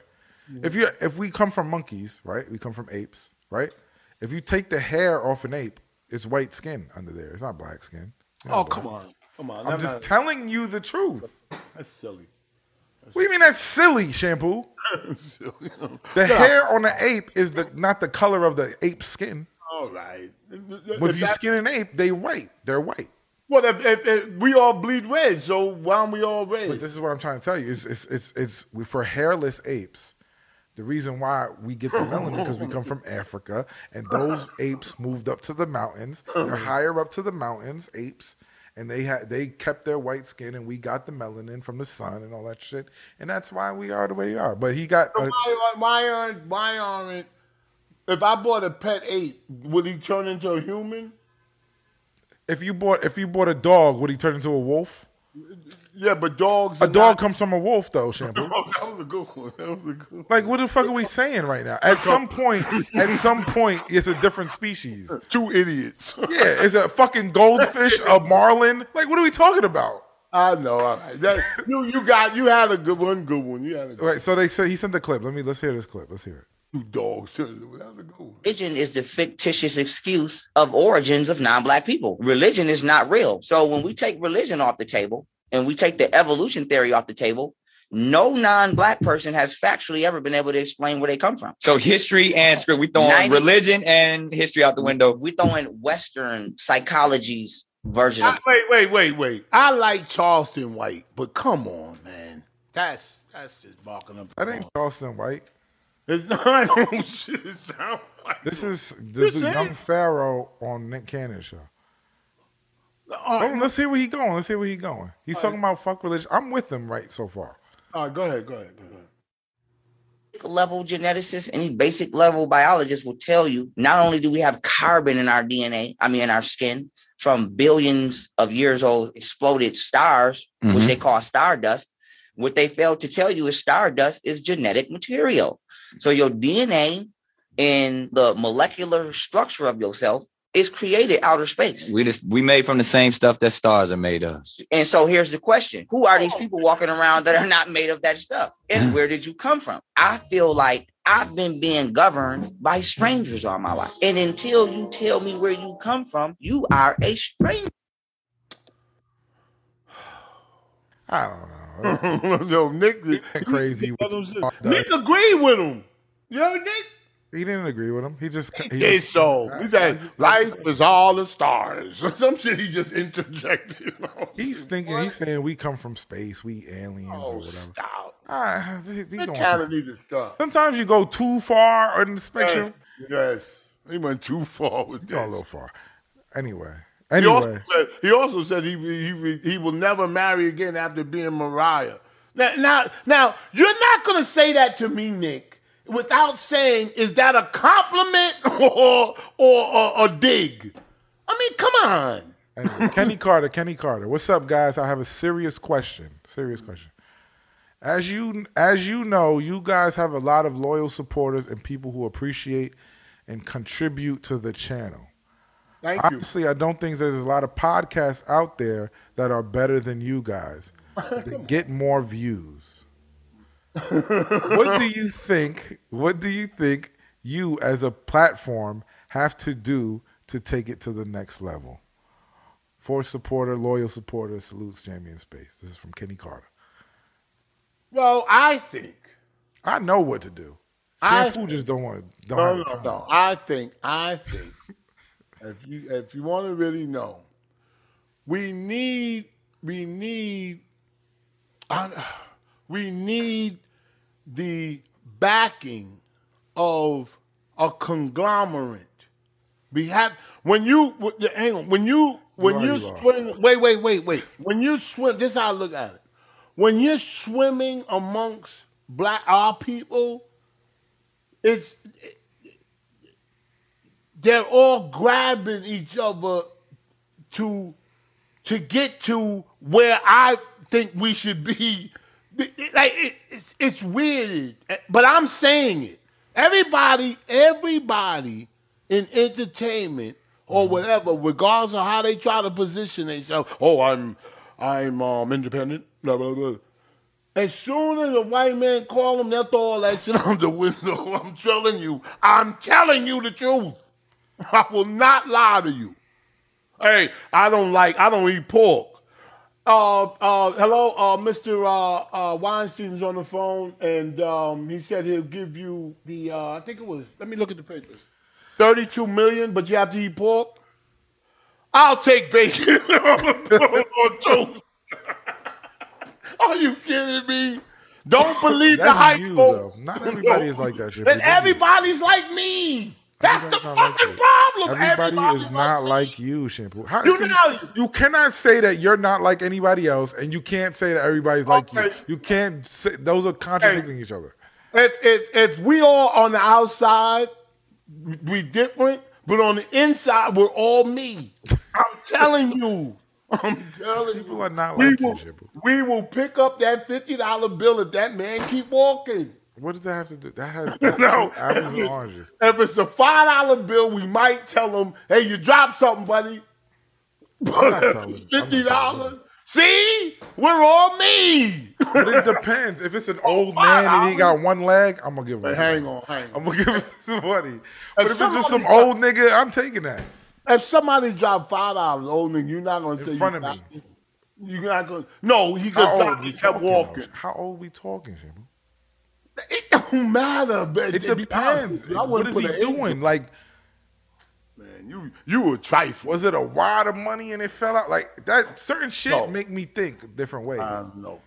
Speaker 1: If you if we come from monkeys, right? We come from apes, right? If you take the hair off an ape, it's white skin under there. It's not black skin. It's
Speaker 2: Oh, come on. Come on.
Speaker 1: I'm
Speaker 2: That's
Speaker 1: just
Speaker 2: not-
Speaker 1: telling you the truth.
Speaker 2: that's
Speaker 1: *laughs*
Speaker 2: silly.
Speaker 1: What do you mean that's silly, shampoo?
Speaker 2: silly.
Speaker 1: The hair on the ape is the not the color of the ape's skin.
Speaker 2: *laughs* All right.
Speaker 1: But
Speaker 2: If
Speaker 1: if you
Speaker 2: that-
Speaker 1: skin an ape, they white. They're white.
Speaker 2: well, if, if, if we all bleed red, so why don't we all red?
Speaker 1: But this is what I'm trying to tell you. It's it's it's, it's we, for hairless apes. The reason why we get the melanin because we come from Africa, and those apes moved up to the mountains. They're higher up to the mountains, apes, and they had they kept their white skin, and we got the melanin from the sun and all that shit, and that's why we are the way we are. But he got uh,
Speaker 2: why, aren't- why aren't why aren't if I bought a pet ape, would he turn into a human?
Speaker 1: if you bought if you bought a dog, would he turn into a wolf?
Speaker 2: Yeah, but dogs.
Speaker 1: A
Speaker 2: are
Speaker 1: dog
Speaker 2: not-
Speaker 1: comes from a wolf, though, shampoo.
Speaker 2: *laughs* Oh, that was a good one. That was a good one.
Speaker 1: Like, what the fuck are we saying right now? At some point, at some point, it's a different species.
Speaker 2: Two idiots. *laughs*
Speaker 1: Yeah, it's a fucking goldfish, a marlin. Like, what are we talking about?
Speaker 2: I know. All right. That, you you got you had a good one. Good one. You had a good
Speaker 1: Right. So they said he sent the clip. Let me let's hear this clip. Let's hear it.
Speaker 2: two dogs. *laughs* That was a good one.
Speaker 5: religion is the fictitious excuse of origins of non-black people. Religion is not real. So when we take religion off the table and we take the evolution theory off the table, no non-black person has factually ever been able to explain where they come from.
Speaker 6: So history and script, we throwing
Speaker 5: 90
Speaker 6: religion and history out the window.
Speaker 5: We're throwing Western psychology's version
Speaker 2: I,
Speaker 5: of
Speaker 2: wait, wait, wait, wait. I like Charleston White, but come on, man. That's that's just barking up. the
Speaker 1: That ain't
Speaker 2: wrong-
Speaker 1: Charleston White.
Speaker 2: It's *laughs* not. Oh, shit, it sound like
Speaker 1: This is the dude, young Pharaoh on Nick Cannon show.
Speaker 2: All
Speaker 1: Hold on,
Speaker 2: right,
Speaker 1: let's see where he going. Let's see where he going. He's talking about fuck religion. I'm with him right so far.
Speaker 2: all right, go ahead, go ahead, go ahead. *laughs*
Speaker 5: basic level geneticist, any basic level biologist will tell you not only do we have carbon in our DNA, I mean, in our skin from billions of years old exploded stars, which
Speaker 6: Mhm.
Speaker 5: they call stardust. What they fail to tell you is stardust is genetic material. So your DNA and the molecular structure of yourself is created outer space.
Speaker 6: We just we made from the same stuff that stars are made of.
Speaker 5: And so here's the question Who are these people walking around that are not made of that stuff? And where did you come from? I feel like I've been being governed by strangers all my life. And until you tell me where you come from, you are a stranger.
Speaker 1: I don't know.
Speaker 2: no, Nick, did- *laughs*
Speaker 1: crazy
Speaker 2: Nick,
Speaker 1: with
Speaker 2: done
Speaker 1: the
Speaker 2: shit. Nick agreed with him. Yo, Nick
Speaker 1: He didn't agree with him. He just he
Speaker 2: did
Speaker 1: just-
Speaker 2: so. He said, "Life is all the stars." *laughs* Some shit he just interjected. *laughs*
Speaker 1: He's thinking. He's saying we come from space. We aliens or
Speaker 2: oh,
Speaker 1: whatever.
Speaker 2: stop.
Speaker 1: Ah, he, he going
Speaker 2: Nick
Speaker 1: too
Speaker 2: kind of needed to stop.
Speaker 1: Sometimes you go too far in the spectrum.
Speaker 2: Yes, yes, he went too far with
Speaker 1: You go a
Speaker 2: that.
Speaker 1: little far. Anyway.
Speaker 2: He also, *laughs*
Speaker 1: Anyway.
Speaker 2: said, he also said he he he will never marry again after being Mariah. Now, now, now, you're not going to say that to me, Nick, without saying is that a compliment *laughs* or or, or a dig? I mean, come on.
Speaker 1: anyway. Kenny Carter, Kenny Carter. What's up, guys? I have a serious question. Serious question. As you as you know, you guys have a lot of loyal supporters and people who appreciate and contribute to the channel.
Speaker 2: Thank you.
Speaker 1: Honestly, I don't think there's a lot of podcasts out there that are better than you guys. that get more views.
Speaker 2: *laughs*
Speaker 1: what do you think? What do you think you as a platform have to do to take it to the next level? For supporter, loyal supporter, salutes Jamie in space. This is from Kenny Carter.
Speaker 2: Well, I think
Speaker 1: I know what to do.
Speaker 2: I-
Speaker 1: Shampoo just don't want to. Don't
Speaker 2: no,
Speaker 1: have the
Speaker 2: no,
Speaker 1: time.
Speaker 2: no. I think I think if you if you want to really know, we need we need I- we need the backing of a conglomerate. We have when you w- hang on when you when
Speaker 1: already
Speaker 2: you
Speaker 1: lost.
Speaker 2: swim, wait wait wait wait when you swim. This is how I look at it. When you're swimming amongst black our people, it's they're all grabbing each other to to get to where I think we should be. Like it, it's it's weird, but I'm saying it. Everybody, everybody in entertainment or whatever, regardless of how they try to position themselves. Oh, I'm I'm um independent. Blah blah blah. As soon as a white man call them, they'll throw all that shit *laughs* out the window. I'm *laughs* telling you. I'm telling you the truth. I will not lie to you. Hey, I don't like. I don't eat pork. Uh, uh, hello, uh, Mr. Uh, uh, Weinstein's on the phone, and um, he said he'll give you the. Uh, I think it was. Let me look at the papers. Thirty-two million, but you have to eat pork. I'll take bacon *laughs* on toast. Are you kidding me? Don't believe the
Speaker 1: That's
Speaker 2: hype,
Speaker 1: you,
Speaker 2: folks.
Speaker 1: though. Not everybody
Speaker 2: *laughs*
Speaker 1: is like that, Jibril. That's
Speaker 2: And
Speaker 1: you.
Speaker 2: everybody's like me. That's the
Speaker 1: Everybody's not like
Speaker 2: fucking
Speaker 1: that.
Speaker 2: problem.
Speaker 1: Everybody
Speaker 2: Everybody's
Speaker 1: is not like you, Shampoo. How,
Speaker 2: You
Speaker 1: can-
Speaker 2: know you.
Speaker 1: you cannot say that you're not like anybody else, and you can't say that everybody's like you.
Speaker 2: Okay.
Speaker 1: You can't. Say, those are contradicting each other.
Speaker 2: If if if we all on the outside, we different, but on the inside, we're all me. I'm telling you. *laughs* I'm telling
Speaker 1: People
Speaker 2: you.
Speaker 1: are not
Speaker 2: We
Speaker 1: like you,
Speaker 2: will,
Speaker 1: Shampoo.
Speaker 2: we will pick up that fifty dollar bill if that man keep walking.
Speaker 1: What does that have to do? That *laughs* has that's
Speaker 2: No.
Speaker 1: two apples and oranges.
Speaker 2: If it's a five dollar bill, we might tell him, "Hey, you dropped something, buddy."
Speaker 1: not telling him. I'm not
Speaker 2: *laughs* Fifty
Speaker 1: telling
Speaker 2: dollars. See, we're all me. *laughs*
Speaker 1: But it depends. If it's an old
Speaker 2: five
Speaker 1: man and he got
Speaker 2: dollars.
Speaker 1: one leg, I'm gonna give him.
Speaker 2: But hang on, hang
Speaker 1: I'm
Speaker 2: on.
Speaker 1: gonna *laughs* give him some money. But if it's just some
Speaker 2: somebody-
Speaker 1: old nigga, I'm taking that.
Speaker 2: If somebody dropped five dollars, old nigga, you're not gonna say you
Speaker 1: front of
Speaker 2: dropped-
Speaker 1: me.
Speaker 2: You're not gonna. No, he
Speaker 1: How
Speaker 2: just
Speaker 1: old
Speaker 2: dropped.
Speaker 1: we
Speaker 2: He kept
Speaker 1: talking? though?
Speaker 2: walking.
Speaker 1: How old we talking, Shampoo?
Speaker 2: It don't matter, but
Speaker 1: It
Speaker 2: to be
Speaker 1: depends.
Speaker 2: honest, I wouldn't
Speaker 1: what is
Speaker 2: put
Speaker 1: he
Speaker 2: an age-
Speaker 1: doing? Like,
Speaker 2: Man, you you a trifle.
Speaker 1: was it a wad of money and it fell out? Like that certain shit
Speaker 2: No. Um,
Speaker 1: make me think different ways.
Speaker 2: I don't know.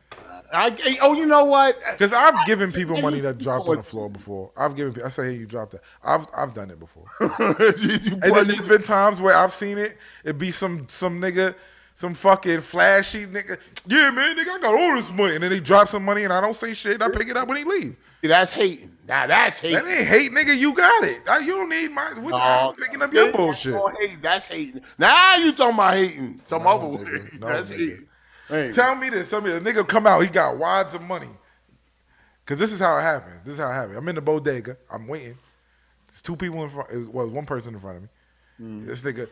Speaker 2: I, I- oh, you know what? *laughs*
Speaker 1: Because I've given people
Speaker 2: I-
Speaker 1: money that dropped on the
Speaker 2: I-
Speaker 1: floor before. I've given people. I say, hey, you dropped that. I've I've done it before.
Speaker 2: You- you-
Speaker 1: And
Speaker 2: boy,
Speaker 1: then there's been times where I've seen it. It be some some nigga, some fucking flashy nigga. Yeah, man, nigga, I got all this money, and then he drop some money, and I don't say shit. And I pick it up when he leave.
Speaker 2: that's hating. Now that's hating.
Speaker 1: That ain't hate, nigga. You got it. I- you don't need my. What, I'm picking up your
Speaker 2: that's
Speaker 1: bullshit.
Speaker 2: called hating. That's hating. Now you talking about hating some
Speaker 1: No,
Speaker 2: other *laughs* way.
Speaker 1: nigga. No,
Speaker 2: that's
Speaker 1: nigga.
Speaker 2: hating. Hey,
Speaker 1: Tell me this. Tell me the nigga come out. He got wads of money. Cause this is how it happened. This is how it happened. I'm in the bodega. I'm waiting. There's two people in front. It was, well, it was one person in front of me.
Speaker 2: Mm.
Speaker 1: This nigga,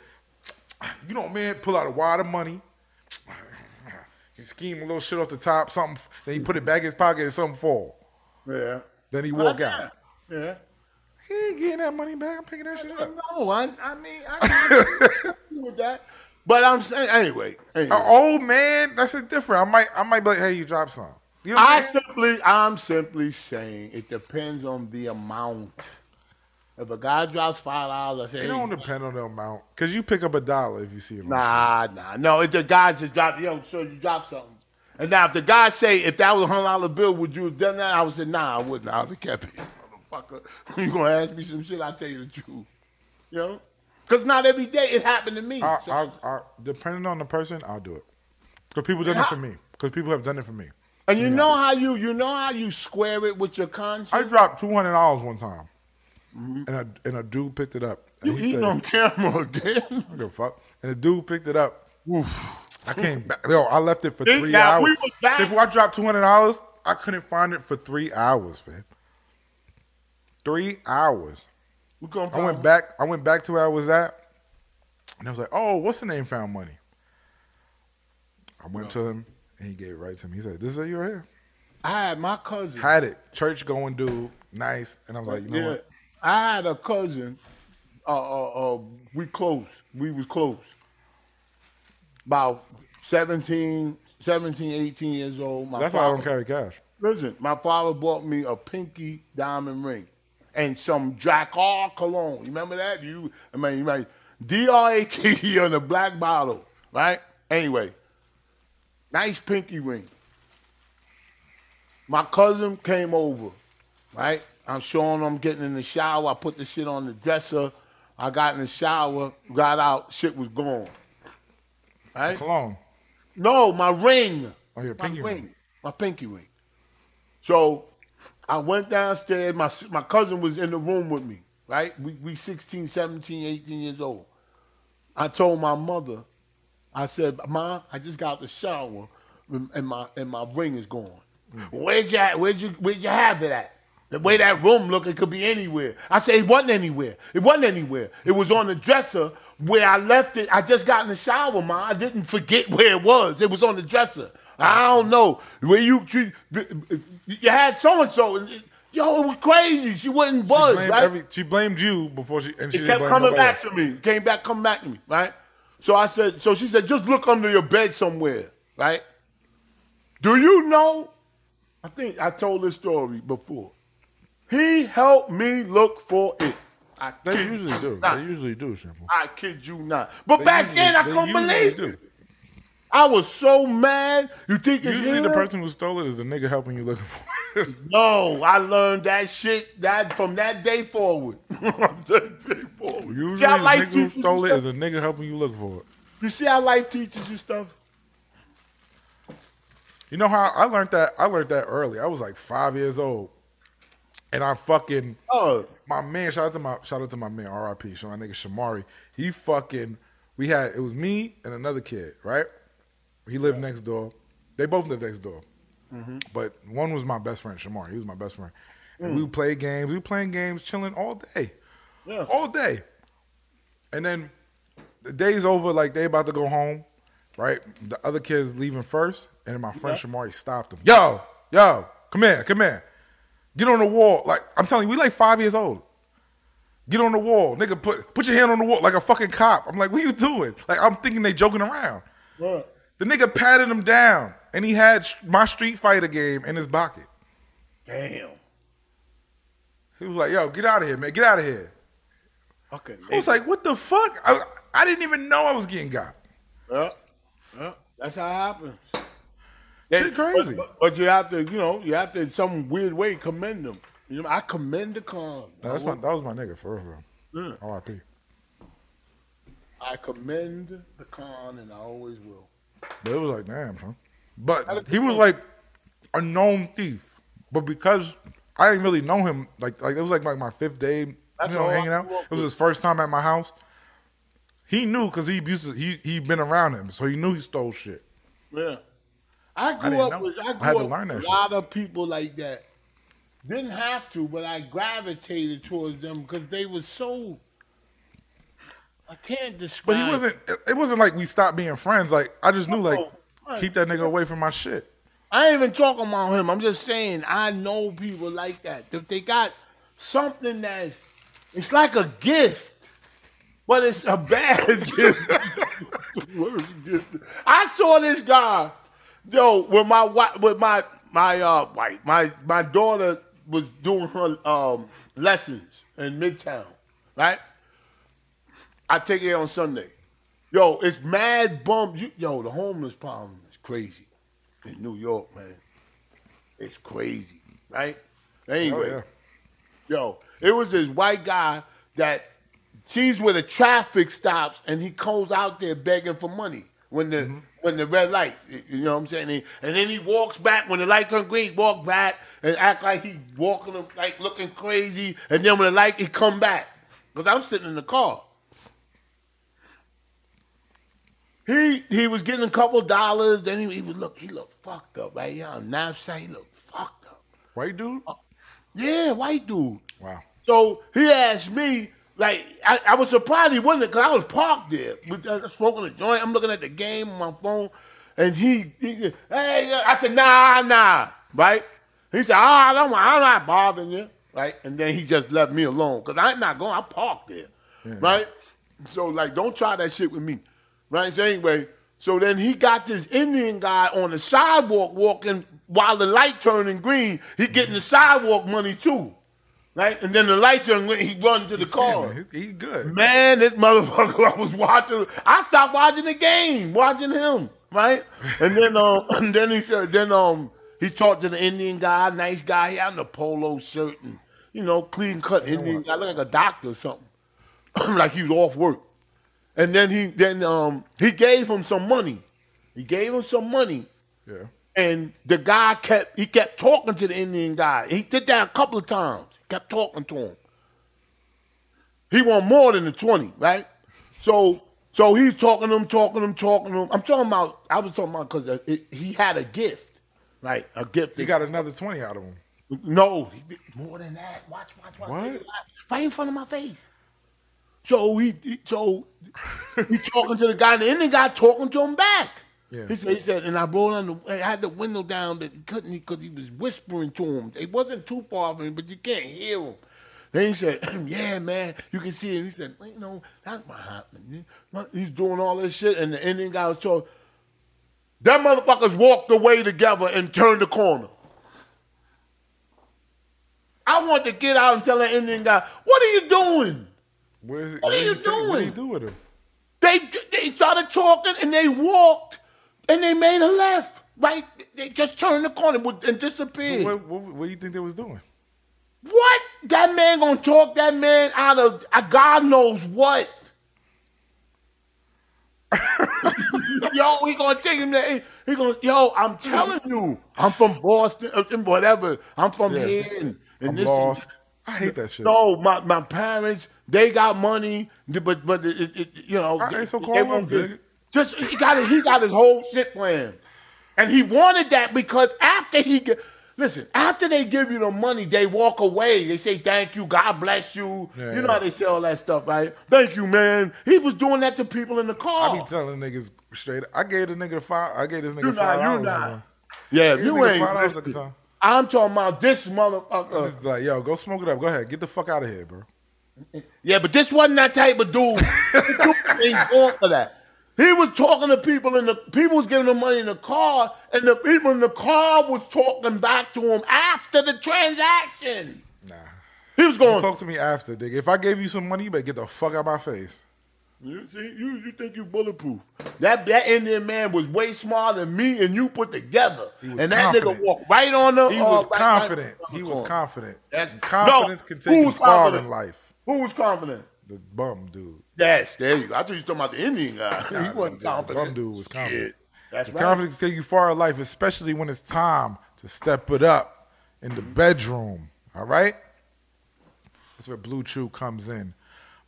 Speaker 1: you know, man, pull out a wad of money. He scheme a little shit off the top. Something. Then he put it back in his pocket and something fall.
Speaker 2: yeah,
Speaker 1: Then he walk out.
Speaker 2: yeah.
Speaker 1: He ain't getting that money back. I'm picking that shit *laughs* up.
Speaker 2: No, I, I mean, I agree with that. But I'm saying anyway. anyway.
Speaker 1: An old man. That's a different. I might. I might be like, hey, you drop some. You know what I'm
Speaker 2: I
Speaker 1: saying?
Speaker 2: simply, I'm simply saying it depends on the amount. If a guy drops five dollars, I say,
Speaker 1: It don't
Speaker 2: hey,
Speaker 1: depend on the amount. Cause you pick up a dollar if you see it. on the street.
Speaker 2: nah, nah, no. If the guy just dropped, yo, so you drop something. And now, if the guy say, if that was a hundred dollar bill, would you have done that? I would say, nah, I wouldn't. I would have kept it, motherfucker. *laughs* You gonna ask me some shit? I will tell you the truth, you know? Because not every day it happened to me.
Speaker 1: I,
Speaker 2: So-
Speaker 1: I, I, depending on the person, I'll do it. Because people done it for me. Because people have done it for me.
Speaker 2: and you know how you, you know how you square it with your conscience.
Speaker 1: I dropped two hundred dollars one time, and a and a dude picked it up. And
Speaker 2: Mm-hmm. you
Speaker 1: he
Speaker 2: eating
Speaker 1: said, *laughs*
Speaker 2: on camera again?
Speaker 1: "I don't give a fuck." And the dude picked it up. I came back. Yo, I left it for
Speaker 2: See,
Speaker 1: three
Speaker 2: now
Speaker 1: hours.
Speaker 2: we was back.
Speaker 1: If I dropped two hundred dollars, I couldn't find it for three hours, fam. Three hours.
Speaker 2: *laughs* We gonna
Speaker 1: I went back. I went back to where I was at, and I was like, "Oh, what's the name? Found money." I went to him, and he gave it right to me. He said, "This is you right here."
Speaker 2: I had my cousin.
Speaker 1: Had it. Church going dude, nice. And I was like, you know
Speaker 2: yeah,
Speaker 1: what?
Speaker 2: I had a cousin. Uh, uh, uh, we close. We was close. About 17, 17, 18 years old. My
Speaker 1: That's why I
Speaker 2: father,
Speaker 1: don't carry cash.
Speaker 2: Listen, my father bought me a pinky diamond ring and some Dracar cologne. You remember that? You, I mean, you might D R A K E *laughs* on the black bottle, right? Anyway, nice pinky ring. My cousin came over, right? I'm showing him getting in the shower. I put the shit on the dresser. I got in the shower, got out, shit was gone. Right?
Speaker 1: Cologne.
Speaker 2: No, my ring
Speaker 1: Oh, your
Speaker 2: my
Speaker 1: pinky
Speaker 2: ring.
Speaker 1: ring.
Speaker 2: my pinky ring. So I went downstairs. My s- my cousin was in the room with me, right? We, we 16, 17, 18 years old. I told my mother, I said, Ma, I just got out the shower and my and my ring is gone.
Speaker 1: Mm.
Speaker 2: Where'd you at? where'd you where'd you have it at? The way that room looked, it could be anywhere. I said it wasn't anywhere. It wasn't anywhere. It was on the dresser where I left it. I just got in the shower, ma. I didn't forget where it was. It was on the dresser. I don't know where you you, you had so and so. Yo, it was crazy. She wasn't
Speaker 1: She
Speaker 2: buzz.
Speaker 1: blamed,
Speaker 2: right?
Speaker 1: every, she blamed you before she and she
Speaker 2: It
Speaker 1: didn't
Speaker 2: kept
Speaker 1: blame
Speaker 2: coming
Speaker 1: nobody
Speaker 2: back
Speaker 1: else.
Speaker 2: to me. Came back, come back to me, right? So I said, so she said, just look under your bed somewhere, right? Do you know? I think I told this story before. He helped me look for it. I
Speaker 1: They
Speaker 2: kid
Speaker 1: usually
Speaker 2: you
Speaker 1: do.
Speaker 2: not.
Speaker 1: They usually do, Simple.
Speaker 2: I kid you not. But
Speaker 1: They
Speaker 2: back
Speaker 1: usually-
Speaker 2: then, I
Speaker 1: they
Speaker 2: couldn't
Speaker 1: usually
Speaker 2: believe it. I was so mad. You think it's
Speaker 1: Usually, the
Speaker 2: him?
Speaker 1: person who stole it is the nigga helping you looking for it. *laughs*
Speaker 2: No, I learned that shit that from that day forward. *laughs* that day forward.
Speaker 1: Usually,
Speaker 2: See how
Speaker 1: the
Speaker 2: life
Speaker 1: nigga who
Speaker 2: teaches you
Speaker 1: stole it
Speaker 2: stuff?
Speaker 1: is a nigga helping you look for it.
Speaker 2: You see how life teaches you stuff?
Speaker 1: You know how I learned that? I learned that early. I was like five years old, and I fucking
Speaker 2: Oh,
Speaker 1: my man. Shout out to my shout out to my man. R.I.P. Shout out my nigga Shamari. He fucking. We had it was me and another kid. Right. He lived next door. They both lived next door. But one was my best friend, Shamari. He was my best friend. And we would play games. We were playing games, chilling all day.
Speaker 2: Yeah.
Speaker 1: All day. And then the day's over, like they about to go home, right? The other kid's leaving first. And then my friend Shamari stopped him. Yo, yo, come here, come here. Get on the wall. Like, I'm telling you, we like five years old. Get on the wall. Nigga, put put your hand on the wall like a fucking cop. I'm like, what you doing? Like, I'm thinking they joking around.
Speaker 2: right.
Speaker 1: The nigga patted him down, and he had sh- my Street Fighter game in his pocket.
Speaker 2: damn.
Speaker 1: He was like, "Yo, get out of here, man! Get out of here!"
Speaker 2: Fucking
Speaker 1: I was
Speaker 2: nigga.
Speaker 1: like, "What the fuck? I, I didn't even know I was getting got."
Speaker 2: yeah, yeah, that's how it happens. That's
Speaker 1: crazy.
Speaker 2: But, but you have to, you know, you have to in some weird way commend them. You know, I commend the con.
Speaker 1: No, that's my that was my nigga for real. for real.
Speaker 2: Mm.
Speaker 1: R.I.P.
Speaker 2: I commend the con, and I always will.
Speaker 1: But it was like, damn, son. But he was like a known thief, but because I didn't really know him, like like it was like my, my fifth day,
Speaker 2: That's
Speaker 1: you know,
Speaker 2: all I
Speaker 1: hanging out.
Speaker 2: grew up
Speaker 1: It was his first time at my house. He knew because he used to, he he been around him, so he knew he stole shit.
Speaker 2: Yeah. I grew
Speaker 1: didn't know.
Speaker 2: up with I
Speaker 1: I
Speaker 2: grew
Speaker 1: had
Speaker 2: up
Speaker 1: to learn that
Speaker 2: with
Speaker 1: shit.
Speaker 2: a lot of people like that. Didn't have to, but I gravitated towards them because they was so. I can't
Speaker 1: But
Speaker 2: describe.
Speaker 1: he wasn't. it- It wasn't like we stopped being friends. Like I just knew, like
Speaker 2: No, Oh, right.
Speaker 1: keep that nigga away from my shit.
Speaker 2: I ain't even talking about him. I'm just saying I know people like that. If they got something that's, it's like a gift, but it's a bad *laughs* gift. What is gift? I saw this guy, yo, with my wife, with my my uh wife, my my daughter was doing her um lessons in Midtown, right? I take it on Sunday. Yo, it's mad bum. You, yo, the homeless problem is crazy in New York, man. It's crazy, right? Anyway,
Speaker 1: yeah.
Speaker 2: yo, it was this white guy that sees where the traffic stops, and he comes out there begging for money when the when the red light. You know what I'm saying? And then he walks back when the light comes green. Walk back and act like he walking like looking crazy, and then when the light he come back because I'm sitting in the car. He he was getting a couple dollars. Then he, he was look he looked fucked up right. He had a knapsack. He looked fucked up.
Speaker 1: Right, dude?
Speaker 2: Uh, Yeah, white dude.
Speaker 1: Wow.
Speaker 2: So he asked me, like, I, I was surprised he wasn't, because I was parked there. With- I was smoking a joint. I'm looking at the game on my phone. And he, he hey, yeah. I said, nah, nah, right? He said, oh, I don't, I'm not bothering you, right? And then he just left me alone, because I'm not going, I parked there, right? So, like, don't try that shit with me, right? So, anyway, so then he got this Indian guy on the sidewalk walking while the light turning green. He getting the sidewalk money, too. Right? And then the light turned green, he run to the car.
Speaker 1: Yeah, man, he, he good.
Speaker 2: Man, this motherfucker, *laughs* I was watching. I stopped watching the game, watching him, right? And then, um, *laughs* and then he said, then um, he talked to the Indian guy, nice guy. He had on a polo shirt and you know, clean cut Indian guy, look like a doctor or something, *clears throat* like he was off work. And then he, then um, he gave him some money. He gave him some money,
Speaker 1: Yeah.
Speaker 2: and the guy kept he kept talking to the Indian guy. He did that a couple of times. Kept talking to him. He want more than the twenty, right? So so he's talking to him, talking to him, talking to him. I'm talking about I was talking about because he had a gift, right? A gift.
Speaker 1: He
Speaker 2: that-
Speaker 1: got another 20 out of him.
Speaker 2: no, he did more than that. Watch, watch, watch.
Speaker 1: What?
Speaker 2: Right in front of my face. So he, he- so he talking to the guy, and the Indian guy talking to him back.
Speaker 1: Yeah.
Speaker 2: He said, he said, and I rolled on the, I had the window down that he couldn't, because he was whispering to him. It wasn't too far from him, but you can't hear him. Then he said, *clears throat* "Yeah, man, you can see it." He said, "You know, that's my hot man. My- He's doing all this shit, and the Indian guy was told that motherfuckers walked away together and turned the corner." I want to get out and tell that Indian guy, "What are you doing?"
Speaker 1: What is it?
Speaker 2: What are you
Speaker 1: do take- What do you
Speaker 2: doing?
Speaker 1: do with him?
Speaker 2: They they started talking and they walked and they made a left. Right, they just turned the corner and disappeared.
Speaker 1: What, what, what do you think they was doing?
Speaker 2: What? That man gonna talk that man out of uh, God
Speaker 1: *laughs*
Speaker 2: knows what. yo, he gonna take him there. He, he gonna, yo, I'm telling you, I'm from Boston uh, and whatever. I'm from
Speaker 1: Yeah.
Speaker 2: here and, and
Speaker 1: I'm
Speaker 2: this.
Speaker 1: lost. I hate that shit.
Speaker 2: No, my, my parents, they got money, but but it, it, it- you know,
Speaker 1: All right, so
Speaker 2: they
Speaker 1: call him,
Speaker 2: won't
Speaker 1: nigga.
Speaker 2: get- just he got he got his whole shit planned, and he wanted that because after he get, listen, after they give you the money, they walk away. They say thank you, God bless you.
Speaker 1: Yeah,
Speaker 2: you know
Speaker 1: yeah.
Speaker 2: how they say all that stuff, right? Thank you, man. He was doing that to people in the car.
Speaker 1: I be telling niggas straight. I gave the nigga the five. I gave this nigga
Speaker 2: You not,
Speaker 1: five
Speaker 2: you
Speaker 1: dollars.
Speaker 2: not.
Speaker 1: one time.
Speaker 2: yeah,
Speaker 1: Gave
Speaker 2: you
Speaker 1: this nigga
Speaker 2: ain't.
Speaker 1: five dollars at the
Speaker 2: listen,
Speaker 1: time.
Speaker 2: I'm talking about this
Speaker 1: I'm
Speaker 2: motherfucker.
Speaker 1: just like, yo, go smoke it up. Go ahead, get the fuck out of here, bro.
Speaker 2: Yeah, but this wasn't that type
Speaker 1: *laughs*
Speaker 2: of dude. This dude ain't going for that. He was talking to people in the people was giving him money in the car, and the people in the car was talking back to him after the transaction.
Speaker 1: Nah.
Speaker 2: He was going.
Speaker 1: Talk to me after, nigga. If I gave you some money, you better get the fuck out of my face.
Speaker 2: you see, you you think you bulletproof? That that Indian man was way smarter than me and you put together,
Speaker 1: was
Speaker 2: and that
Speaker 1: confident.
Speaker 2: nigga walked right on the.
Speaker 1: He
Speaker 2: uh,
Speaker 1: was
Speaker 2: right- right
Speaker 1: confident.
Speaker 2: on the
Speaker 1: He was
Speaker 2: corner.
Speaker 1: confident.
Speaker 2: That's-
Speaker 1: Confidence
Speaker 2: No,
Speaker 1: can take you
Speaker 2: who's
Speaker 1: far
Speaker 2: confident?
Speaker 1: in life.
Speaker 2: Who was confident?
Speaker 1: The bum dude.
Speaker 2: Yes, there you go. I thought you were talking about the Indian guy.
Speaker 1: Nah,
Speaker 2: he wasn't
Speaker 1: the- the Bum
Speaker 2: confident.
Speaker 1: dude was confident.
Speaker 2: That's
Speaker 1: Because
Speaker 2: right.
Speaker 1: confidence can take you far in life, especially when it's time to step it up in the bedroom. All right? That's where Blue Chew comes in.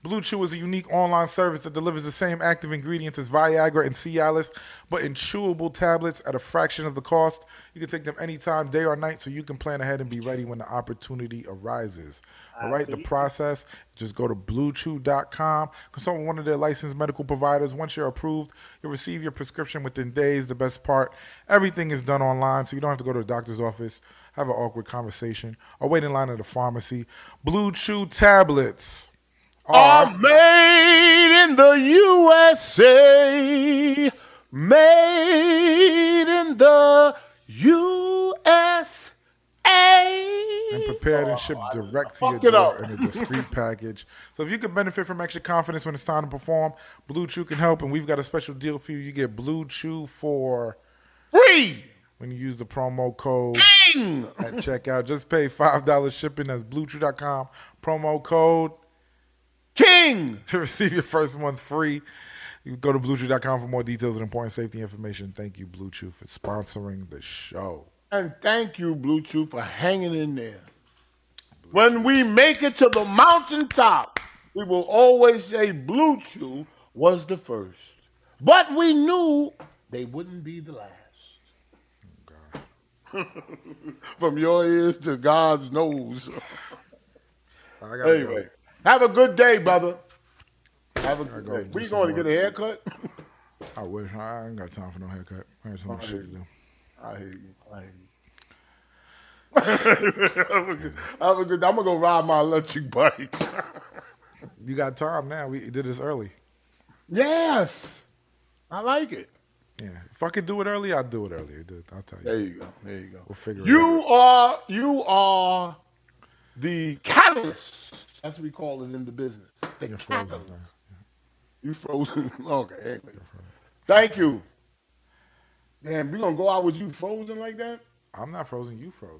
Speaker 1: Blue Chew is a unique online service that delivers the same active ingredients as Viagra and Cialis, but in chewable tablets at a fraction of the cost. You can take them anytime, day or night, so you can plan ahead and be ready when the opportunity arises. All right, the process just go to bluechew.com, consult with one of their licensed medical providers. Once you're approved, you'll receive your prescription within days. The best part, everything is done online, so you don't have to go to a doctor's office have an awkward conversation, or wait in line at a pharmacy. Blue Chew tablets are
Speaker 2: are made in the USA. Made in the USA.
Speaker 1: and prepared and shipped direct to your
Speaker 2: Oh, Fuck it
Speaker 1: door
Speaker 2: up.
Speaker 1: in a discreet package. So if you can benefit from extra confidence when it's time to perform, Blue Chew can help, and we've got a special deal for you. You get Blue Chew for
Speaker 2: Free.
Speaker 1: when you use the promo code
Speaker 2: Ding.
Speaker 1: at checkout. Just pay five dollars shipping. That's BlueChew.com promo code.
Speaker 2: King.
Speaker 1: to receive your first month free. You go to bluechew.com for more details and important safety information. Thank you, Blue Chew, for sponsoring the show.
Speaker 2: And thank you, Blue Chew, for hanging in there. When we make it to the mountaintop, we will always say Blue Chew was the first. But we knew they wouldn't be the last. *laughs* From your ears to God's nose.
Speaker 1: I gotta
Speaker 2: Anyway, have a good day, brother. Have a good
Speaker 1: go
Speaker 2: day.
Speaker 1: do
Speaker 2: We
Speaker 1: some
Speaker 2: going to get a
Speaker 1: work.
Speaker 2: haircut?
Speaker 1: go. I wish I ain't got time for no haircut. I got so much shit to do.
Speaker 2: I hear you. I hear you. *laughs* have a good, have a good I'm gonna go ride my electric bike. *laughs*
Speaker 1: You got time now. We did this early.
Speaker 2: yes, I like it.
Speaker 1: Yeah. If I could do it early, I'd do it early. Dude, I'll tell you.
Speaker 2: There you go. There you go.
Speaker 1: We'll figure it out.
Speaker 2: You are you are the catalyst. That's what we call it in the business. The *laughs*
Speaker 1: You're frozen,
Speaker 2: catalyst.
Speaker 1: man.
Speaker 2: You frozen. *laughs* okay. anyway. Thank you. Man, we gonna go out with you frozen like that?
Speaker 1: I'm not frozen. You frozen.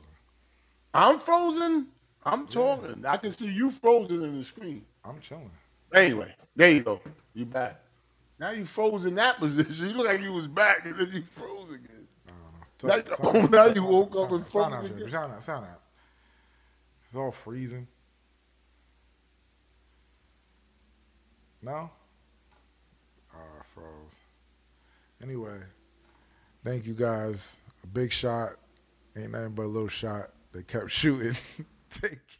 Speaker 2: I'm frozen. I'm talking. I can see you frozen in the screen.
Speaker 1: I'm chilling.
Speaker 2: Anyway, there you go. You back. Now you froze in that *laughs* position. You look like you was back *laughs* and then you froze again. Now you- oh, now you woke up and
Speaker 1: Sound out,
Speaker 2: frozen
Speaker 1: Jerry.
Speaker 2: again.
Speaker 1: Sound out. Sound out. It's all freezing. No? Ah, I froze. Anyway, thank you *laughs* guys. A big shot. Ain't nothing but a little shot. They kept shooting. Take care.